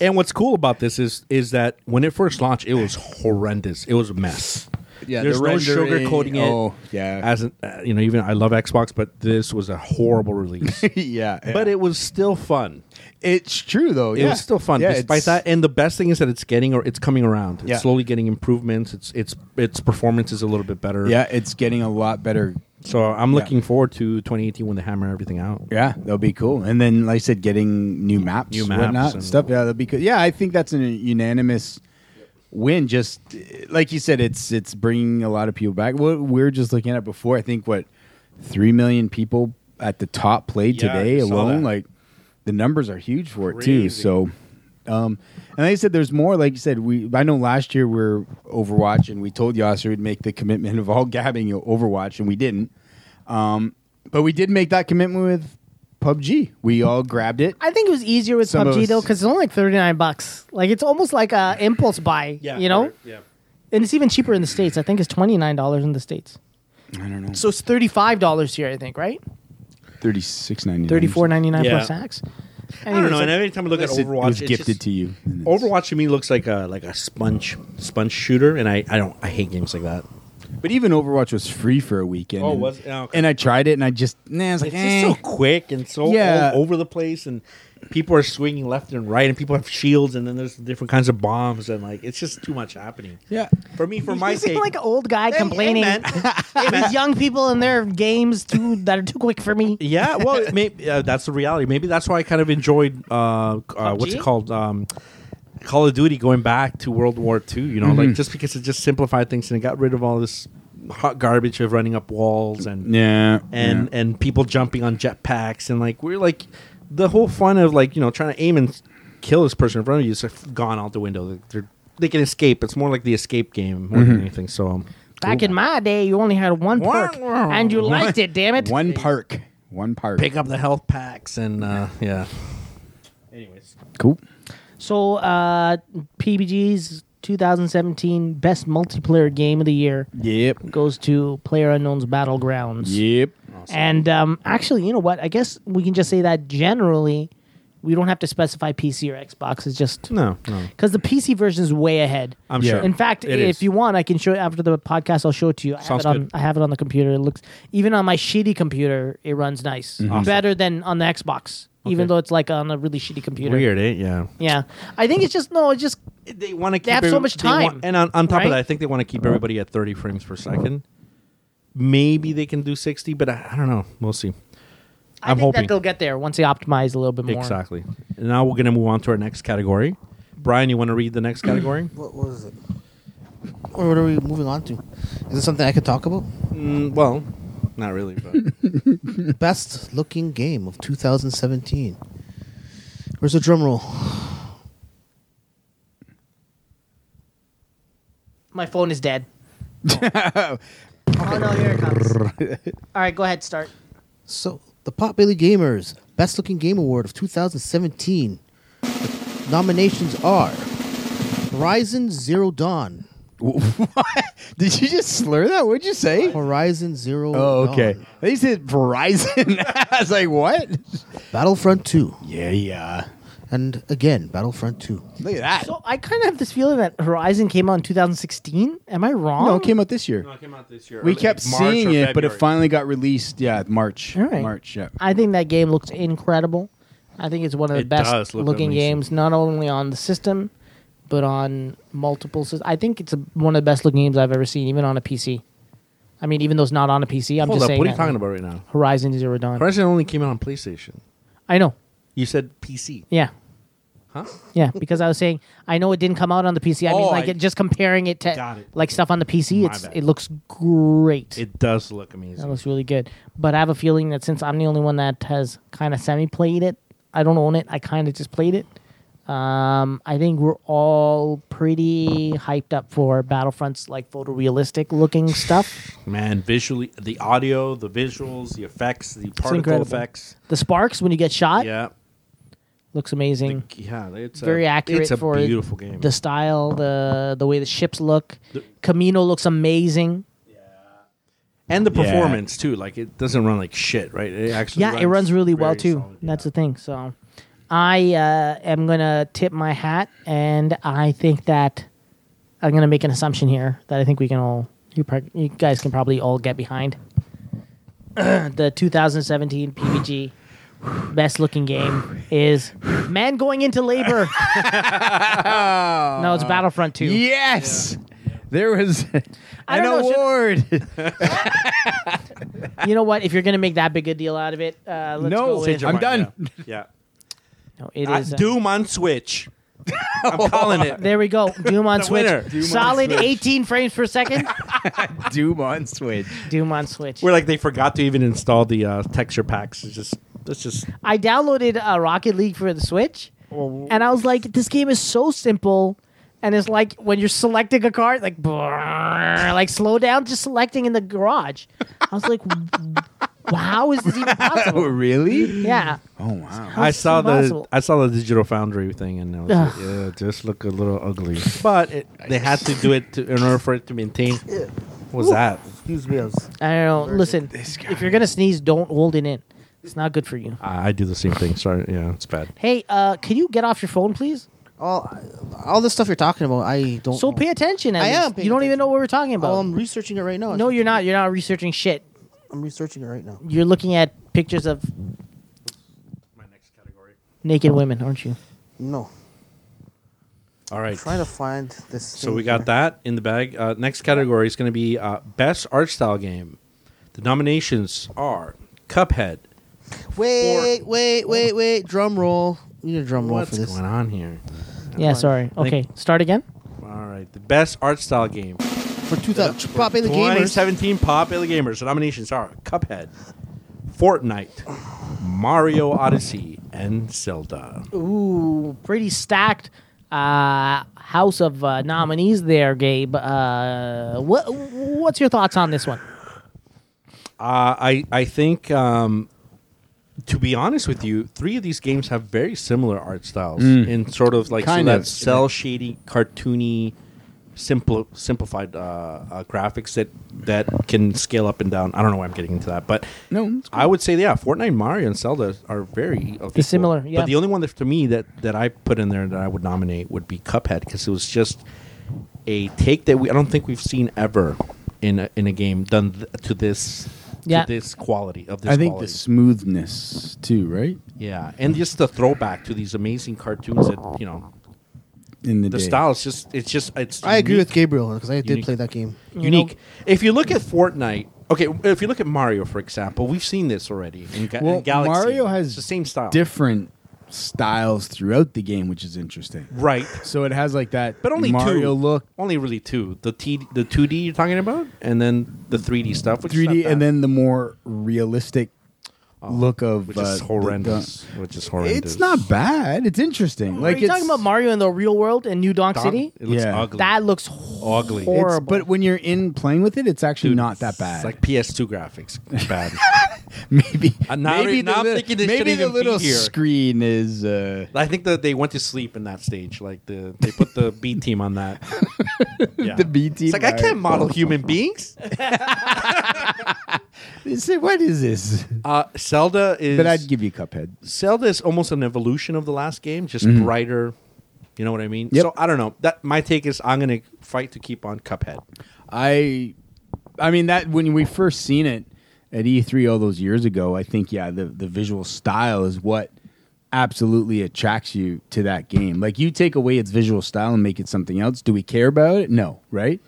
[SPEAKER 8] And what's cool about this is is that when it first launched, it was horrendous. It was a mess.
[SPEAKER 5] Yeah,
[SPEAKER 8] there's
[SPEAKER 5] the
[SPEAKER 8] no
[SPEAKER 5] rendering-
[SPEAKER 8] sugarcoating it.
[SPEAKER 5] oh, yeah.
[SPEAKER 8] as an, uh, you know, even I love Xbox, but this was a horrible
[SPEAKER 5] [laughs]
[SPEAKER 8] release.
[SPEAKER 5] [laughs] yeah,
[SPEAKER 8] But it was still fun.
[SPEAKER 5] it's true though.
[SPEAKER 8] It
[SPEAKER 5] yeah.
[SPEAKER 8] was still fun,
[SPEAKER 5] Yeah,
[SPEAKER 8] despite
[SPEAKER 5] it's-
[SPEAKER 8] that. And the best thing is that it's getting or it's coming around. It's
[SPEAKER 5] Yeah.
[SPEAKER 8] slowly getting improvements. It's it's its performance is a little bit better.
[SPEAKER 5] Yeah, it's getting a lot better.
[SPEAKER 8] So I'm
[SPEAKER 5] Yeah.
[SPEAKER 8] looking forward to 2018 when they hammer everything out.
[SPEAKER 5] Yeah, that'll be cool. And then, like I said, getting new maps,
[SPEAKER 8] New maps
[SPEAKER 5] whatnot,
[SPEAKER 8] and-
[SPEAKER 5] stuff. Yeah, that'll be cool. Yeah, I think that's an unanimous win. Just uh, like you said, it's it's bringing a lot of people back. What we were just looking at before, I think what three million people at the top played
[SPEAKER 8] Yeah, I
[SPEAKER 5] today
[SPEAKER 8] saw
[SPEAKER 5] alone.
[SPEAKER 8] that.
[SPEAKER 5] Like the numbers are huge for it too.
[SPEAKER 8] Crazy.
[SPEAKER 5] So. Um, and like I said, there's more. Like you said, we I know last year we are Overwatch, and we told Yasser we'd make the commitment of all [laughs] gabbing Overwatch, and we didn't. Um, but we did make that commitment with PUBG. We all grabbed it.
[SPEAKER 4] I think it was easier with
[SPEAKER 5] Some of
[SPEAKER 4] PUBG though
[SPEAKER 5] us-
[SPEAKER 4] because it's only like thirty nine bucks. Like it's almost like a impulse buy. you know,
[SPEAKER 8] Yeah.
[SPEAKER 4] and it's even cheaper in the states. I think it's twenty nine dollars in the states. I
[SPEAKER 5] don't know.
[SPEAKER 4] So it's thirty five dollars here, I think, right?
[SPEAKER 5] Thirty six ninety.
[SPEAKER 4] Thirty four ninety nine
[SPEAKER 8] Yeah.
[SPEAKER 4] plus tax.
[SPEAKER 8] I don't know. And every time I look at
[SPEAKER 5] It
[SPEAKER 8] Overwatch,
[SPEAKER 5] was
[SPEAKER 8] it's
[SPEAKER 5] gifted
[SPEAKER 8] just-
[SPEAKER 5] to you. And it's-
[SPEAKER 8] Overwatch to me looks like a like a sponge sponge shooter, and I, I don't I hate games like that.
[SPEAKER 5] But even Overwatch was free for a weekend.
[SPEAKER 8] Oh,
[SPEAKER 5] and,
[SPEAKER 8] was it? Oh, okay.
[SPEAKER 5] And I tried it, and I just nah. I was like,
[SPEAKER 8] It's just
[SPEAKER 5] eh.
[SPEAKER 8] so oh, quick and so
[SPEAKER 5] Yeah.
[SPEAKER 8] all over the place, and people are swinging left and right, and people have shields, and then there's different kinds of bombs, and like it's just too much happening.
[SPEAKER 5] yeah.
[SPEAKER 8] For me,
[SPEAKER 4] [laughs]
[SPEAKER 8] for
[SPEAKER 4] You
[SPEAKER 8] my
[SPEAKER 4] seem
[SPEAKER 8] sake,
[SPEAKER 4] like an old guy
[SPEAKER 8] Hey,
[SPEAKER 4] complaining. [laughs]
[SPEAKER 8] hey, man.
[SPEAKER 4] These young people and their games too that are too quick for me.
[SPEAKER 8] yeah, well, it may, uh, that's the reality. Maybe that's why I kind of enjoyed uh, uh, what's
[SPEAKER 4] PUBG?
[SPEAKER 8] it called. Um, Call of Duty going back to World War II, you know, like just because it just simplified things and it got rid of all this hot garbage of running up walls and
[SPEAKER 5] Yeah.
[SPEAKER 8] and and people jumping on jetpacks and like we're like the whole fun of like you know trying to aim and kill this person in front of you is like, gone out the window. They're, they can escape. It's more like the escape game more
[SPEAKER 5] Mm-hmm.
[SPEAKER 8] than anything. So um,
[SPEAKER 4] Back in my day, you only had one perk, and you liked it. Damn it!
[SPEAKER 5] one park. One park.
[SPEAKER 8] pick up the health packs and uh, yeah. Anyways,
[SPEAKER 5] Cool.
[SPEAKER 4] So, uh, PBG's 2017 best multiplayer game of the year
[SPEAKER 5] Yep.
[SPEAKER 4] goes to Player Unknown's Battlegrounds.
[SPEAKER 5] Yep.
[SPEAKER 4] And um, actually, you know what? I guess we can just say that generally, we don't have to specify PC or Xbox. It's just
[SPEAKER 8] no, no,
[SPEAKER 4] because the PC version is way ahead.
[SPEAKER 8] I'm
[SPEAKER 5] Yeah.
[SPEAKER 8] sure.
[SPEAKER 4] In fact,
[SPEAKER 8] It
[SPEAKER 4] if
[SPEAKER 8] is.
[SPEAKER 4] you want, I can show it after the podcast. I'll show it to you. I have
[SPEAKER 8] Sounds
[SPEAKER 4] it on.
[SPEAKER 8] good.
[SPEAKER 4] I have it on the computer. It looks even on my shitty computer. It runs nice, better than on the Xbox, even
[SPEAKER 8] Mm-hmm. Okay.
[SPEAKER 4] though it's like on a really shitty computer.
[SPEAKER 8] weird, eh? Yeah.
[SPEAKER 4] Yeah, I think it's just no. It's just
[SPEAKER 8] They want to keep
[SPEAKER 4] have so
[SPEAKER 8] every-
[SPEAKER 4] much
[SPEAKER 8] they want-
[SPEAKER 4] time,
[SPEAKER 8] and on, on top
[SPEAKER 4] right?
[SPEAKER 8] of that, I think they want to keep everybody at 30 frames per second. Maybe they can do 60, but I, I don't know. We'll see.
[SPEAKER 4] I
[SPEAKER 8] I'm
[SPEAKER 4] think
[SPEAKER 8] hoping.
[SPEAKER 4] that they'll get there once they optimize a little bit more.
[SPEAKER 8] Exactly. And now we're going to move on to our next category. Brian, you want to read the next category?
[SPEAKER 6] What was it? Or what are we moving on to? Is it something I could talk about?
[SPEAKER 8] [clears throat] mm, well, not really. [laughs] But
[SPEAKER 6] Best looking game of 2017. Where's the drum roll?
[SPEAKER 4] My phone is
[SPEAKER 8] [laughs]
[SPEAKER 4] dead. oh no! Here it comes. All right, go ahead. Start.
[SPEAKER 6] So, the Pop Billy Gamers Best Looking Game Award of 2017. The nominations are Horizon Zero Dawn.
[SPEAKER 5] [laughs] Did you just slur that? What'd you say?
[SPEAKER 6] Horizon Zero
[SPEAKER 5] Oh, okay.
[SPEAKER 6] Dawn.
[SPEAKER 5] They said Verizon. [laughs] I was like, what?
[SPEAKER 6] Battlefront 2.
[SPEAKER 5] Yeah, yeah.
[SPEAKER 6] And again, Battlefront 2.
[SPEAKER 5] Look at that.
[SPEAKER 4] So I kind of have this feeling that Horizon came out in 2016. Am I wrong?
[SPEAKER 5] no, it came out this year.
[SPEAKER 8] No, it came out this year.
[SPEAKER 5] we
[SPEAKER 8] Early-
[SPEAKER 5] kept
[SPEAKER 8] March or
[SPEAKER 5] seeing it, but it
[SPEAKER 8] February.
[SPEAKER 5] finally got released. Yeah, March.
[SPEAKER 4] All right.
[SPEAKER 5] March. Yeah.
[SPEAKER 4] I think that game looks incredible. I think it's one of the
[SPEAKER 8] It
[SPEAKER 4] best
[SPEAKER 8] does look
[SPEAKER 4] looking
[SPEAKER 8] amazing.
[SPEAKER 4] games, not only on the system, but on multiple systems. I think it's a, one of the best looking games I've ever seen, even on a PC. I mean, even though it's not on a PC, I'm
[SPEAKER 8] Hold
[SPEAKER 4] just
[SPEAKER 8] up,
[SPEAKER 4] saying.
[SPEAKER 8] what are
[SPEAKER 4] that.
[SPEAKER 8] you talking about right now?
[SPEAKER 4] Horizon Zero Dawn.
[SPEAKER 8] Horizon only came out on PlayStation.
[SPEAKER 4] I know.
[SPEAKER 8] You said PC.
[SPEAKER 4] Yeah.
[SPEAKER 8] Huh?
[SPEAKER 4] Yeah, because I was saying I know it didn't come out on the PC. I mean,
[SPEAKER 8] Oh,
[SPEAKER 4] like
[SPEAKER 8] I-
[SPEAKER 4] it, just comparing it to
[SPEAKER 8] Got it.
[SPEAKER 4] like stuff on the PC,
[SPEAKER 8] My
[SPEAKER 4] it's
[SPEAKER 8] bad.
[SPEAKER 4] it looks great.
[SPEAKER 8] It does look
[SPEAKER 4] that
[SPEAKER 8] amazing.
[SPEAKER 4] looks really good. But I have a feeling that since I'm the only one that has kind of semi played it, I don't own it. I kind of just played it. Um, I think we're all pretty hyped up for Battlefront's like photorealistic
[SPEAKER 8] [sighs]
[SPEAKER 4] looking stuff.
[SPEAKER 8] Man, visually, the audio, the visuals, the effects, the particle
[SPEAKER 4] incredible.
[SPEAKER 8] effects.
[SPEAKER 4] The sparks when you get shot
[SPEAKER 8] Yeah.
[SPEAKER 4] looks amazing.
[SPEAKER 8] Yeah, it's
[SPEAKER 4] very
[SPEAKER 8] a,
[SPEAKER 4] accurate
[SPEAKER 8] It's a
[SPEAKER 4] for
[SPEAKER 8] beautiful game.
[SPEAKER 4] The style, the the way the ships look. Camino looks amazing.
[SPEAKER 8] and the
[SPEAKER 5] Yeah.
[SPEAKER 8] performance too. Like it doesn't run like shit, right? It actually
[SPEAKER 4] yeah, it runs really well
[SPEAKER 8] very
[SPEAKER 4] too.
[SPEAKER 8] solid,
[SPEAKER 4] That's
[SPEAKER 8] yeah.
[SPEAKER 4] the thing. So, I uh, am gonna tip my hat, and I think that I'm gonna make an assumption here that I think we can all you, pro- you guys can probably all get behind [clears throat] the 2017 PBG [sighs] best looking game is Man Going Into
[SPEAKER 8] [laughs]
[SPEAKER 4] Labor. no, it's Battlefront 2.
[SPEAKER 5] Yes. There was
[SPEAKER 4] [laughs] I
[SPEAKER 5] [laughs] an
[SPEAKER 4] don't know, should-
[SPEAKER 5] award.
[SPEAKER 4] You know what? If you're gonna make that big a deal out of it, uh, let's
[SPEAKER 5] No,
[SPEAKER 4] go
[SPEAKER 5] say
[SPEAKER 4] with-
[SPEAKER 5] I'm done.
[SPEAKER 8] [laughs] Yeah,
[SPEAKER 4] no, it
[SPEAKER 8] Uh,
[SPEAKER 4] is uh,
[SPEAKER 8] Doom on [laughs] Switch. I'm calling it.
[SPEAKER 4] There we go. Doom on
[SPEAKER 8] [laughs] The
[SPEAKER 4] Switch.
[SPEAKER 8] winner. Doom on
[SPEAKER 4] Solid 18 frames per second.
[SPEAKER 5] Doom
[SPEAKER 4] [laughs]
[SPEAKER 5] on Switch.
[SPEAKER 4] Doom on Switch.
[SPEAKER 8] We're like they forgot to even install the uh, texture packs. It's just that's just
[SPEAKER 4] I downloaded uh, Rocket League for the Switch, and I was like, this game is so simple. And it's like when you're selecting a card, like, brrrr, like slow down, just selecting in the garage. I was like, [laughs] how is this even
[SPEAKER 5] Oh,
[SPEAKER 8] [laughs]
[SPEAKER 4] possible?
[SPEAKER 5] really?
[SPEAKER 4] Yeah.
[SPEAKER 5] Oh, wow.
[SPEAKER 8] I
[SPEAKER 4] It's
[SPEAKER 8] saw the
[SPEAKER 4] impossible.
[SPEAKER 8] I saw the Digital Foundry thing, and I was
[SPEAKER 4] Ugh.
[SPEAKER 8] like, yeah, it just look a little ugly. But it, they had to do it to, in order for it to maintain. What's that?
[SPEAKER 6] Excuse me. I was-
[SPEAKER 4] I don't know. Listen, if you're going to sneeze, don't hold it in. It's not good for you.
[SPEAKER 8] I, I do the same thing. Sorry, yeah, it's bad.
[SPEAKER 4] Hey, uh, can you get off your phone, please?
[SPEAKER 6] all, all this stuff you're talking about, I don't
[SPEAKER 4] So
[SPEAKER 8] Oh.
[SPEAKER 6] know.
[SPEAKER 4] pay attention. at
[SPEAKER 6] I am
[SPEAKER 4] least.
[SPEAKER 6] paying
[SPEAKER 4] You don't even
[SPEAKER 6] attention.
[SPEAKER 4] know what we're talking about.
[SPEAKER 6] Oh, I'm researching it right now.
[SPEAKER 4] no, you're not. You're not researching shit.
[SPEAKER 6] I'm researching it right now.
[SPEAKER 4] You're looking at pictures of
[SPEAKER 8] My next category.
[SPEAKER 4] naked women, aren't you?
[SPEAKER 6] No.
[SPEAKER 8] All right.
[SPEAKER 6] Trying to find this.
[SPEAKER 8] So
[SPEAKER 6] thing
[SPEAKER 8] we got
[SPEAKER 6] here.
[SPEAKER 8] that in the bag. Uh, next category is going to be uh, best art style game. The nominations are Cuphead.
[SPEAKER 6] Wait, wait, wait, wait. Drum roll. We need a drum roll
[SPEAKER 8] What's
[SPEAKER 6] for this.
[SPEAKER 8] going on here?
[SPEAKER 4] Yeah, sorry.
[SPEAKER 8] I
[SPEAKER 4] Okay,
[SPEAKER 8] think-
[SPEAKER 4] start again.
[SPEAKER 8] All right, the best art style game.
[SPEAKER 6] For 2000. Pop in the gamers.
[SPEAKER 8] 2017 Pop Billy Gamers. The nominations are Cuphead, Fortnite, Mario Odyssey, and Zelda.
[SPEAKER 4] Ooh, pretty stacked uh, house of uh, nominees there, Gabe. Uh, what what's your thoughts on this one?
[SPEAKER 8] Uh, I I think um, to be honest with you, three of these games have very similar art styles in sort of like
[SPEAKER 5] Mm. Kind
[SPEAKER 8] so
[SPEAKER 5] of.
[SPEAKER 8] that cell shady, cartoony, simple simplified uh, uh, graphics that that can scale up and down. I don't know why I'm getting into that, but
[SPEAKER 5] No, it's
[SPEAKER 8] I would say yeah, Fortnite, Mario, and Zelda are very of equal.
[SPEAKER 4] Mm. similar, yeah.
[SPEAKER 8] But the only one that to me that that I put in there that I would nominate would be Cuphead because it was just a take that we I don't think we've seen ever in a, in a game done th- to this
[SPEAKER 4] Yeah.
[SPEAKER 8] to this quality of this.
[SPEAKER 5] I think the
[SPEAKER 8] quality.
[SPEAKER 5] smoothness, too, right?
[SPEAKER 8] yeah, and just the throwback to these amazing cartoons that you know
[SPEAKER 5] In the,
[SPEAKER 8] the
[SPEAKER 5] day.
[SPEAKER 8] style is just it's just it's.
[SPEAKER 6] I agree
[SPEAKER 8] unique-
[SPEAKER 6] with Gabriel because I did
[SPEAKER 8] Unique.
[SPEAKER 6] play that game.
[SPEAKER 8] unique. if you look at Fortnite. Okay, if you look at Mario, for example, we've seen this already in, Ga- in
[SPEAKER 5] Well,
[SPEAKER 8] Galaxy.
[SPEAKER 5] Mario
[SPEAKER 8] It's
[SPEAKER 5] has
[SPEAKER 8] the same style,
[SPEAKER 5] different styles throughout the game, which is interesting.
[SPEAKER 8] right?
[SPEAKER 5] So it has like that
[SPEAKER 8] But only
[SPEAKER 5] Mario
[SPEAKER 8] two.
[SPEAKER 5] look,
[SPEAKER 8] Only really two. The T, the two D you're talking about, and then the three D stuff, which is not
[SPEAKER 5] 3D,
[SPEAKER 8] bad. Oh,
[SPEAKER 5] and then the more realistic look of
[SPEAKER 8] which
[SPEAKER 5] uh,
[SPEAKER 8] is
[SPEAKER 5] the-
[SPEAKER 8] horrendous. which is horrendous.
[SPEAKER 5] it's not bad. It's interesting.
[SPEAKER 4] Are
[SPEAKER 5] Like
[SPEAKER 4] you
[SPEAKER 5] it's,
[SPEAKER 4] talking about Mario in the real world in New Donk City?
[SPEAKER 8] It looks
[SPEAKER 5] Yeah.
[SPEAKER 8] ugly.
[SPEAKER 4] That looks
[SPEAKER 8] Ugly. It's-
[SPEAKER 4] horrible.
[SPEAKER 5] it's- but when you're in playing with it, it's actually not that bad.
[SPEAKER 8] It's like PS2 graphics. It's bad.
[SPEAKER 5] [laughs] maybe
[SPEAKER 8] Uh, now
[SPEAKER 5] maybe
[SPEAKER 8] re- now
[SPEAKER 5] the,
[SPEAKER 8] [laughs]
[SPEAKER 5] li-
[SPEAKER 8] I'm thinking they
[SPEAKER 5] maybe
[SPEAKER 8] shouldn't
[SPEAKER 5] the
[SPEAKER 8] even
[SPEAKER 5] little
[SPEAKER 8] be here.
[SPEAKER 5] screen is. Uh,
[SPEAKER 8] I think that they went to sleep in that stage. Like the they put the B team
[SPEAKER 5] [laughs]
[SPEAKER 8] on that. Yeah.
[SPEAKER 5] The B team,
[SPEAKER 8] It's like I
[SPEAKER 5] alright.
[SPEAKER 8] can't model
[SPEAKER 5] [laughs]
[SPEAKER 8] human beings.
[SPEAKER 5] Is it- what is this?
[SPEAKER 8] Uh, Zelda is.
[SPEAKER 5] But I'd give you Cuphead.
[SPEAKER 8] Zelda is almost an evolution of the last game, just brighter. You know what I mean?
[SPEAKER 5] Mm-hmm. Yep.
[SPEAKER 8] So I don't know. That my take is I'm gonna fight to keep on Cuphead.
[SPEAKER 5] I, I mean that when we first seen it at E3 all those years ago, I think yeah, the the visual style is what absolutely attracts you to that game. Like you take away its visual style and make it something else. Do we care about it? No, right?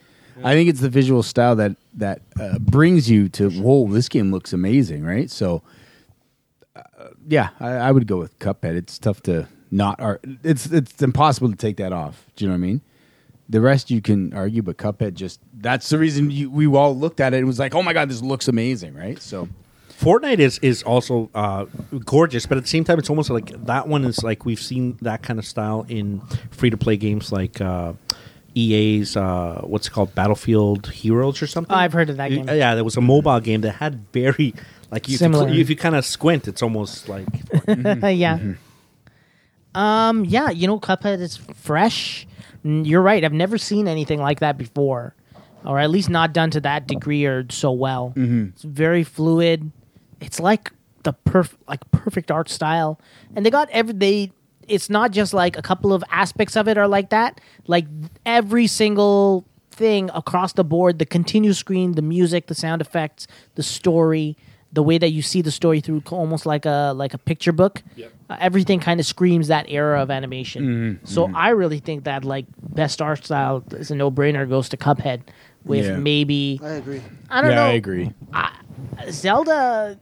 [SPEAKER 5] I think it's the visual style that that uh, brings you to whoa, this game looks amazing, right? So, uh, yeah, I, I would go with Cuphead. It's tough to not, ar- it's it's impossible to take that off. Do you know what I mean? The rest you can argue, but Cuphead just that's the reason you, we all looked at it and was like, oh my god, this looks amazing, right? So
[SPEAKER 8] Fortnite is is also uh, gorgeous, but at the same time, it's almost like that one is like we've seen that kind of style in free to play games like uh, EA's uh, what's it called Battlefield Heroes or something.
[SPEAKER 4] I've heard of that game.
[SPEAKER 8] Uh, Yeah, there was a mobile game that had very like if you,
[SPEAKER 4] Similar.
[SPEAKER 8] if you kind of squint, it's almost like
[SPEAKER 4] [laughs] yeah. Um. Yeah. You know, Cuphead is fresh. Mm, You're right. I've never seen anything like that before, or at least not done to that degree or so well. It's very fluid. It's like the perf like perfect art style, and they got every they. It's not just like a couple of aspects of it are like that. Like every single thing across the board, the continue screen, the music, the sound effects, the story, the way that you see the story through c- almost like a like a picture book. Uh, everything kind of screams that era of animation. So I really think that like best art style is a no brainer. Goes to Cuphead with
[SPEAKER 5] Yeah.
[SPEAKER 4] maybe
[SPEAKER 6] I agree.
[SPEAKER 4] I don't
[SPEAKER 5] yeah,
[SPEAKER 4] know.
[SPEAKER 5] I agree.
[SPEAKER 4] Zelda,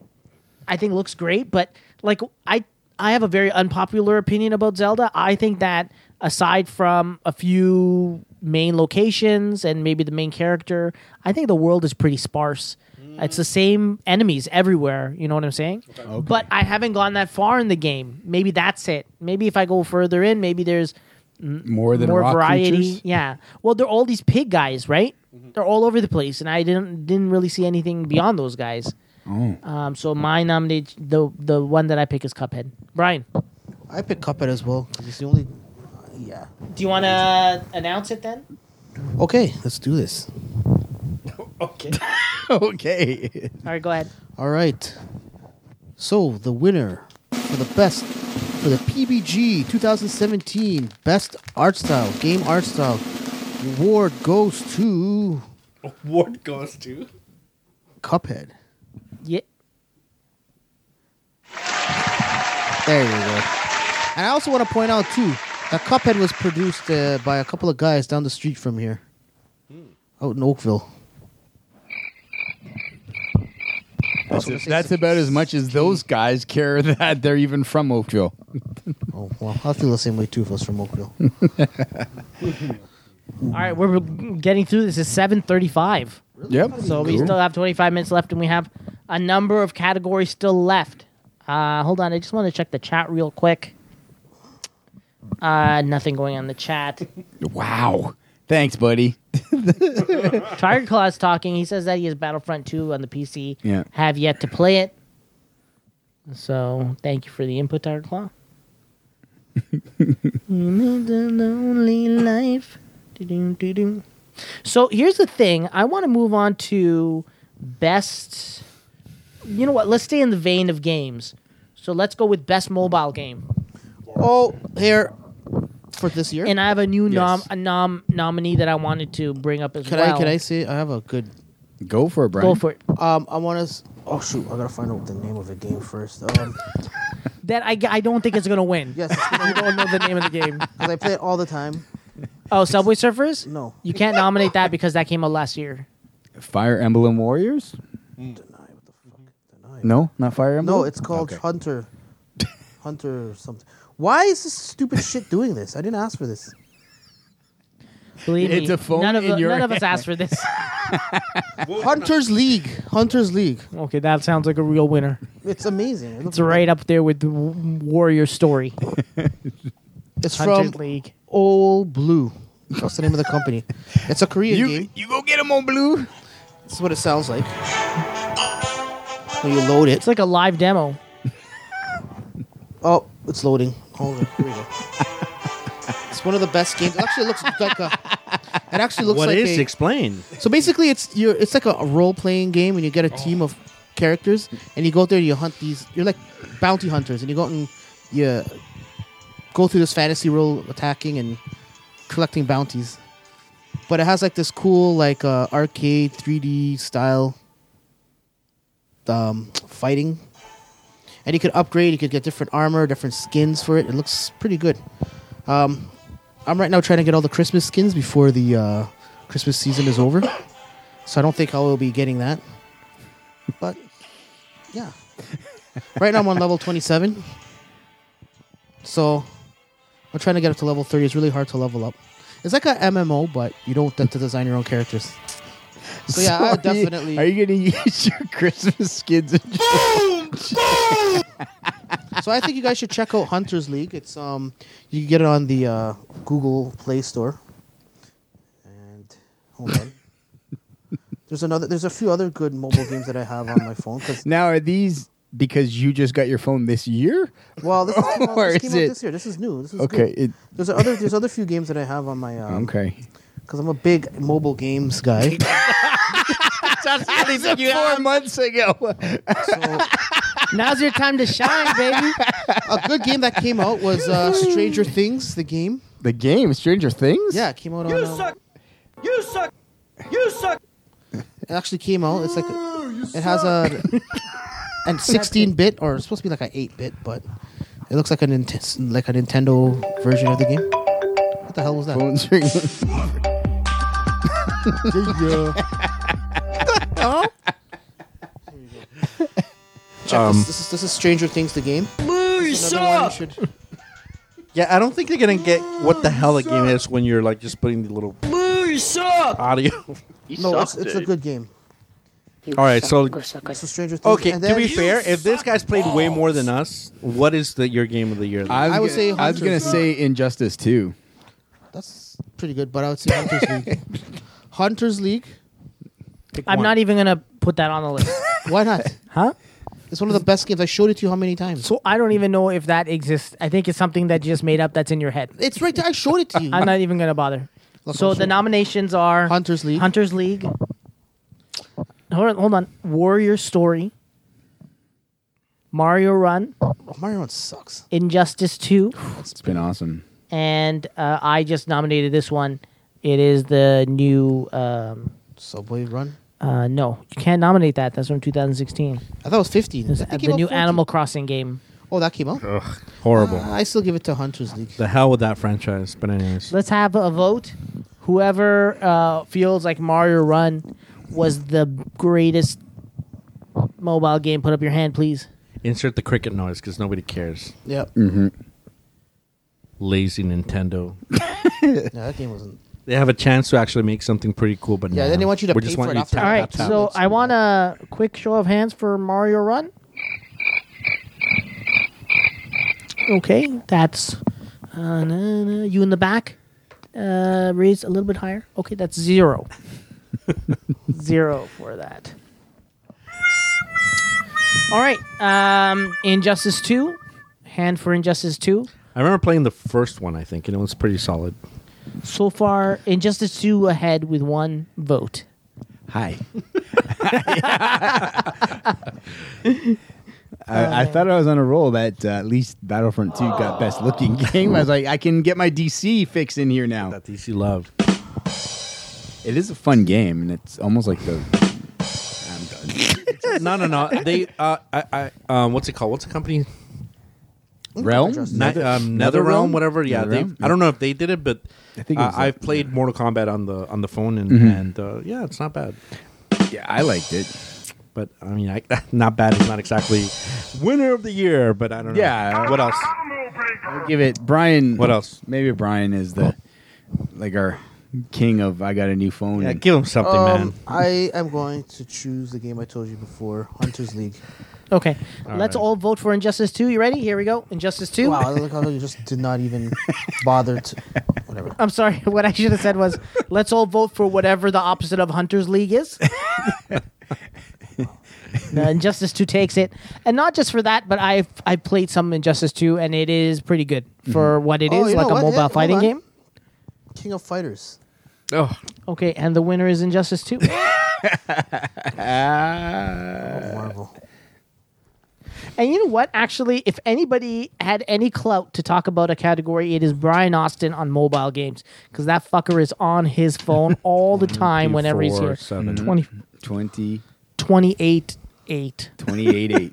[SPEAKER 4] I think looks great, but like I I have a very unpopular opinion about Zelda. I think that aside from a few main locations and maybe the main character, I think the world is pretty sparse. It's the same enemies everywhere. You know what I'm saying? But I haven't gone that far in the game. Maybe that's it. Maybe if I go further in, maybe there's
[SPEAKER 5] More than
[SPEAKER 4] more
[SPEAKER 5] rock
[SPEAKER 4] variety.
[SPEAKER 5] creatures?
[SPEAKER 4] Yeah. Well, they're all these pig guys, right? They're all over the place, and I didn't didn't really see anything beyond those guys.
[SPEAKER 5] Oh.
[SPEAKER 4] Um, so my nomination, the the one that I pick is Cuphead. Brian,
[SPEAKER 6] I pick Cuphead as well. 'cause It's the only. Yeah.
[SPEAKER 4] do you want to announce it then?
[SPEAKER 6] Okay, let's do [laughs] this. [laughs]
[SPEAKER 5] okay.
[SPEAKER 4] All right, go ahead.
[SPEAKER 6] All right. So the winner for the best for the PBG 2017 Best Art Style Game Art Style Award goes to
[SPEAKER 8] [laughs] what goes to.
[SPEAKER 6] Cuphead.
[SPEAKER 4] Yeah.
[SPEAKER 6] There we go. And I also want to point out too that Cuphead was produced uh, by a couple of guys down the street from here, out in Oakville.
[SPEAKER 5] That's,
[SPEAKER 6] gonna say
[SPEAKER 5] that's about as much as those guys care [laughs] that they're even from Oakville.
[SPEAKER 6] Oh well, I feel the same way too if I was from Oakville.
[SPEAKER 4] All right, we're getting through this. It's seven thirty-five,
[SPEAKER 5] Yep.
[SPEAKER 4] so we still have twenty-five minutes left, and we have a number of categories still left. Uh, hold on, I just want to check the chat real quick. Uh, nothing going on in the chat.
[SPEAKER 5] wow. Thanks, buddy.
[SPEAKER 4] Tiger Claw's talking. He says that he has Battlefront 2 on the PC.
[SPEAKER 5] Yeah.
[SPEAKER 4] Have yet to play it. So thank you for the input, Tiger
[SPEAKER 6] [laughs]
[SPEAKER 4] Claw. You live a lonely life. Do-do-do-do. So here's the thing. I want to move on to best. You know what? Let's stay in the vein of games. So let's go with best mobile game.
[SPEAKER 6] oh, here for this year.
[SPEAKER 4] And I have a new nom
[SPEAKER 6] Yes.
[SPEAKER 4] a nom nominee that I wanted to bring up as
[SPEAKER 6] Can
[SPEAKER 4] well.
[SPEAKER 6] I can I say I have a good
[SPEAKER 5] Go for it, Brian.
[SPEAKER 4] go for it?
[SPEAKER 6] um I want to oh shoot I gotta find out the name of the game first um [laughs]
[SPEAKER 4] that I, I don't think it's gonna win.
[SPEAKER 6] yes
[SPEAKER 4] [laughs] you don't know the name of the game.
[SPEAKER 6] because I play it all the time
[SPEAKER 4] Oh, Subway Surfers.
[SPEAKER 6] no
[SPEAKER 4] You can't nominate that because that came out last year.
[SPEAKER 5] Fire Emblem Warriors?
[SPEAKER 6] Mm. deny what the fuck deny
[SPEAKER 5] No, not Fire Emblem. [laughs]
[SPEAKER 6] no it's called
[SPEAKER 5] Okay.
[SPEAKER 6] Hunter Hunter or something why is this stupid shit doing this I didn't ask for this
[SPEAKER 4] Believe
[SPEAKER 5] It's
[SPEAKER 4] me,
[SPEAKER 5] a phone
[SPEAKER 4] none of
[SPEAKER 5] in
[SPEAKER 4] the-
[SPEAKER 5] your
[SPEAKER 4] none of us
[SPEAKER 5] hand.
[SPEAKER 4] asked for this.
[SPEAKER 6] Hunters League. Hunters League.
[SPEAKER 4] okay, that sounds like a real winner.
[SPEAKER 6] It's amazing.
[SPEAKER 4] It's right up there with the w- Warrior story.
[SPEAKER 6] It's
[SPEAKER 4] Hunters
[SPEAKER 6] from
[SPEAKER 4] League.
[SPEAKER 6] Old Blue. That's the name of the company. It's a Korean
[SPEAKER 5] You
[SPEAKER 6] game.
[SPEAKER 5] you go get him on blue.
[SPEAKER 6] That's what it sounds like. When you load it.
[SPEAKER 4] It's like a live demo.
[SPEAKER 6] Oh, it's loading. Hold on. Here we go. It's one of the best games. It actually looks like a. It actually looks
[SPEAKER 8] What
[SPEAKER 6] like
[SPEAKER 8] is?
[SPEAKER 6] a,
[SPEAKER 8] Explain.
[SPEAKER 6] So basically, it's you it's like a role playing game, and you get a team of characters, and you go out there, and you hunt these. You're like bounty hunters, and you go out and you go through this fantasy role, attacking and collecting bounties. But it has like this cool like uh, arcade 3D style um, fighting, and you could upgrade. You could get different armor, different skins for it. It looks pretty good. Um, I'm right now trying to get all the Christmas skins before the uh, Christmas season is over. So I don't think I will be getting that. But yeah. [laughs] Right now I'm on level 27. So I'm trying to get up to level 30. It's really hard to level up. It's like a MMO, but you don't get to design your own characters. So yeah, I would
[SPEAKER 5] are you-
[SPEAKER 6] definitely.
[SPEAKER 5] Are you gonna [laughs] use your Christmas skins?
[SPEAKER 6] [laughs]
[SPEAKER 5] And
[SPEAKER 6] so I think you guys should check out Hunters League. It's um, you can get it on the uh, Google Play Store. And hold
[SPEAKER 5] [laughs]
[SPEAKER 6] on. There's another. There's a few other good mobile games that I have on my phone. 'cause-
[SPEAKER 5] now are these because you just got your phone this year?
[SPEAKER 6] well,
[SPEAKER 5] [laughs]
[SPEAKER 6] this, came out,
[SPEAKER 5] Or
[SPEAKER 6] this
[SPEAKER 5] is
[SPEAKER 6] came
[SPEAKER 5] it-
[SPEAKER 6] out this year. This is new. This is
[SPEAKER 5] Okay.
[SPEAKER 6] good.
[SPEAKER 5] It,
[SPEAKER 6] There's a other. There's other few games that I have on my. Um,
[SPEAKER 5] okay.
[SPEAKER 6] Because I'm a big mobile
[SPEAKER 5] [laughs]
[SPEAKER 6] games guy.
[SPEAKER 5] Four months ago.
[SPEAKER 6] so
[SPEAKER 4] Now's your time to shine,
[SPEAKER 6] [laughs]
[SPEAKER 4] baby.
[SPEAKER 6] a good game that came out was uh, Stranger Things, the game.
[SPEAKER 5] [laughs] The game Stranger Things. [laughs]
[SPEAKER 6] Yeah, it came out on. uh,
[SPEAKER 7] You suck. You suck.
[SPEAKER 6] It actually came out. It's like a, it has a [laughs] and 16 bit or it's supposed to be like a 8 bit, but it looks like a Nintendo like a Nintendo version of the game. What the hell was that?
[SPEAKER 5] Phone's ringing.
[SPEAKER 6] [laughs] Check
[SPEAKER 5] Um,
[SPEAKER 6] this. This is, this is Stranger Things the game. This is another one you should-
[SPEAKER 7] Yeah, I don't think they're gonna get what the hell the game is when you're like just putting the little audio. [laughs]
[SPEAKER 10] You
[SPEAKER 6] no,
[SPEAKER 10] suck,
[SPEAKER 6] it's, it's a
[SPEAKER 5] eh?
[SPEAKER 10] dude.
[SPEAKER 6] good game.
[SPEAKER 7] All right, so
[SPEAKER 6] So Stranger Things.
[SPEAKER 7] okay.
[SPEAKER 6] and
[SPEAKER 7] To
[SPEAKER 6] then-
[SPEAKER 7] be fair, if this guy's played way more than us, what is the your game of the year?
[SPEAKER 5] was
[SPEAKER 6] I would
[SPEAKER 5] gonna-
[SPEAKER 6] say
[SPEAKER 5] I was gonna
[SPEAKER 6] Hunters
[SPEAKER 5] say Injustice too.
[SPEAKER 6] that's pretty good, but I would say Hunters
[SPEAKER 4] [laughs]
[SPEAKER 6] League. Hunters League.
[SPEAKER 4] I'm not e- even gonna put that on the
[SPEAKER 6] [laughs]
[SPEAKER 4] list.
[SPEAKER 6] Why not?
[SPEAKER 4] Huh?
[SPEAKER 6] It's one of the best games. I showed it to you how many times?
[SPEAKER 4] So I don't even know if that exists. I think it's something that you just made up that's in your head.
[SPEAKER 6] it's right there. I showed it
[SPEAKER 4] [laughs]
[SPEAKER 6] to you.
[SPEAKER 4] I'm not even gonna bother.
[SPEAKER 6] Look,
[SPEAKER 4] so
[SPEAKER 6] I'll
[SPEAKER 4] the
[SPEAKER 6] show-
[SPEAKER 4] nominations are
[SPEAKER 6] Hunters League.
[SPEAKER 4] Hunters League. Hold on, hold on. Warrior Story. Mario Run,
[SPEAKER 6] Oh, Mario Run sucks.
[SPEAKER 4] Injustice 2,
[SPEAKER 5] It's been awesome.
[SPEAKER 4] and uh, I just nominated this one. It is the new. Um,
[SPEAKER 6] Subway Run.
[SPEAKER 4] uh, no, you can't nominate that. That's from 2016.
[SPEAKER 6] I thought it was 15.
[SPEAKER 4] It's
[SPEAKER 6] That
[SPEAKER 4] the
[SPEAKER 6] came out
[SPEAKER 4] new
[SPEAKER 6] 14.
[SPEAKER 4] Animal Crossing game.
[SPEAKER 6] Oh, that came out.
[SPEAKER 7] Uh, horrible.
[SPEAKER 6] I still give it to Hunters League.
[SPEAKER 7] the hell with that franchise. But anyways,
[SPEAKER 4] Let's have a vote. Whoever uh, feels like Mario Run was the greatest mobile game, put up your hand, please.
[SPEAKER 7] insert the cricket noise because nobody cares.
[SPEAKER 6] Yeah.
[SPEAKER 7] Mm-hmm. Lazy Nintendo.
[SPEAKER 6] No, that game wasn't.
[SPEAKER 7] They have a chance to actually make something pretty cool, but
[SPEAKER 6] Yeah,
[SPEAKER 7] no.
[SPEAKER 6] then they want you to
[SPEAKER 7] We
[SPEAKER 6] pay
[SPEAKER 7] just
[SPEAKER 6] for
[SPEAKER 7] want
[SPEAKER 6] it
[SPEAKER 7] you
[SPEAKER 6] after
[SPEAKER 7] tap,
[SPEAKER 4] All
[SPEAKER 6] All
[SPEAKER 4] right,
[SPEAKER 7] tap, tap.
[SPEAKER 4] so I want a quick show of hands for Mario Run. Okay, that's uh, na- na- you in the back. Uh, raise a little bit higher. Okay, that's zero. [laughs] zero for that. All right, um, Injustice 2. Hand for Injustice 2.
[SPEAKER 7] I remember playing the first one. I think and it was pretty solid.
[SPEAKER 4] So far, Injustice 2 ahead with one vote.
[SPEAKER 5] Hi. [laughs] I, I thought I was on a roll that uh, at least Battlefront 2 got best looking [laughs] game. I was like, I can get my DC fix in here now.
[SPEAKER 7] That DC love.
[SPEAKER 5] It is a fun game, and it's almost like the. I'm
[SPEAKER 7] [laughs]
[SPEAKER 5] done.
[SPEAKER 7] no, no, no. They, uh, I, I, um, what's it called? What's the company?
[SPEAKER 5] Realm?
[SPEAKER 7] Ni- um, NetherRealm, whatever. Yeah, they.
[SPEAKER 5] NetherRealm?
[SPEAKER 7] I don't know if they did it, but
[SPEAKER 5] I think it
[SPEAKER 7] uh,
[SPEAKER 5] was
[SPEAKER 7] I've
[SPEAKER 5] that-
[SPEAKER 7] played Mortal Kombat on the on the phone, and
[SPEAKER 6] Mm-hmm.
[SPEAKER 7] and uh, yeah, it's not bad.
[SPEAKER 5] Yeah, I liked it.
[SPEAKER 7] But I mean,
[SPEAKER 8] [laughs]
[SPEAKER 7] I, not bad is not exactly winner of the year, but I don't know.
[SPEAKER 5] Yeah.
[SPEAKER 7] What else?
[SPEAKER 5] I'll give it Brian.
[SPEAKER 7] What else?
[SPEAKER 5] Maybe Brian is the like our king of I got a new phone.
[SPEAKER 7] Yeah,
[SPEAKER 5] and-
[SPEAKER 7] give him something, man.
[SPEAKER 6] Um, I am going to choose the game I told you before, Hunters League.
[SPEAKER 4] Okay, let's all vote for Injustice Two. You ready? Here we go. Injustice Two. [laughs]
[SPEAKER 6] Wow, look how you just did not even bother to. Whatever.
[SPEAKER 4] I'm sorry. [laughs] What I should have said was, let's all vote for whatever the opposite of Hunter's League
[SPEAKER 6] [laughs]
[SPEAKER 4] is. No, Injustice Two takes it, and not just for that, but I've I played some Injustice Two, and it is pretty good for what it
[SPEAKER 6] Oh,
[SPEAKER 4] is,
[SPEAKER 6] you
[SPEAKER 4] like
[SPEAKER 6] know
[SPEAKER 4] a
[SPEAKER 6] what?
[SPEAKER 4] mobile
[SPEAKER 6] Yeah, hold
[SPEAKER 4] fighting
[SPEAKER 6] on.
[SPEAKER 4] game.
[SPEAKER 6] King of Fighters.
[SPEAKER 7] Oh,
[SPEAKER 4] Okay, and the winner is Injustice
[SPEAKER 6] [laughs]
[SPEAKER 4] Two.
[SPEAKER 5] uh,
[SPEAKER 6] Marvel.
[SPEAKER 4] and you know what? Actually, if anybody had any clout to talk about a category, it is Brian Austin on mobile games because that fucker is on his phone all
[SPEAKER 6] [laughs]
[SPEAKER 4] the time whenever he's here.
[SPEAKER 8] 24/7.
[SPEAKER 4] 20,
[SPEAKER 5] 20,
[SPEAKER 4] 28 8.
[SPEAKER 5] 28,
[SPEAKER 7] [laughs]
[SPEAKER 5] 8.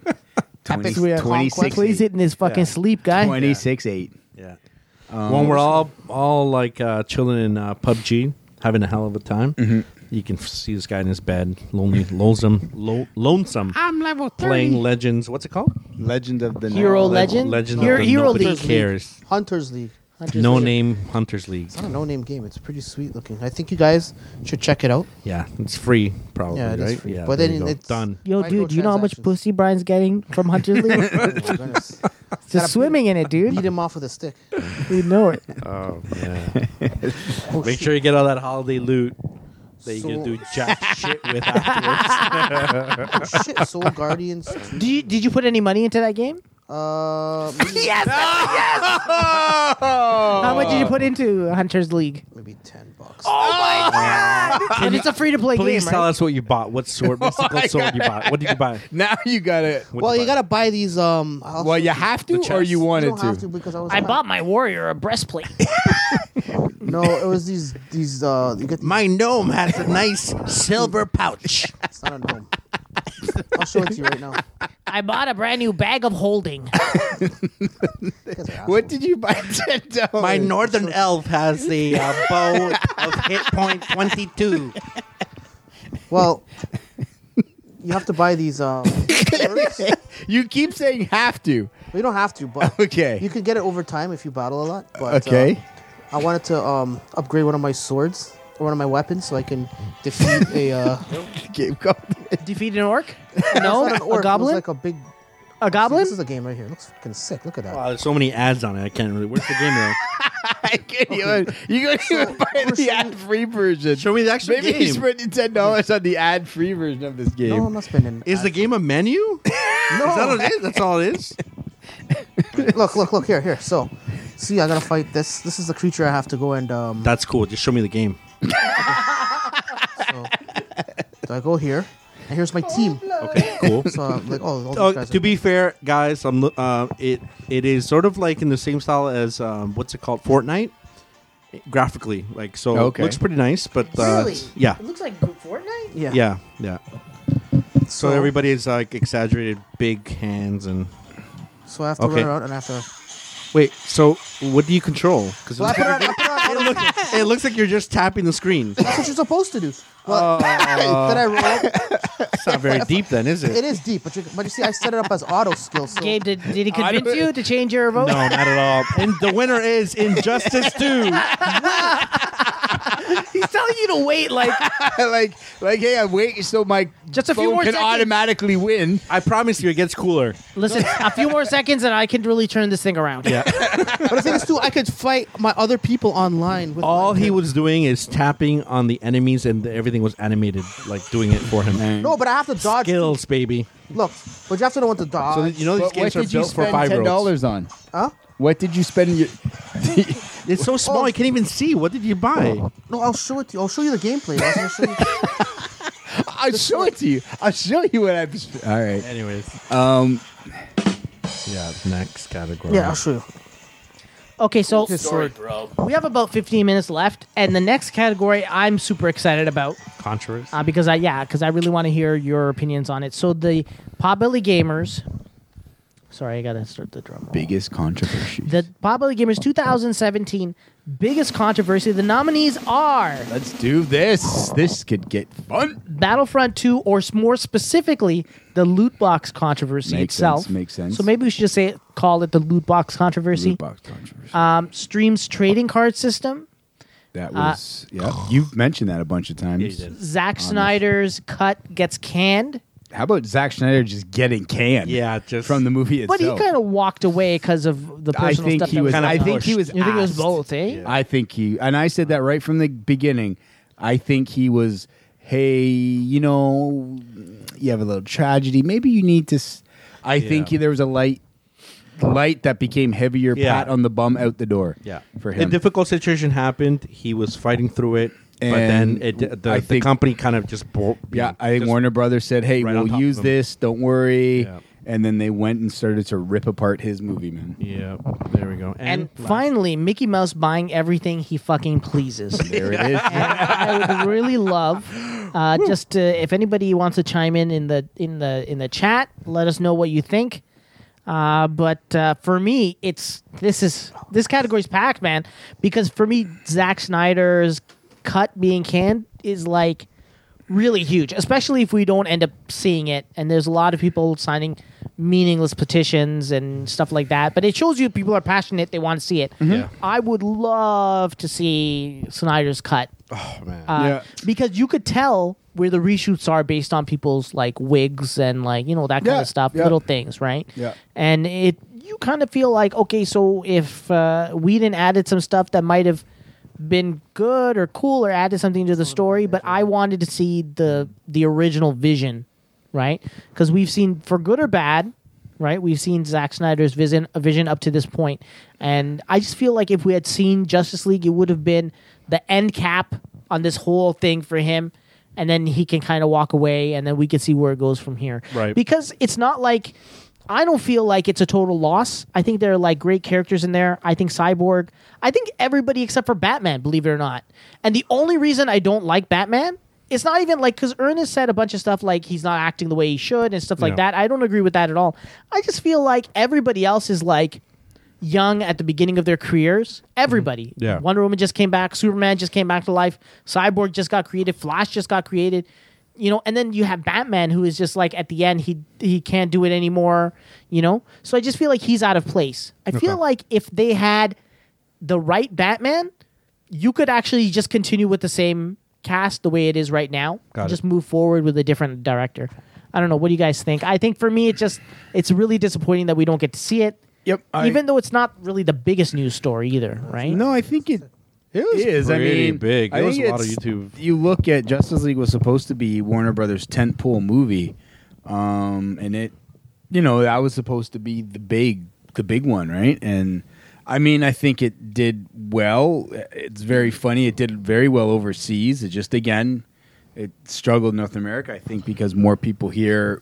[SPEAKER 5] 20,
[SPEAKER 4] We are-
[SPEAKER 5] 26,
[SPEAKER 4] He's
[SPEAKER 5] 8.
[SPEAKER 4] hitting his fucking
[SPEAKER 8] Yeah.
[SPEAKER 4] sleep, guy.
[SPEAKER 5] 26, 8.
[SPEAKER 8] Yeah. when we're all all like uh, chilling in uh, PUBG, having a hell of a time, you can f- see this guy in his bed, lonely, lonesome, lo- lonesome. I'm level playing Legends. What's it called?
[SPEAKER 5] Legend of the
[SPEAKER 4] Hero
[SPEAKER 5] Night.
[SPEAKER 4] Legend?
[SPEAKER 8] Legend
[SPEAKER 4] Hero,
[SPEAKER 8] of the
[SPEAKER 4] Hero
[SPEAKER 8] Nobody
[SPEAKER 4] League.
[SPEAKER 8] Cares.
[SPEAKER 6] Hunters League.
[SPEAKER 4] Hunter's
[SPEAKER 8] No
[SPEAKER 4] League.
[SPEAKER 8] name Hunters League.
[SPEAKER 6] It's not a no-name game. It's pretty sweet looking. I think you guys should check it
[SPEAKER 5] [laughs]
[SPEAKER 6] out.
[SPEAKER 8] Yeah, it's free probably.
[SPEAKER 6] Yeah, it is
[SPEAKER 8] right?
[SPEAKER 6] free.
[SPEAKER 8] Yeah,
[SPEAKER 6] But
[SPEAKER 8] there
[SPEAKER 6] then
[SPEAKER 8] you go.
[SPEAKER 6] it's-
[SPEAKER 8] done.
[SPEAKER 4] Yo, dude, you know how much
[SPEAKER 6] Microtransactions.
[SPEAKER 4] pussy Brian's getting from Hunter's League?
[SPEAKER 6] Oh my goodness.
[SPEAKER 4] Just swimming in it,
[SPEAKER 6] Beat
[SPEAKER 4] dude.
[SPEAKER 6] him off with a stick.
[SPEAKER 4] We know it.
[SPEAKER 6] Oh,
[SPEAKER 8] Make sure you get all that holiday loot that you
[SPEAKER 6] So-
[SPEAKER 8] can do jack shit with afterwards.
[SPEAKER 6] Shit, Soul Guardians. two.
[SPEAKER 4] Did you, did you put any money into that game?
[SPEAKER 6] Uh, maybe,
[SPEAKER 4] Yes! [laughs] yes! How much did you put into Hunter's League?
[SPEAKER 6] maybe ten bucks.
[SPEAKER 5] Oh,
[SPEAKER 4] and it's a free to play game.
[SPEAKER 8] Please
[SPEAKER 4] right?
[SPEAKER 8] tell us what you bought. What sword? Mystical sword you bought? What did you buy?
[SPEAKER 5] Now you got to.
[SPEAKER 8] What
[SPEAKER 6] well,
[SPEAKER 8] did
[SPEAKER 6] you gotta buy these. Um, I'll-
[SPEAKER 5] Well, you have to or
[SPEAKER 8] chest.
[SPEAKER 5] you
[SPEAKER 6] you
[SPEAKER 5] wanted
[SPEAKER 6] don't have to because I was.
[SPEAKER 4] I bought my warrior a breastplate.
[SPEAKER 6] No, it was these these. Uh, you get these,
[SPEAKER 7] my gnome has a nice silver
[SPEAKER 8] [laughs]
[SPEAKER 7] pouch.
[SPEAKER 6] It's not a gnome. I'll show it to you right now.
[SPEAKER 4] I bought a brand new bag of holding.
[SPEAKER 5] What did you buy? [laughs] $10.
[SPEAKER 7] My northern elf has the uh, bow of hit point twenty-two.
[SPEAKER 6] Well, you have to buy these. Um, perks.
[SPEAKER 5] you keep saying have to.
[SPEAKER 6] you don't have to,
[SPEAKER 5] [laughs]
[SPEAKER 6] but
[SPEAKER 5] Okay.
[SPEAKER 6] you can get it over time if you battle a lot. But uh,
[SPEAKER 5] Okay.
[SPEAKER 6] I wanted to um, upgrade one of my swords or one of my weapons so I can defeat a. Uh,
[SPEAKER 5] [laughs] Keep going. [laughs]
[SPEAKER 4] Defeat an orc? No,
[SPEAKER 6] it's not an orc,
[SPEAKER 4] a goblin.
[SPEAKER 6] It was like a big.
[SPEAKER 4] a
[SPEAKER 6] See,
[SPEAKER 4] goblin.
[SPEAKER 6] this is a game right here. It looks fucking sick. Look at that.
[SPEAKER 8] Wow, there's Uh, so many ads on it. I can't really. Where's the game though?
[SPEAKER 5] I can't even. You couldn't even buy the ad-free version.
[SPEAKER 7] Show me the actual
[SPEAKER 5] Maybe he's
[SPEAKER 7] game.
[SPEAKER 5] spending ten dollars on the ad-free version of this game.
[SPEAKER 6] No, I'm not spending.
[SPEAKER 7] Is the game a menu?
[SPEAKER 8] [laughs]
[SPEAKER 7] Is that what it is? That's all it is.
[SPEAKER 6] look, look, look here, here. So, see, I gotta fight this. This is the creature I have to go and um.
[SPEAKER 8] That's cool. Just show me the game.
[SPEAKER 6] So, so I go here, and here's my team.
[SPEAKER 8] Okay, [laughs] cool.
[SPEAKER 6] So I'm like, oh, all these
[SPEAKER 8] Oh,
[SPEAKER 6] guys
[SPEAKER 8] to
[SPEAKER 6] are-
[SPEAKER 8] be fair, guys, I'm lo- uh, it it is sort of like in the same style as um, what's it called, Fortnite, graphically. Like so,
[SPEAKER 5] Okay.
[SPEAKER 8] looks pretty nice, but uh, yeah,
[SPEAKER 4] looks like Fortnite.
[SPEAKER 6] yeah,
[SPEAKER 8] yeah, yeah. So everybody is like exaggerated big hands and
[SPEAKER 6] So I have to
[SPEAKER 8] Okay.
[SPEAKER 6] run around and I have to.
[SPEAKER 8] wait. So what do you control? Because
[SPEAKER 6] Well, I [laughs] put it on, I
[SPEAKER 8] it,
[SPEAKER 6] put it on auto-
[SPEAKER 8] looks- it looks like you're just tapping the screen.
[SPEAKER 6] That's what you're supposed to do. Well, [laughs] then I roll.
[SPEAKER 8] It's not very deep, then, is
[SPEAKER 6] It is deep, but you, but you see, I set it up as auto skill. So
[SPEAKER 4] Gabe, did, did he convince you to change your vote? [laughs]
[SPEAKER 8] No, not at all. And the winner is Injustice 2.
[SPEAKER 4] He's telling you to wait. Like
[SPEAKER 5] [laughs] like, like, hey, I'm waiting so my
[SPEAKER 4] Just a few
[SPEAKER 5] phone
[SPEAKER 4] more
[SPEAKER 5] can
[SPEAKER 4] seconds.
[SPEAKER 5] automatically win.
[SPEAKER 8] I promise you, it gets cooler.
[SPEAKER 4] Listen, a few more seconds and I can really turn this thing around. Yeah.
[SPEAKER 6] but the thing is, too, I could fight my other people online with
[SPEAKER 8] All
[SPEAKER 6] my-
[SPEAKER 8] he was doing is tapping on the enemies, and everything was animated, like doing it for him.
[SPEAKER 6] No, but I have to dodge.
[SPEAKER 8] Skills, baby.
[SPEAKER 6] Look, but you have to know what to dodge.
[SPEAKER 8] So you know these
[SPEAKER 5] But what
[SPEAKER 8] games are
[SPEAKER 5] did you
[SPEAKER 8] built for
[SPEAKER 5] spend
[SPEAKER 8] five
[SPEAKER 5] ten
[SPEAKER 8] year olds.
[SPEAKER 5] dollars on?
[SPEAKER 6] huh?
[SPEAKER 5] What did you spend your? [laughs]
[SPEAKER 8] It's so small,
[SPEAKER 6] Oh.
[SPEAKER 8] I can't even see. What did you buy?
[SPEAKER 6] No, I'll show it to you. I'll show you the gameplay. I was
[SPEAKER 8] [laughs]
[SPEAKER 6] gonna show you-
[SPEAKER 5] I'll show it to you. I'll show you what I. All right.
[SPEAKER 8] Anyways,
[SPEAKER 5] Um.
[SPEAKER 8] yeah. Next category.
[SPEAKER 6] yeah, I'll show you.
[SPEAKER 4] Okay, so
[SPEAKER 9] Story, bro.
[SPEAKER 4] we have about 15 minutes left, and the next category I'm super excited about
[SPEAKER 8] Controversy.
[SPEAKER 4] uh, because I yeah, because I really want to hear your opinions on it. So the Potbelly Gamers. Sorry, I gotta start the drum. roll.
[SPEAKER 5] Biggest controversy.
[SPEAKER 4] The Potbelly Gamers 2017 biggest controversy. The nominees are
[SPEAKER 5] Let's do this. This could get fun.
[SPEAKER 4] Battlefront 2, or s- more specifically, the loot box controversy
[SPEAKER 5] Makes
[SPEAKER 4] itself.
[SPEAKER 5] sense, makes sense.
[SPEAKER 4] So maybe we should just say it, call it the loot box controversy. Uh,
[SPEAKER 5] Box controversy.
[SPEAKER 4] um, Stream's trading card system,
[SPEAKER 5] That was yeah. You've mentioned that a bunch of times.
[SPEAKER 8] you did.
[SPEAKER 4] Zack Snyder's cut gets canned,
[SPEAKER 5] How about Zack Schneider just getting canned?
[SPEAKER 8] Yeah, just-
[SPEAKER 5] from the movie itself.
[SPEAKER 4] but he kind of walked away because of the
[SPEAKER 5] I
[SPEAKER 4] personal
[SPEAKER 5] think
[SPEAKER 4] stuff.
[SPEAKER 5] he
[SPEAKER 4] that
[SPEAKER 5] was.
[SPEAKER 4] was
[SPEAKER 8] kinda
[SPEAKER 5] I think
[SPEAKER 8] pushed.
[SPEAKER 5] he was.
[SPEAKER 4] You think it was
[SPEAKER 5] asked.
[SPEAKER 4] both, eh?
[SPEAKER 5] I think he and I said that right from the beginning. I think he was. Hey, you know, you have a little tragedy. Maybe you need to. S-. I think
[SPEAKER 8] Yeah.
[SPEAKER 5] there was a light, light that became heavier.
[SPEAKER 8] Yeah.
[SPEAKER 5] Pat on the bum out the door.
[SPEAKER 8] Yeah,
[SPEAKER 5] for him.
[SPEAKER 8] a difficult situation happened. He was fighting through it, but
[SPEAKER 5] And
[SPEAKER 8] then it, the,
[SPEAKER 5] I
[SPEAKER 8] the
[SPEAKER 5] think-
[SPEAKER 8] company kind of just broke.
[SPEAKER 5] Yeah, I think
[SPEAKER 8] just-
[SPEAKER 5] Warner Brothers said, "Hey,
[SPEAKER 8] Right on top
[SPEAKER 5] we'll
[SPEAKER 8] of
[SPEAKER 5] use
[SPEAKER 8] him.
[SPEAKER 5] this. Don't worry."
[SPEAKER 8] Yeah.
[SPEAKER 5] And then they went and started to rip apart his movie, man.
[SPEAKER 8] Yeah, there we go.
[SPEAKER 4] And finally, Mickey Mouse buying everything he fucking
[SPEAKER 5] [laughs]
[SPEAKER 4] pleases.
[SPEAKER 5] There
[SPEAKER 8] [laughs]
[SPEAKER 5] it is.
[SPEAKER 4] and [laughs] I would really love uh, just to, if anybody wants to chime in in the in the in the chat, let us know what you think. Uh, but uh, for me, it's this is this category's packed, man. Because for me, Zack Snyder's cut being canned is like really huge, especially if we don't end up seeing it. And there's a lot of people signing meaningless petitions and stuff like that. But it shows you people are passionate; they want to see it.
[SPEAKER 8] Yeah.
[SPEAKER 4] I would love to see Snyder's cut
[SPEAKER 8] oh, man.
[SPEAKER 4] uh,
[SPEAKER 5] Yeah.
[SPEAKER 4] because you could tell where the reshoots are based on people's like wigs and like you know that kind
[SPEAKER 5] Yeah,
[SPEAKER 4] of stuff,
[SPEAKER 5] yeah.
[SPEAKER 4] little things, right?
[SPEAKER 5] Yeah.
[SPEAKER 4] And it you kind of feel like okay, so if uh, Whedon added some stuff that might have been good or cool or added something to the story, but I wanted to see the the original vision, right? Because we've seen for good or bad. Right, we've seen Zack Snyder's vision vision up to this point, and I just feel like if we had seen Justice League, it would have been the end cap on this whole thing for him, and then he can kind of walk away, and then we can see where it goes from here.
[SPEAKER 8] Right.
[SPEAKER 4] because it's not like I don't feel like it's a total loss. I think there are like great characters in there. I think Cyborg. I think everybody except for Batman, believe it or not. And the only reason I don't like Batman, it's not even like because Ernest said a bunch of stuff like he's not acting the way he should and stuff like
[SPEAKER 8] Yeah.
[SPEAKER 4] that. I don't agree with that at all. I just feel like everybody else is like young at the beginning of their careers. Everybody.
[SPEAKER 8] Mm-hmm. Yeah.
[SPEAKER 4] Wonder Woman just came back. Superman just came back to life. Cyborg just got created. Flash just got created. You know, and then you have Batman who is just like at the end he he can't do it anymore. You know, so I just feel like he's out of place. I feel like if they had the right Batman, you could actually just continue with the same cast the way it is right now.
[SPEAKER 8] Got it.
[SPEAKER 4] just move forward with a different director. I don't know. What do you guys think? I think for me, it just it's really disappointing that we don't get to see it.
[SPEAKER 5] Yep, I-
[SPEAKER 4] Even though it's not really the biggest news story either, right?
[SPEAKER 5] No, I think it
[SPEAKER 8] was
[SPEAKER 5] is.
[SPEAKER 8] pretty
[SPEAKER 5] I mean,
[SPEAKER 8] big.
[SPEAKER 5] I
[SPEAKER 8] There was
[SPEAKER 5] think
[SPEAKER 8] a lot of
[SPEAKER 5] it's-
[SPEAKER 8] YouTube.
[SPEAKER 5] You look at Justice League was supposed to be Warner Brothers' tentpole movie, um, and it, you know, that was supposed to be the big, the big one, right? And I mean, I think it did well. It's very funny. It did very well overseas. It just again, it struggled in North America. I think because more people here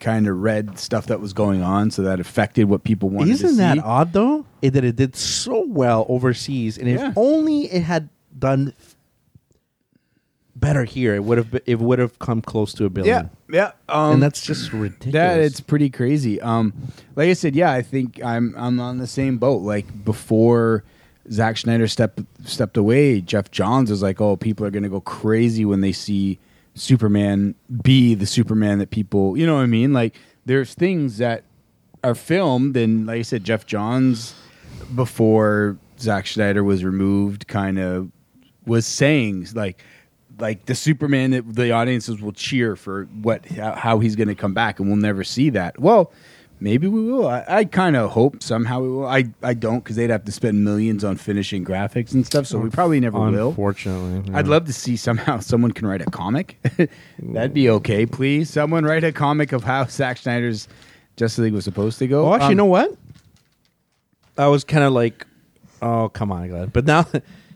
[SPEAKER 5] kind of read stuff that was going on, so that affected what people wanted. to
[SPEAKER 7] Isn't that
[SPEAKER 5] see.
[SPEAKER 7] odd though? It, that it did so well overseas, and if
[SPEAKER 5] Yeah.
[SPEAKER 7] only it had done better here, it would have been, it would have come close to a
[SPEAKER 5] Yeah,
[SPEAKER 7] billion.
[SPEAKER 5] yeah. Um,
[SPEAKER 7] and that's just ridiculous.
[SPEAKER 5] That it's pretty crazy. Um, like I said, yeah, I think I'm I'm on the same boat. Like before Zack Schneider stepped stepped away, Jeff Johns was like, "Oh, people are gonna go crazy when they see Superman be the Superman that people, you know what I mean? Like there's things that are filmed, and like I said, Jeff Johns before Zack Schneider was removed, kind of was saying like like the Superman that the audiences will cheer for what how, how he's going to come back, and we'll never see that. Well, maybe we will. I, I kind of hope somehow we will. I I don't because they'd have to spend millions on finishing graphics and stuff, so we probably never will.
[SPEAKER 8] Unfortunately,
[SPEAKER 5] I'd love to see somehow [laughs] someone can write a comic. [laughs] That'd be okay, please. Someone write a comic of how Zack Snyder's Justice League was supposed to go.
[SPEAKER 7] Oh, actually,
[SPEAKER 5] Um,
[SPEAKER 7] you know what? I was kind of like, oh, come on, Glenn. But now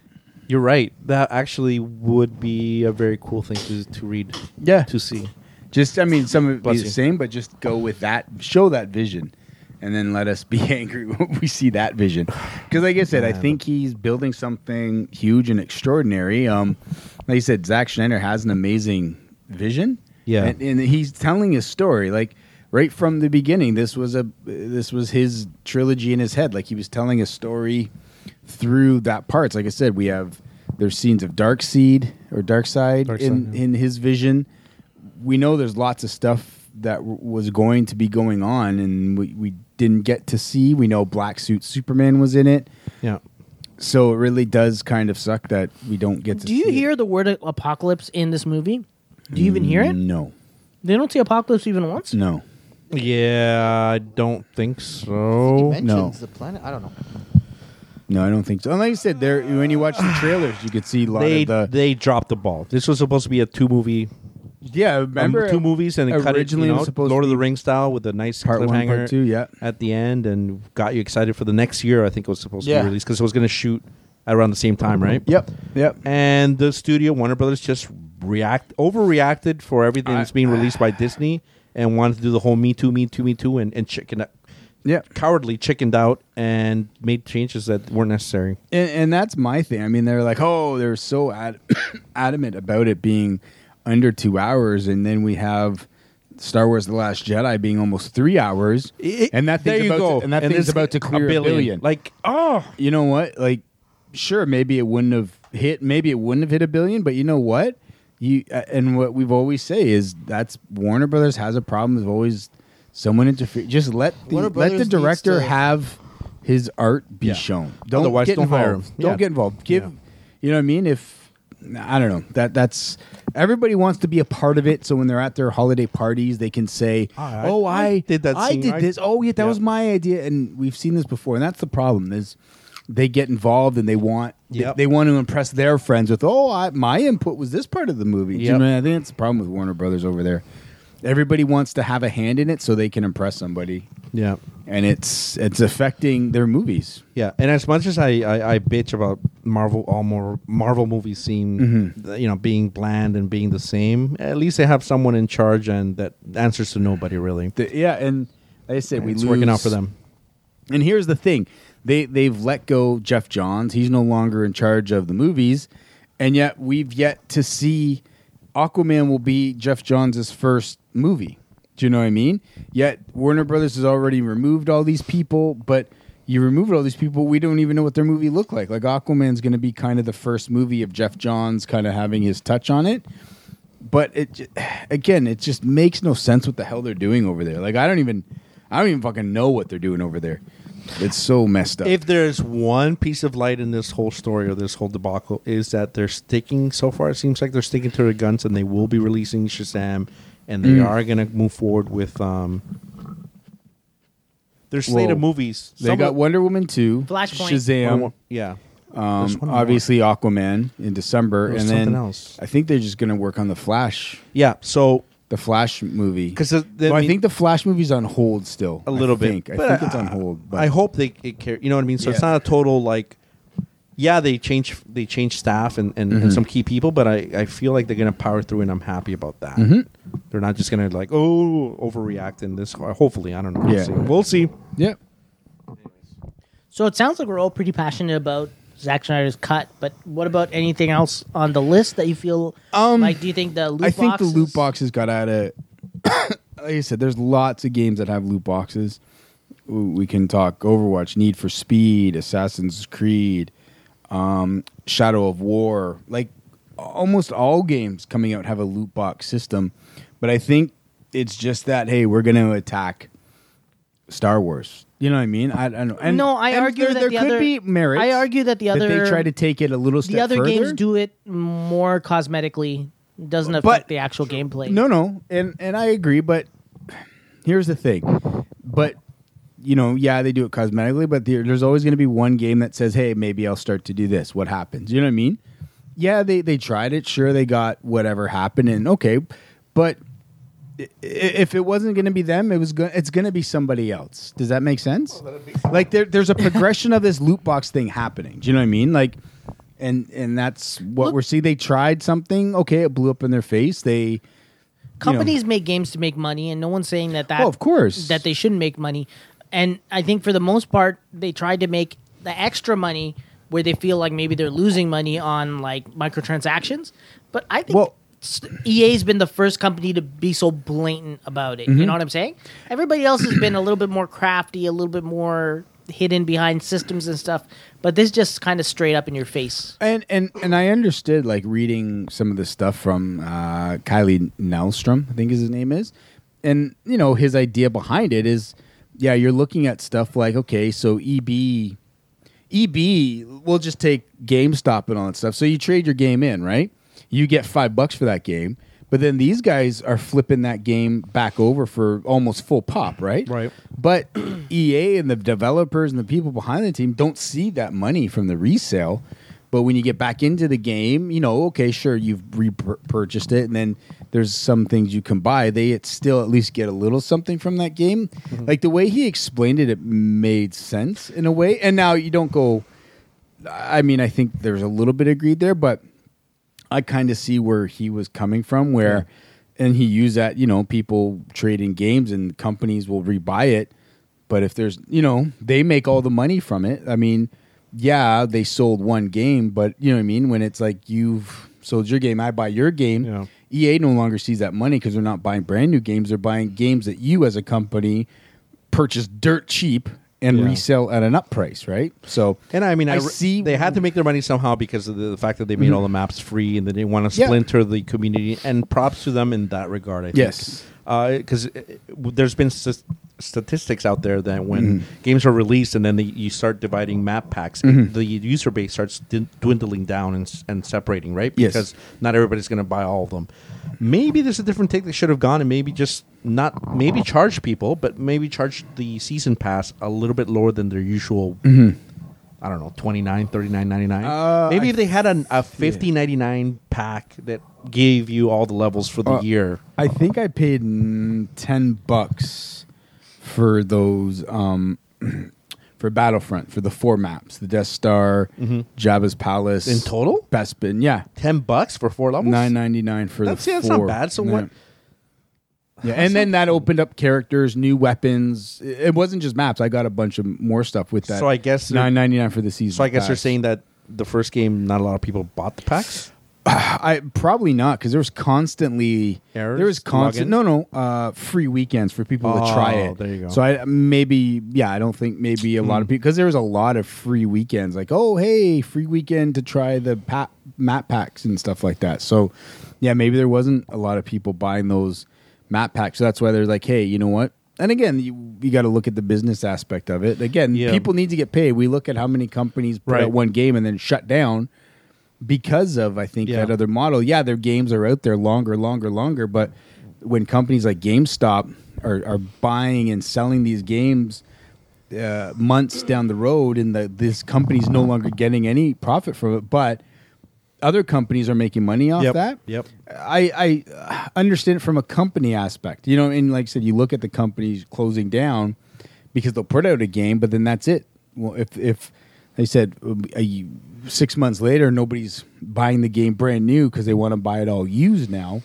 [SPEAKER 7] [laughs] you're right. That actually would be a very cool thing to, to read.
[SPEAKER 5] Yeah.
[SPEAKER 7] To see.
[SPEAKER 5] Just, I mean, some of it be
[SPEAKER 7] Bless
[SPEAKER 5] the
[SPEAKER 7] you.
[SPEAKER 5] same, but just go with that, show that vision, and then let us be [laughs] angry when we see that vision. Because, like I said, I think he's building something huge and extraordinary. Um, like you said, Zack Schneider has an amazing vision.
[SPEAKER 7] Yeah.
[SPEAKER 5] and, and he's telling his story like right from the beginning. This was a this was his trilogy in his head. Like he was telling a story through that parts. Like I said, we have there's scenes of Dark Seed or Dark Side
[SPEAKER 7] Darkseid,
[SPEAKER 5] in
[SPEAKER 7] yeah.
[SPEAKER 5] in his vision we know there's lots of stuff that w- was going to be going on and we, we didn't get to see. We know Black Suit Superman was in it.
[SPEAKER 7] Yeah.
[SPEAKER 5] So it really does kind of suck that we don't get to.
[SPEAKER 4] Do you
[SPEAKER 5] see it.
[SPEAKER 4] hear the word apocalypse in this movie? Do you even hear it?
[SPEAKER 5] No,
[SPEAKER 4] They don't say apocalypse even once.
[SPEAKER 5] no.
[SPEAKER 8] Yeah, I don't think
[SPEAKER 6] He
[SPEAKER 8] so.
[SPEAKER 6] mentions
[SPEAKER 5] no.
[SPEAKER 6] the planet. I don't know.
[SPEAKER 5] No, I don't think so. And like I said, there when you watch
[SPEAKER 8] [sighs]
[SPEAKER 5] the trailers, you could see a lot
[SPEAKER 8] They
[SPEAKER 5] of the
[SPEAKER 8] they dropped the ball. This was supposed to be a two movie,
[SPEAKER 5] yeah. Remember
[SPEAKER 8] um, two movies, and they cut it. You
[SPEAKER 5] originally it
[SPEAKER 8] know,
[SPEAKER 5] was supposed
[SPEAKER 8] Lord
[SPEAKER 5] to
[SPEAKER 8] of the
[SPEAKER 5] be-
[SPEAKER 8] Rings style with a nice
[SPEAKER 5] Part
[SPEAKER 8] cliffhanger
[SPEAKER 5] one, part two, yeah.
[SPEAKER 8] at the end, and got you excited for the next year. I think it was supposed to
[SPEAKER 5] Yeah. Mm-hmm.
[SPEAKER 8] be released because it was going to shoot around the same time, right?
[SPEAKER 5] Yep, yep.
[SPEAKER 8] and the studio Warner Brothers just react overreacted for everything that's being released by Disney and wanted to do the whole Me Too, Me Too, Me Too, and and chicken out,
[SPEAKER 5] Yeah.
[SPEAKER 8] cowardly chickened out and made changes that weren't necessary.
[SPEAKER 5] And, and that's my thing. I mean, they're like, oh, they're so ad- [coughs] adamant about it being under two hours, and then we have Star Wars: The Last Jedi being almost three hours, and that
[SPEAKER 8] there
[SPEAKER 5] thing's
[SPEAKER 8] you
[SPEAKER 5] about
[SPEAKER 8] go,
[SPEAKER 5] to, and that thing's
[SPEAKER 8] this-
[SPEAKER 5] about to clear a billion.
[SPEAKER 8] Like oh,
[SPEAKER 5] you know what? Like, sure, maybe it wouldn't have hit. Maybe it wouldn't have hit a billion. But you know what? You uh, and what we've always say is that's Warner Brothers has a problem of always someone interfere. Just let the
[SPEAKER 6] Warner
[SPEAKER 5] let the
[SPEAKER 6] Brothers
[SPEAKER 5] director
[SPEAKER 6] needs to-
[SPEAKER 5] have his art be shown. Don't
[SPEAKER 8] Otherwise,
[SPEAKER 5] get
[SPEAKER 8] don't
[SPEAKER 5] involved.
[SPEAKER 8] hire him.
[SPEAKER 5] Don't
[SPEAKER 8] Yeah.
[SPEAKER 5] get involved. Give you know what I mean. If I don't know that that's. Everybody wants to be a part of it, so when they're at their holiday parties, they can say,
[SPEAKER 8] I-
[SPEAKER 5] "Oh,
[SPEAKER 8] I
[SPEAKER 5] I,
[SPEAKER 8] did that
[SPEAKER 5] I
[SPEAKER 8] scene,
[SPEAKER 5] did
[SPEAKER 8] I-
[SPEAKER 5] this. Oh, yeah, that
[SPEAKER 8] Yeah.
[SPEAKER 5] was my idea." And we've seen this before, and that's the problem is they get involved and they want they-
[SPEAKER 8] Yep.
[SPEAKER 5] they, want to impress their friends with, "Oh, I, my input was this part of the movie." Do you
[SPEAKER 8] Yep.
[SPEAKER 5] know, I think that's the problem with Warner Brothers over there. Everybody wants to have a hand in it so they can impress somebody,
[SPEAKER 8] yeah,
[SPEAKER 5] and it's it's affecting their movies.
[SPEAKER 8] yeah. And as much as I I, I bitch about Marvel all more Marvel movies seem
[SPEAKER 5] Mm-hmm.
[SPEAKER 8] you know being bland and being the same, at least they have someone in charge and that answers to nobody really.
[SPEAKER 5] The- yeah, and like I said, we
[SPEAKER 8] it's
[SPEAKER 5] lose,
[SPEAKER 8] working out for them.
[SPEAKER 5] And here's the thing: they they've let go Jeff Johns. He's no longer in charge of the movies, and yet we've yet to see Aquaman will be Jeff Johns' first movie. Do you know what I mean? Yet Warner Brothers has already removed all these people, but you removed all these people. We don't even know what their movie looked like. Like Aquaman's going to be kind of the first movie of Jeff Johns, kind of having his touch on it but it j- [sighs] again it just makes no sense what the hell they're doing over there like i don't even i don't even fucking know what they're doing over there it's so messed up
[SPEAKER 8] If there's one piece of light in this whole story or this whole debacle, is that they're sticking so far. It seems like they're sticking to their guns, and they will be releasing Shazam,
[SPEAKER 5] Mm.
[SPEAKER 8] and they are going to move forward with um. Their slate of
[SPEAKER 5] Well,
[SPEAKER 8] movies.
[SPEAKER 5] they
[SPEAKER 8] Some
[SPEAKER 5] got
[SPEAKER 8] of-
[SPEAKER 5] Wonder Woman 2
[SPEAKER 4] Flashpoint.
[SPEAKER 5] Shazam
[SPEAKER 8] one- yeah. There's
[SPEAKER 5] um,
[SPEAKER 8] one more.
[SPEAKER 5] obviously Aquaman in December
[SPEAKER 8] There was
[SPEAKER 5] and then
[SPEAKER 8] something else.
[SPEAKER 5] I think they're just going to work on the Flash
[SPEAKER 8] yeah. So
[SPEAKER 5] the Flash movie
[SPEAKER 8] 'Cause the- the-
[SPEAKER 5] Well,
[SPEAKER 8] I
[SPEAKER 5] I
[SPEAKER 8] mean-
[SPEAKER 5] think the Flash movie's on hold still
[SPEAKER 8] a little
[SPEAKER 5] I think.
[SPEAKER 8] bit.
[SPEAKER 5] I
[SPEAKER 8] But
[SPEAKER 5] think it's on hold but
[SPEAKER 8] I hope they it care. You know what I mean. So it's
[SPEAKER 5] Yeah.
[SPEAKER 8] not a total like. Yeah, they change they change staff and, and,
[SPEAKER 5] Mm-hmm.
[SPEAKER 8] and some key people, but I, I feel like they're gonna power through, and I'm happy about that.
[SPEAKER 5] Mm-hmm.
[SPEAKER 8] They're not just gonna like oh overreact in this. Hopefully, I don't know. We'll
[SPEAKER 5] Yeah.
[SPEAKER 8] see. We'll see.
[SPEAKER 5] yeah
[SPEAKER 4] So it sounds like we're all pretty passionate about Zack Snyder's cut. But what about anything else on the list that you feel
[SPEAKER 5] Um,
[SPEAKER 4] like? Do you think the loot
[SPEAKER 5] I think
[SPEAKER 4] boxes-
[SPEAKER 5] the loot boxes got out of. [coughs] like I said, there's lots of games that have loot boxes. W- We can talk Overwatch, Need for Speed, Assassin's Creed, um, Shadow of War. Like almost all games coming out have a loot box system, but I think it's just that hey, we're going to attack Star Wars. You know what I mean? I, I don't. And,
[SPEAKER 4] no, I
[SPEAKER 5] and
[SPEAKER 4] argue
[SPEAKER 5] there,
[SPEAKER 4] that
[SPEAKER 5] there
[SPEAKER 4] the
[SPEAKER 5] could
[SPEAKER 4] other
[SPEAKER 5] be merits.
[SPEAKER 4] I argue that the other
[SPEAKER 5] that they try to take it a little step
[SPEAKER 4] the other
[SPEAKER 5] further.
[SPEAKER 4] games do it more cosmetically. Doesn't affect
[SPEAKER 5] But-
[SPEAKER 4] the actual gameplay.
[SPEAKER 5] No, no, and and I agree, but here's the thing. But you know, yeah, they do it cosmetically, but there, there's always going to be one game that says, "Hey, maybe I'll start to do this." What happens? You know what I mean? Yeah, they they tried it. Sure, they got whatever happened, and okay, but i- i- if it wasn't going to be them, it was going. It's going to be somebody else. Does that make sense? Like there, there's a progression of this loot box thing happening. Do you know what I mean? Like, and and that's what
[SPEAKER 4] Look-
[SPEAKER 5] we're seeing. They tried something. Okay, it blew up in their face. They
[SPEAKER 4] companies make games to make money, and no one's saying that that
[SPEAKER 5] Oh, of course.
[SPEAKER 4] that they shouldn't make money. And I think for the most part, they tried to make the extra money where they feel like maybe they're losing money on like microtransactions. But I think.
[SPEAKER 5] Well-
[SPEAKER 4] s- EA's been the first company to be so blatant about it.
[SPEAKER 5] Mm-hmm.
[SPEAKER 4] You know what I'm saying? Everybody else has been a little bit more crafty, a little bit more hidden behind systems and stuff, but this just kind of straight up in your face.
[SPEAKER 5] and and and I understood like reading some of the stuff from uh, Kylie Nellstrom, I think is his name is, and you know his E idea behind it is, yeah, you're looking at stuff like okay, so EB EB, we'll E just take GameStop and all that stuff. So you trade your game in, right? You get five bucks for that game, but then these guys are flipping that game back over for almost full pop, right?
[SPEAKER 8] Right.
[SPEAKER 5] But [clears throat] EA and the developers and the people behind the team don't see that money from the resale. But when you get back into the game, you know, okay, sure, you've repurchased it, and then there's some things you can buy. They at still at least get a little something from that game. Like the way he explained it, it made sense in a way. And now you don't go. I mean, I think there's a little bit of greed there, but I kind of see where he was coming from, where, and he used that, you know, people trading games and companies will rebuy it. But if there's, you know, they make all the money from it. I mean, yeah, they sold one game, but you know what I mean? When it's like you've sold your game, I buy your game.
[SPEAKER 8] Yeah.
[SPEAKER 5] EA no longer sees that money because they're not buying brand new games. They're buying games that you as a company purchase dirt cheap and
[SPEAKER 8] Yeah.
[SPEAKER 5] resell at an up price, right? So,
[SPEAKER 8] And I mean, I,
[SPEAKER 5] see
[SPEAKER 8] see they had to make their money somehow because of the, the fact that they made all the maps free and they didn't want to
[SPEAKER 5] Mm-hmm. Yeah.
[SPEAKER 8] splinter the community. And props to them in that regard. I think. Uh,
[SPEAKER 5] Yes.
[SPEAKER 8] because there's been s- statistics out there that when
[SPEAKER 5] Mm-hmm.
[SPEAKER 8] games are released and then the, you start dividing map packs,
[SPEAKER 5] Mm-hmm.
[SPEAKER 8] the user base starts din- dwindling down and, s- and separating, right?
[SPEAKER 5] Yes.
[SPEAKER 8] Because not everybody's going to buy all of them. Maybe there's a different take they should have gone and maybe just not maybe charge people, but maybe charge the season pass a little bit lower than their usual.
[SPEAKER 5] Mm-hmm.
[SPEAKER 8] I don't know, 29 39 99
[SPEAKER 5] Uh,
[SPEAKER 8] Maybe if they had an, a fifty ninety nine pack that gave you all the levels for the
[SPEAKER 5] Uh,
[SPEAKER 8] year.
[SPEAKER 5] I think I paid mm, ten bucks for those um, [clears throat] for Battlefront for the four maps: the Death Star, Jabba's Palace
[SPEAKER 8] Mm-hmm. In total?
[SPEAKER 5] Bespin, yeah,
[SPEAKER 8] Ten bucks for four levels.
[SPEAKER 5] nine ninety nine for
[SPEAKER 8] That's-
[SPEAKER 5] the
[SPEAKER 8] yeah, that's
[SPEAKER 5] four.
[SPEAKER 8] not bad. So what-
[SPEAKER 5] Yeah, and then that opened up characters, new weapons. It it wasn't just maps. I got a bunch of more stuff with that.
[SPEAKER 8] So I guess they're-
[SPEAKER 5] nine ninety nine for the season.
[SPEAKER 8] So I guess they're
[SPEAKER 5] pass.
[SPEAKER 8] saying that the first game, not a lot of people bought the packs.
[SPEAKER 5] [sighs] I probably not because there was constantly
[SPEAKER 8] Errors
[SPEAKER 5] there was
[SPEAKER 8] to
[SPEAKER 5] constant
[SPEAKER 8] log
[SPEAKER 5] no no uh, free weekends for people to try
[SPEAKER 8] Oh,
[SPEAKER 5] it.
[SPEAKER 8] there you go. Hmm.
[SPEAKER 5] So I maybe yeah I don't think maybe a lot of people because there was a lot of free weekends like oh hey free weekend to try the pa- map packs and stuff like that. So yeah maybe there wasn't a lot of people buying those map packs. So that's why they're like hey you know what. And again, you, you got to look at the business aspect of it. Again,
[SPEAKER 8] Yeah.
[SPEAKER 5] people need to get paid. We look at how many companies put
[SPEAKER 8] Right.
[SPEAKER 5] out one game and then shut down because of I think
[SPEAKER 8] Yeah.
[SPEAKER 5] that other model. Yeah, their games are out there longer, longer, longer. But when companies like GameStop are, are buying and selling these games uh, months down the road, and the, this company's no longer getting any profit from it, but other companies are making money off
[SPEAKER 8] Yep,
[SPEAKER 5] that.
[SPEAKER 8] yep.
[SPEAKER 5] I, I uh, understand it from a company aspect. You know, and like I said, you look at the companies closing down because they'll put out a game, but then that's it. Well, if if they said um, a y- six months later nobody's buying the game brand new because they want to buy it all used now,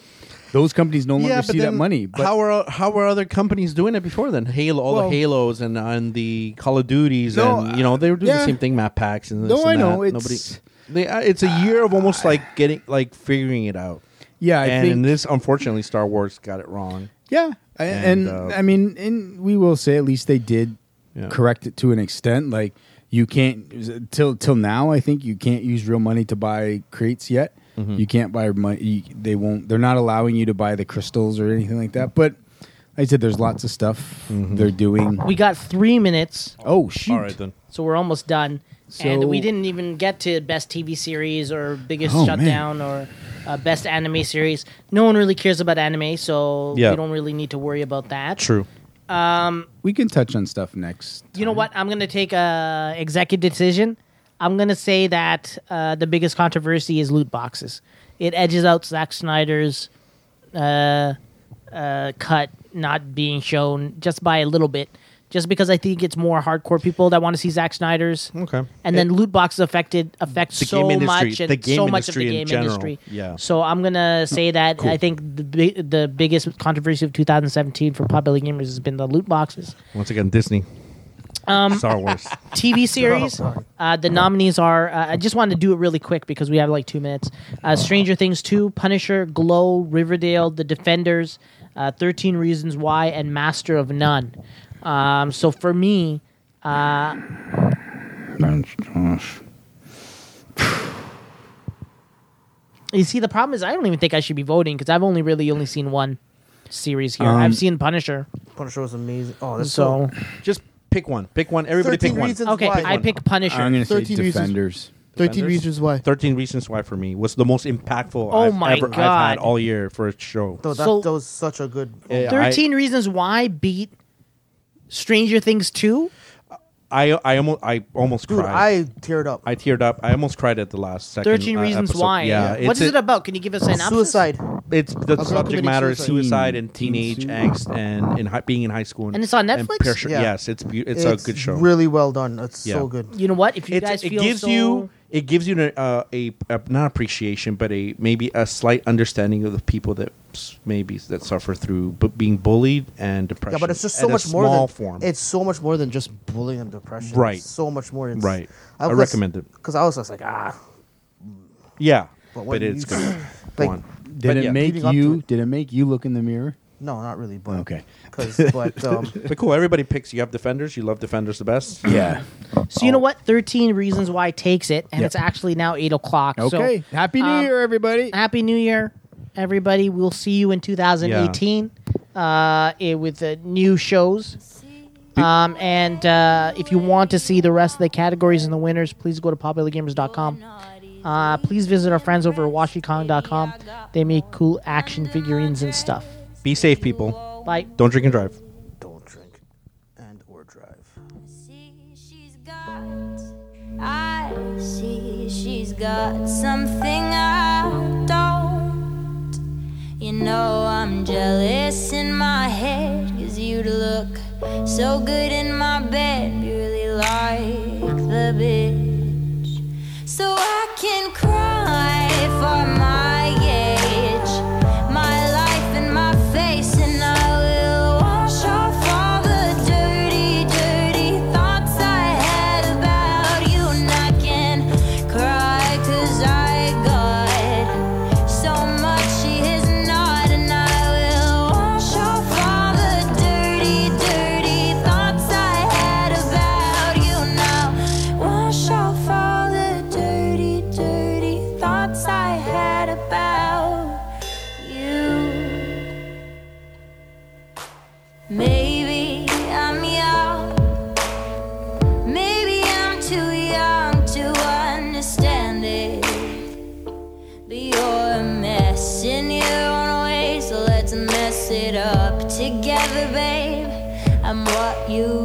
[SPEAKER 5] those companies no longer see that money. But
[SPEAKER 8] how are how are other companies doing it before then? Halo, all
[SPEAKER 5] Well-
[SPEAKER 8] the Halos and and the Call of Duties,
[SPEAKER 5] No,
[SPEAKER 8] and you know they were doing
[SPEAKER 5] yeah.
[SPEAKER 8] the same thing, map packs and this
[SPEAKER 5] No,
[SPEAKER 8] and
[SPEAKER 5] I know,
[SPEAKER 8] that.
[SPEAKER 5] it's-
[SPEAKER 8] Nobody, they, uh, it's a year of almost like getting like figuring it out.
[SPEAKER 5] yeah, I
[SPEAKER 8] and
[SPEAKER 5] think
[SPEAKER 8] this unfortunately, Star Wars got it wrong.
[SPEAKER 5] Yeah, I- and,
[SPEAKER 8] And,
[SPEAKER 5] and
[SPEAKER 8] uh,
[SPEAKER 5] I mean, and we will say at least they did
[SPEAKER 8] Yeah.
[SPEAKER 5] correct it to an extent. Like you can't till till now. I think you can't use real money to buy crates yet.
[SPEAKER 8] Mm-hmm.
[SPEAKER 5] You can't buy money. You, they won't. They're not allowing you to buy the crystals or anything like that. But like I said there's lots of stuff they're doing.
[SPEAKER 4] We got three minutes,
[SPEAKER 5] Oh shoot!
[SPEAKER 8] Mm-hmm. All right then.
[SPEAKER 4] so we're almost done. and
[SPEAKER 5] So-
[SPEAKER 4] we didn't even get to best TV series or biggest
[SPEAKER 5] Oh, man.
[SPEAKER 4] shutdown or uh, best anime series. No one really cares about anime, so
[SPEAKER 8] Yeah.
[SPEAKER 4] we don't really need to worry about that.
[SPEAKER 8] True.
[SPEAKER 5] We can touch on stuff next.
[SPEAKER 4] You know what? I'm going to take a executive decision. I'm going to say that uh, the biggest controversy is loot boxes. It edges out Zack Snyder's uh, uh, cut not being shown just by a little bit, just because I think it's more hardcore people that want to see Zack Snyder's.
[SPEAKER 8] Okay.
[SPEAKER 4] And then loot boxes affected affects
[SPEAKER 8] The
[SPEAKER 4] so
[SPEAKER 8] game industry-
[SPEAKER 4] much and
[SPEAKER 8] the game
[SPEAKER 4] so much of
[SPEAKER 8] industry
[SPEAKER 4] the
[SPEAKER 8] in
[SPEAKER 4] game
[SPEAKER 8] general.
[SPEAKER 4] industry.
[SPEAKER 8] Yeah.
[SPEAKER 4] So I'm gonna say that I think the bi- the biggest controversy of 2017 for popular gamers has been the loot boxes.
[SPEAKER 8] Once again, Disney. Um, Star
[SPEAKER 4] [laughs]
[SPEAKER 8] Wars. Oh,
[SPEAKER 4] TV
[SPEAKER 8] [laughs]
[SPEAKER 4] series. Uh, the nominees are. Uh, I just wanted to do it really quick because we have like two minutes. Uh, Stranger Things 2, Punisher, Glow, Riverdale, The Defenders, uh, 13 Reasons Why, and Master of None. Um, so for me, you see, the problem is I don't even think I should be voting because I've only really only
[SPEAKER 8] Um,
[SPEAKER 4] seen one series here. I've seen Punisher,
[SPEAKER 6] Punisher was amazing. Oh, that's so.
[SPEAKER 4] so
[SPEAKER 8] Just pick one. Pick one. Everybody pick
[SPEAKER 6] 13
[SPEAKER 8] one.
[SPEAKER 6] reasons
[SPEAKER 4] Okay,
[SPEAKER 6] why.
[SPEAKER 4] I pick Punisher.
[SPEAKER 5] I'm gonna say
[SPEAKER 6] 13 reasons.
[SPEAKER 5] defenders.
[SPEAKER 6] 13
[SPEAKER 8] Defenders?
[SPEAKER 6] reasons why.
[SPEAKER 8] 13 Reasons Why for me was the most impactful
[SPEAKER 4] Oh
[SPEAKER 8] I've
[SPEAKER 4] my
[SPEAKER 8] ever I've
[SPEAKER 4] God.
[SPEAKER 8] had all year for a show.
[SPEAKER 6] Though that,
[SPEAKER 4] So-
[SPEAKER 6] that was such a good.
[SPEAKER 8] Yeah, I-
[SPEAKER 4] Thirteen Reasons Why beat Stranger Things two.
[SPEAKER 8] I I almost I almost
[SPEAKER 6] dude,
[SPEAKER 8] cried.
[SPEAKER 6] I teared up.
[SPEAKER 8] I teared up. I almost cried at the last second.
[SPEAKER 4] Thirteen
[SPEAKER 8] uh,
[SPEAKER 4] Reasons
[SPEAKER 8] episode.
[SPEAKER 4] Why.
[SPEAKER 8] Yeah.
[SPEAKER 4] What is it,
[SPEAKER 8] a-
[SPEAKER 4] about? Can you give us an
[SPEAKER 6] Suicide.
[SPEAKER 8] It's the
[SPEAKER 6] girl
[SPEAKER 8] subject
[SPEAKER 6] committing
[SPEAKER 8] matter
[SPEAKER 6] suicide.
[SPEAKER 8] is suicide and
[SPEAKER 5] Teen-
[SPEAKER 8] teenage
[SPEAKER 5] teen
[SPEAKER 8] angst and in hi- being in high school.
[SPEAKER 4] And it's on Netflix?
[SPEAKER 8] pressure-
[SPEAKER 6] Yeah.
[SPEAKER 8] Yes, it's beau- it's, a good show.
[SPEAKER 6] Really well done. It's
[SPEAKER 8] Yeah.
[SPEAKER 6] so good.
[SPEAKER 4] You know what? If you
[SPEAKER 8] It's-
[SPEAKER 4] guys
[SPEAKER 8] it
[SPEAKER 4] feel
[SPEAKER 8] gives
[SPEAKER 4] so,
[SPEAKER 8] you it gives you an, uh, a, a not appreciation but a maybe a slight understanding of the people that s- maybe that suffer through bu- being bullied and depression.
[SPEAKER 6] Yeah, but it's just
[SPEAKER 8] at
[SPEAKER 6] so
[SPEAKER 8] a
[SPEAKER 6] much more
[SPEAKER 8] small
[SPEAKER 6] than
[SPEAKER 8] form.
[SPEAKER 6] it's so much more than just bullying and depression.
[SPEAKER 8] Right.
[SPEAKER 6] It's so much more. It's,
[SPEAKER 8] Right. I recommend it.
[SPEAKER 6] because I was just like ah.
[SPEAKER 8] yeah,
[SPEAKER 6] But
[SPEAKER 8] but,
[SPEAKER 6] when
[SPEAKER 8] it's
[SPEAKER 6] you- [clears throat]
[SPEAKER 8] good.
[SPEAKER 6] like-
[SPEAKER 8] Go on.
[SPEAKER 5] Did
[SPEAKER 8] But
[SPEAKER 5] it
[SPEAKER 8] yeah.
[SPEAKER 5] make
[SPEAKER 6] leading up to
[SPEAKER 5] you?
[SPEAKER 6] it.
[SPEAKER 5] Did it make you look in the mirror?
[SPEAKER 6] No, not really. But
[SPEAKER 5] Okay.
[SPEAKER 8] [laughs]
[SPEAKER 6] 'cause- but um,
[SPEAKER 8] But cool. Everybody picks. You have defenders. You love defenders the best. [clears throat]
[SPEAKER 5] Yeah.
[SPEAKER 4] So you
[SPEAKER 8] Oh.
[SPEAKER 4] know what? Thirteen Reasons Why takes it, and
[SPEAKER 5] Yeah.
[SPEAKER 4] it's actually now eight o'clock. so-
[SPEAKER 5] Okay. Happy New
[SPEAKER 4] um,
[SPEAKER 5] Year, everybody.
[SPEAKER 4] Happy New Year, everybody. We'll see you in 2018 uh, eh, with uh, new shows. Um, and uh, if you want to see the rest of the categories and the winners, please go to populargamers.com. Uh, please visit our friends over at washikong.com. They make cool action figurines and stuff.
[SPEAKER 8] Be safe, people.
[SPEAKER 4] Bye.
[SPEAKER 8] Don't drink and drive.
[SPEAKER 6] don't drink and or drive.
[SPEAKER 10] See, she's got. I see she's got something I don't. You know, I'm jealous in my head, cause you'd look so good in my bed. You really like the bitch. So I can cry for my age, my life and my face, and I will wash off all the dirty, dirty thoughts I had about you. And I can cry 'cause I got so much she has not, and I will wash off all the dirty, dirty thoughts I had about you. Now wash off all the dirty, dirty thoughts I had about you. Maybe I'm young. Maybe I'm too young to understand it. But you're a mess in your own way, so let's mess it up together, babe. I'm what you Oh,